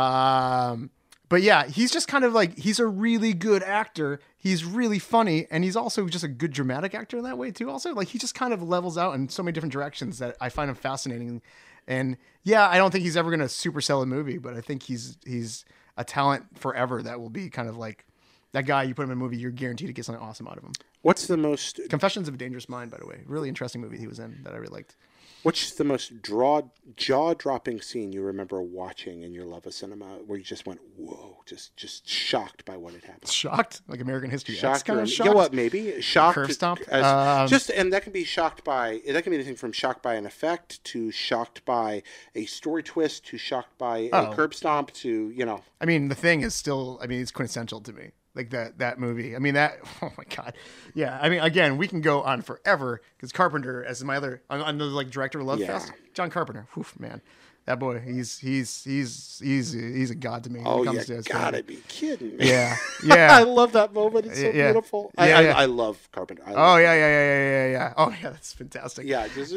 Speaker 2: Um, but yeah, he's just kind of like he's a really good actor. He's really funny, and he's also just a good dramatic actor in that way too. Also, like he just kind of levels out in so many different directions that I find him fascinating. And yeah, I don't think he's ever gonna super sell a movie, but I think he's he's a talent forever that will be kind of like. That guy, you put him in a movie, you're guaranteed to get something awesome out of him.
Speaker 1: What's the most
Speaker 2: Confessions of a Dangerous Mind, by the way. Really interesting movie he was in that I really liked.
Speaker 1: What's the most draw jaw dropping scene you remember watching in your love of cinema where you just went whoa, just just shocked by what had happened?
Speaker 2: Shocked? Like American History X
Speaker 1: Shocked,
Speaker 2: kind
Speaker 1: or,
Speaker 2: of
Speaker 1: you
Speaker 2: shocked?
Speaker 1: know what? Maybe shocked.
Speaker 2: Curb stomp?
Speaker 1: as-
Speaker 2: Um,
Speaker 1: just and that can be shocked by that can be anything from shocked by an effect to shocked by a story twist to shocked by
Speaker 2: Oh.
Speaker 1: a curb stomp to you know
Speaker 2: I mean, The Thing is still, I mean, it's quintessential to me. Like that that movie. I mean, that, oh my God. Yeah. I mean, again, we can go on forever because Carpenter, as my other, on, on the like director of Love
Speaker 1: Yeah.
Speaker 2: Fest, John Carpenter. Whew, man. That boy, he's, he's, he's, he's, he's a god to me. when it
Speaker 1: oh
Speaker 2: comes to
Speaker 1: you
Speaker 2: his
Speaker 1: gotta
Speaker 2: film.
Speaker 1: be kidding me
Speaker 2: Yeah.
Speaker 1: I
Speaker 2: Yeah.
Speaker 1: love that moment it's so
Speaker 2: Yeah, yeah.
Speaker 1: beautiful
Speaker 2: Yeah,
Speaker 1: I,
Speaker 2: yeah.
Speaker 1: I I love Carpenter I
Speaker 2: oh,
Speaker 1: love
Speaker 2: yeah, yeah, yeah, yeah, yeah, yeah. Oh, yeah. That's fantastic.
Speaker 1: yeah just,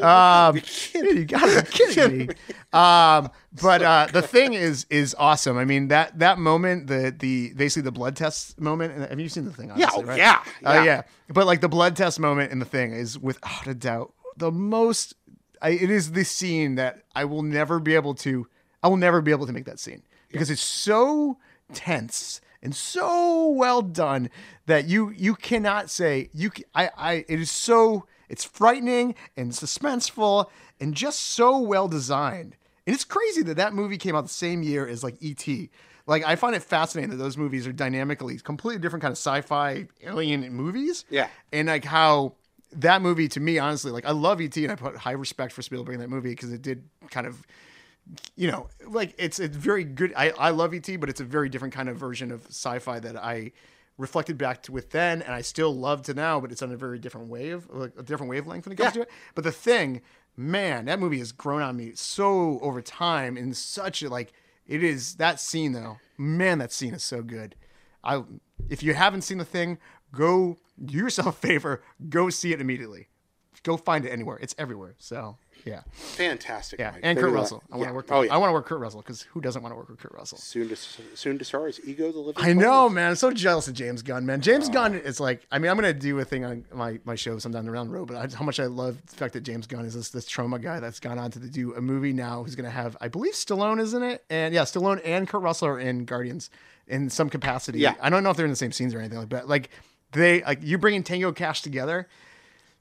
Speaker 2: Um,
Speaker 1: you
Speaker 2: dude, you gotta be kidding me. Um, but uh, the thing is is awesome. I mean that that moment, the the basically the blood test moment. And have you seen the thing?
Speaker 1: Yeah,
Speaker 2: Obviously,
Speaker 1: oh,
Speaker 2: right?
Speaker 1: yeah,
Speaker 2: Uh,
Speaker 1: yeah.
Speaker 2: yeah. But like the blood test moment in the thing is without a doubt the most. I, it is the scene that I will never be able to. I will never be able to make that scene because it's so tense and so well done that you you cannot say you. c- I I. It is so. It's frightening and suspenseful and just so well designed. And it's crazy that that movie came out the same year as like E.T. Like I find it fascinating that those movies are dynamically completely different kind of sci-fi alien movies.
Speaker 1: Yeah.
Speaker 2: And like how that movie to me honestly like I love E.T. and I put high respect for Spielberg in that movie because it did kind of you know, like it's it's very good. I, I love ET, but it's a very different kind of version of sci-fi that I reflected back to with then, and I still love to now, but it's on a very different wave, like a different wavelength when it comes to
Speaker 1: Yeah.
Speaker 2: it. But the thing, man, that movie has grown on me so over time in such a like it is that scene though. Man, that scene is so good. I if you haven't seen the thing, go do yourself a favor, go see it immediately. Go find it anywhere. It's everywhere. So yeah.
Speaker 1: fantastic
Speaker 2: Yeah,
Speaker 1: Mike.
Speaker 2: and
Speaker 1: There
Speaker 2: Kurt
Speaker 1: you are.
Speaker 2: Russell. I want
Speaker 1: Yeah.
Speaker 2: to work. With,
Speaker 1: oh yeah
Speaker 2: I want to work Kurt Russell because who doesn't want to work with Kurt Russell?
Speaker 1: Soon to soon to stars ego the living.
Speaker 2: I know, man. I'm so jealous of James Gunn, man. James Gunn is like, I mean, I'm gonna do a thing on my, my show sometime around the road, but I, how much I love the fact that James Gunn is this this trauma guy that's gone on to do a movie now who's gonna have, I believe Stallone is in it, and yeah, Stallone and Kurt Russell are in Guardians in some capacity.
Speaker 1: Yeah.
Speaker 2: I don't know if they're in the same scenes or anything like, that. like they like you bringing Tango Cash together.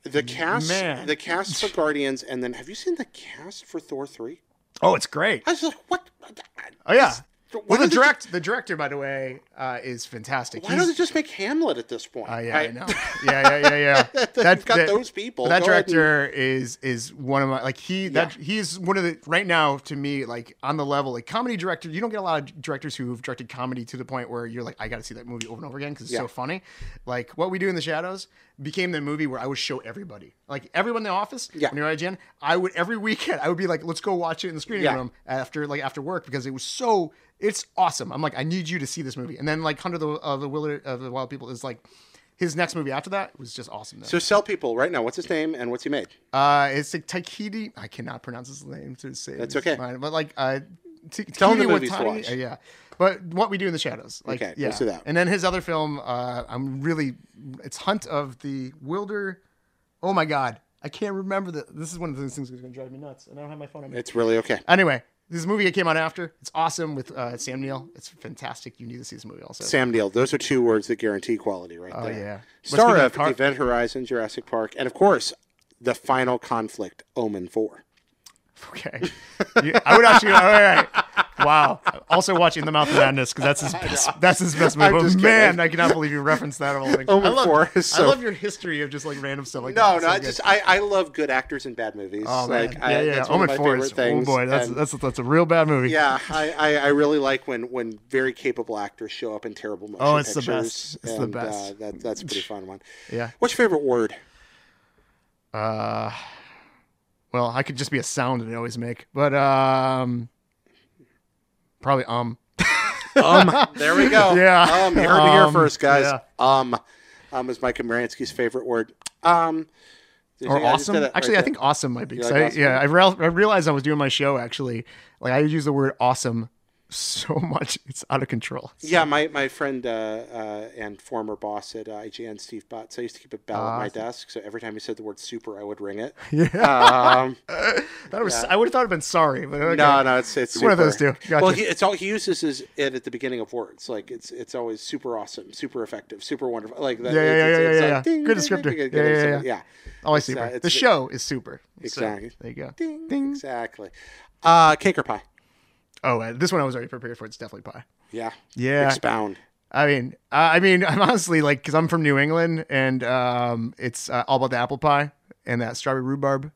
Speaker 1: The cast,
Speaker 2: Man.
Speaker 1: the cast for Guardians, and then have you seen the cast for Thor three?
Speaker 2: Oh, it's great.
Speaker 1: I was like, what?
Speaker 2: Oh yeah. Well,
Speaker 1: Why
Speaker 2: the
Speaker 1: don't they ju-
Speaker 2: direct the director, by the way, uh, is fantastic.
Speaker 1: Why don't they just make Hamlet at this point?
Speaker 2: Uh, yeah, I
Speaker 1: Right?
Speaker 2: know. Yeah, yeah, yeah, yeah.
Speaker 1: You've got those people.
Speaker 2: That
Speaker 1: Go ahead and-
Speaker 2: director is is one of my like he that he's one of the right now to me like on the level like comedy director. You don't get a lot of directors who've directed comedy to the point where you're like I got to see that movie over and over again because it's
Speaker 1: Yeah.
Speaker 2: so funny. Like what we do in the shadows became the movie where I would show everybody like everyone in the office.
Speaker 1: Yeah.
Speaker 2: when you're at IGN, I would every weekend I would be like let's go watch it in the screening
Speaker 1: Yeah.
Speaker 2: room after like after work because it was so it's awesome. I'm like, I need you to see this movie. And then like Hunter the of the Willard of the Wild People is like his next movie after that was just awesome. Though.
Speaker 1: So sell people right now. What's his name and what's he made?
Speaker 2: uh, it's like Taikiti. I cannot pronounce his name to say
Speaker 1: That's
Speaker 2: it's
Speaker 1: okay.
Speaker 2: fine, but like uh, Ta-
Speaker 1: Tell him the
Speaker 2: Taikiti
Speaker 1: movies to
Speaker 2: Watiti-
Speaker 1: watch.
Speaker 2: uh, yeah. But what we do in the shadows, like
Speaker 1: Okay,
Speaker 2: yeah,
Speaker 1: let's do that.
Speaker 2: and then his other film, uh, I'm really, it's Hunt of the Wilder. Oh my God, I can't remember the. This is one of those things that's gonna drive me nuts, and I don't have my phone on me.
Speaker 1: It's really okay.
Speaker 2: Anyway, this movie that came out after, it's awesome with uh, Sam Neill. It's fantastic. You need to see this movie also.
Speaker 1: Sam Neill. Those are two words that guarantee quality right
Speaker 2: oh
Speaker 1: there.
Speaker 2: yeah, But
Speaker 1: Star
Speaker 2: speaking
Speaker 1: of
Speaker 2: car-
Speaker 1: Event Horizon, Jurassic Park, and of course, the final conflict, Omen 4.
Speaker 2: Okay, You- I would actually. All right. Wow. Also watching The Mouth of Madness because that's his best. That's his best movie.
Speaker 1: I'm
Speaker 2: But
Speaker 1: just
Speaker 2: man,
Speaker 1: kidding.
Speaker 2: I cannot believe you referenced that whole thing.
Speaker 1: Omen
Speaker 2: I love,
Speaker 1: 4 is so-
Speaker 2: I love your history of just like random stuff like
Speaker 1: No,
Speaker 2: that.
Speaker 1: no,
Speaker 2: So
Speaker 1: I
Speaker 2: good.
Speaker 1: just I, I love good actors in bad movies.
Speaker 2: Oh, man.
Speaker 1: like I,
Speaker 2: yeah, yeah.
Speaker 1: that's one
Speaker 2: Omen
Speaker 1: of my
Speaker 2: Four
Speaker 1: favorite
Speaker 2: is.
Speaker 1: things.
Speaker 2: Oh boy, that's
Speaker 1: and-
Speaker 2: that's that's a real bad movie.
Speaker 1: yeah, I, I, I really like when, when very capable actors show up in terrible motion
Speaker 2: Oh, it's the
Speaker 1: pictures.
Speaker 2: best. It's the
Speaker 1: and,
Speaker 2: best.
Speaker 1: Uh, that, that's a pretty fun one.
Speaker 2: Yeah.
Speaker 1: What's your favorite word?
Speaker 2: Uh, well, I could just be a sound that I always make, but um, probably um.
Speaker 1: Um, there we go.
Speaker 2: Yeah.
Speaker 1: Um, you heard it here
Speaker 2: Um,
Speaker 1: first, guys.
Speaker 2: yeah.
Speaker 1: Um, um is Mike Kamaransky's favorite word. Um, did
Speaker 2: or
Speaker 1: you- I just
Speaker 2: awesome.
Speaker 1: did it right
Speaker 2: actually, I
Speaker 1: there.
Speaker 2: think awesome might be.
Speaker 1: You
Speaker 2: 'cause
Speaker 1: like
Speaker 2: I,
Speaker 1: awesome?
Speaker 2: Yeah, I, real, I realized I was doing my show actually. Like I use the word awesome so much, it's out of control.
Speaker 1: Yeah, my, my friend uh, uh, and former boss at uh, IGN, Steve Botts, I used to keep a bell at my desk. So every time he said the word super, I would ring it. Yeah. Um,
Speaker 2: That was, I would have thought it been sorry, but okay.
Speaker 1: No, no, it's, it's
Speaker 2: One of those
Speaker 1: super.
Speaker 2: two. Gotcha.
Speaker 1: Well, he, it's all he uses is it at the beginning of words. Like it's it's always super awesome, super effective, super wonderful. Like that,
Speaker 2: Yeah,
Speaker 1: it's,
Speaker 2: yeah,
Speaker 1: it's,
Speaker 2: yeah,
Speaker 1: it's
Speaker 2: yeah,
Speaker 1: like
Speaker 2: yeah.
Speaker 1: ding,
Speaker 2: Good
Speaker 1: ding, ding,
Speaker 2: descriptor.
Speaker 1: ding, ding,
Speaker 2: Yeah,
Speaker 1: ding,
Speaker 2: yeah,
Speaker 1: ding.
Speaker 2: yeah.
Speaker 1: yeah.
Speaker 2: Always
Speaker 1: it's, uh,
Speaker 2: super.
Speaker 1: it's
Speaker 2: the
Speaker 1: the-
Speaker 2: show is super. So,
Speaker 1: Exactly.
Speaker 2: there you go.
Speaker 1: Ding,
Speaker 2: Ding.
Speaker 1: Exactly. Uh, cake or pie?
Speaker 2: Oh, uh, this one I was already prepared for. It's definitely pie.
Speaker 1: Yeah.
Speaker 2: Yeah.
Speaker 1: Expound.
Speaker 2: I mean, uh, I mean, I'm honestly like, because I'm from New England, and um, it's uh, all about the apple pie and that strawberry rhubarb,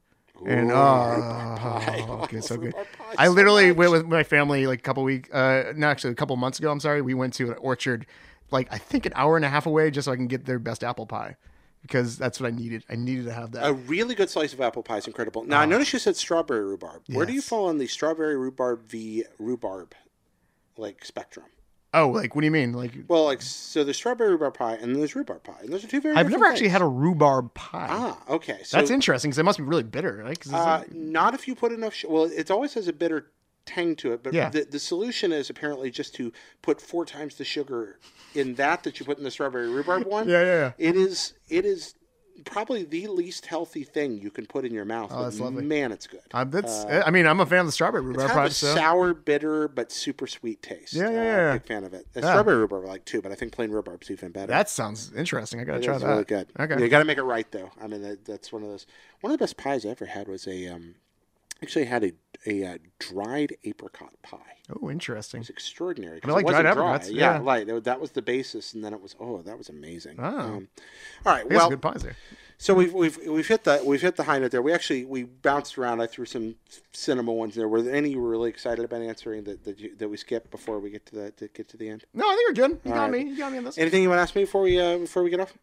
Speaker 2: and
Speaker 1: Ooh,
Speaker 2: oh,
Speaker 1: rhubarb pie.
Speaker 2: oh, okay, so good.
Speaker 1: Rhubarb pie
Speaker 2: I
Speaker 1: so
Speaker 2: literally
Speaker 1: much.
Speaker 2: went with my family like a couple week, uh, no, actually a couple months ago. I'm sorry, we went to an orchard, like I think an hour and a half away, just so I can get their best apple pie, because that's what I needed. I needed to have that.
Speaker 1: A really good slice of apple pie is incredible. Now I
Speaker 2: Uh-huh.
Speaker 1: noticed you said strawberry rhubarb. Where do you fall on the strawberry rhubarb v rhubarb like spectrum?
Speaker 2: oh, like what do you mean? Like
Speaker 1: Well, like so, there's strawberry rhubarb pie and there's rhubarb pie, and those are two very.
Speaker 2: I've
Speaker 1: different
Speaker 2: never actually
Speaker 1: things.
Speaker 2: had a rhubarb pie.
Speaker 1: Ah, okay. So
Speaker 2: that's interesting because it must be really bitter, right? 'Cause it's
Speaker 1: Uh,
Speaker 2: like-
Speaker 1: not if you put enough. Sh- well, it always has a bitter tang to it, but
Speaker 2: Yeah.
Speaker 1: the, the solution is apparently just to put four times the sugar in that that you put in the strawberry rhubarb one.
Speaker 2: yeah, yeah, yeah.
Speaker 1: It is. It is probably the least healthy thing you can put in your mouth. Oh,
Speaker 2: that's lovely.
Speaker 1: Man, it's good.
Speaker 2: Uh, that's. I mean, I'm a fan of the strawberry rhubarb
Speaker 1: It's
Speaker 2: pie.
Speaker 1: kind of a
Speaker 2: so.
Speaker 1: sour, bitter, but super sweet taste.
Speaker 2: Yeah, yeah,
Speaker 1: Uh,
Speaker 2: yeah, yeah.
Speaker 1: Big fan of it. Uh, Strawberry rhubarb I like too, but I think plain rhubarb's even better.
Speaker 2: That sounds interesting. I gotta try
Speaker 1: That's
Speaker 2: that.
Speaker 1: really good.
Speaker 2: Okay.
Speaker 1: you got to make it right though. I mean, that, that's one of those. One of the best pies I ever had was a. Um, actually, had a a uh, dried apricot pie. It
Speaker 2: Oh, interesting.
Speaker 1: was extraordinary. 'cause
Speaker 2: I like
Speaker 1: it wasn't
Speaker 2: dried
Speaker 1: dry.
Speaker 2: apricots,
Speaker 1: Yeah,
Speaker 2: yeah.
Speaker 1: like that- that was the basis, and then it was oh, that was amazing. Um,
Speaker 2: Ah.
Speaker 1: all right,
Speaker 2: Well,
Speaker 1: well,
Speaker 2: good pies there.
Speaker 1: so we've we've we've hit the we've hit the high note there. We actually we bounced around. I threw some cinema ones there. Were there any you were really excited about answering that that, you, that we skipped before we get to the to get to the end?
Speaker 2: No, I think we're good. You got
Speaker 1: right.
Speaker 2: me. You got me on this.
Speaker 1: Anything you want to ask me before we uh, before we get off?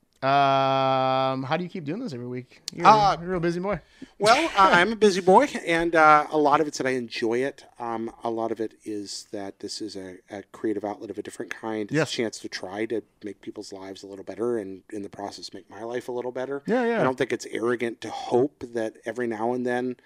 Speaker 2: Um, how do you keep doing this every week? You're,
Speaker 1: Uh,
Speaker 2: you're a real busy boy.
Speaker 1: Well, uh, I'm a busy boy, and uh, a lot of it's that I enjoy it. Um, a lot of it is that this is a, a creative outlet of a different kind. It's
Speaker 2: Yes.
Speaker 1: a chance to try to make people's lives a little better, and in the process, make my life a little better.
Speaker 2: Yeah, yeah.
Speaker 1: I don't think it's arrogant to hope that every now and then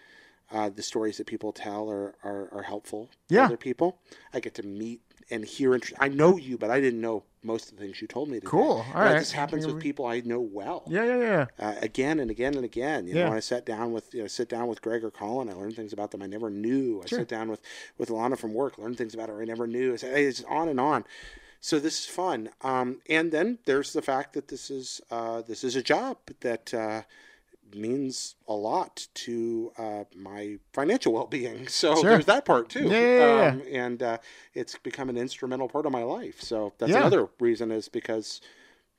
Speaker 1: uh, the stories that people tell are, are, are helpful to
Speaker 2: Yeah.
Speaker 1: other people. I get to meet and hear. Inter- I know you, but I didn't know most of the things you told me today.
Speaker 2: Cool. All
Speaker 1: And
Speaker 2: right.
Speaker 1: This happens with people I know well
Speaker 2: Yeah, yeah, yeah.
Speaker 1: uh, again and again and again. You
Speaker 2: Yeah.
Speaker 1: know, when I sat down with you know, sit down with Greg or Colin, I learned things about them I never knew. I sat down with with Alana from work, learned things about her I never knew. It's, it's on and on. So this is fun. Um, and then there's the fact that this is uh, this is a job that. Uh, means a lot to uh, my financial well-being. So
Speaker 2: Sure.
Speaker 1: there's that part too.
Speaker 4: Yeah, yeah, yeah.
Speaker 1: Um, and uh, it's become an instrumental part of my life. So that's
Speaker 2: Yeah.
Speaker 1: another reason is because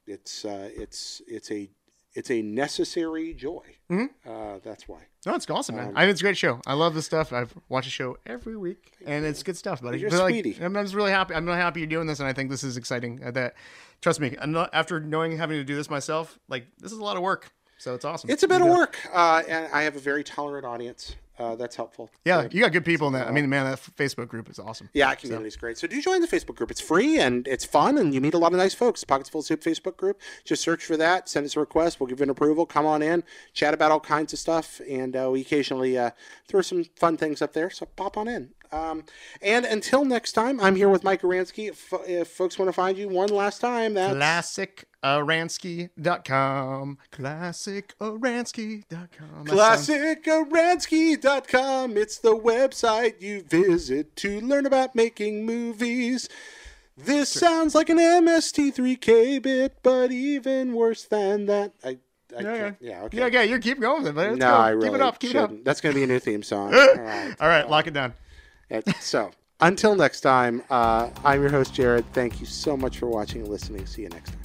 Speaker 1: it's uh, it's it's a it's a necessary joy.
Speaker 2: Mhm.
Speaker 1: Uh, that's why.
Speaker 2: No, it's awesome, man.
Speaker 1: Um,
Speaker 2: I mean, it's a great show. I love this stuff. I've watched the show every week, and it's good stuff, buddy.
Speaker 1: You're
Speaker 2: But, like,
Speaker 1: sweetie.
Speaker 2: I'm I'm just really happy. I'm really happy you're doing this, and I think this is exciting. Uh, That, trust me, I'm not, after knowing having to do this myself, like this is a lot of work. So it's awesome.
Speaker 1: It's a bit of
Speaker 2: Yeah.
Speaker 1: work, uh, and I have a very tolerant audience. Uh, that's helpful.
Speaker 2: Yeah, you got good people in that. I mean, man, that f- Facebook group is awesome.
Speaker 1: Yeah, our community is great. So do join the Facebook group. It's free and it's fun, and you meet a lot of nice folks. Pockets Full of Soup Facebook group. Just search for that. Send us a request. We'll give you an approval. Come on in, chat about all kinds of stuff, and uh, we occasionally uh, throw some fun things up there. So pop on in. Um, and until next time, I'm here with Mike Aransky. If, if folks want to find you one last time, that's
Speaker 2: ClassicAransky.com. ClassicAransky.com. That sounds-
Speaker 1: ClassicAransky.com. It's the website you visit to learn about making movies. This sounds like an MST3K bit, but even worse than that. I, I
Speaker 2: Yeah,
Speaker 1: can't. Yeah, okay.
Speaker 2: Yeah, yeah, you keep going with it, buddy. Let's
Speaker 1: no,
Speaker 2: go.
Speaker 1: I
Speaker 2: keep
Speaker 1: really
Speaker 2: it up. Keep
Speaker 1: shouldn't.
Speaker 2: it
Speaker 1: That's going to be a new theme song. All right.
Speaker 2: up. All right, lock it down.
Speaker 1: Uh, So, until next time, uh, I'm your host, Jared. Thank you so much for watching and listening. See you next time.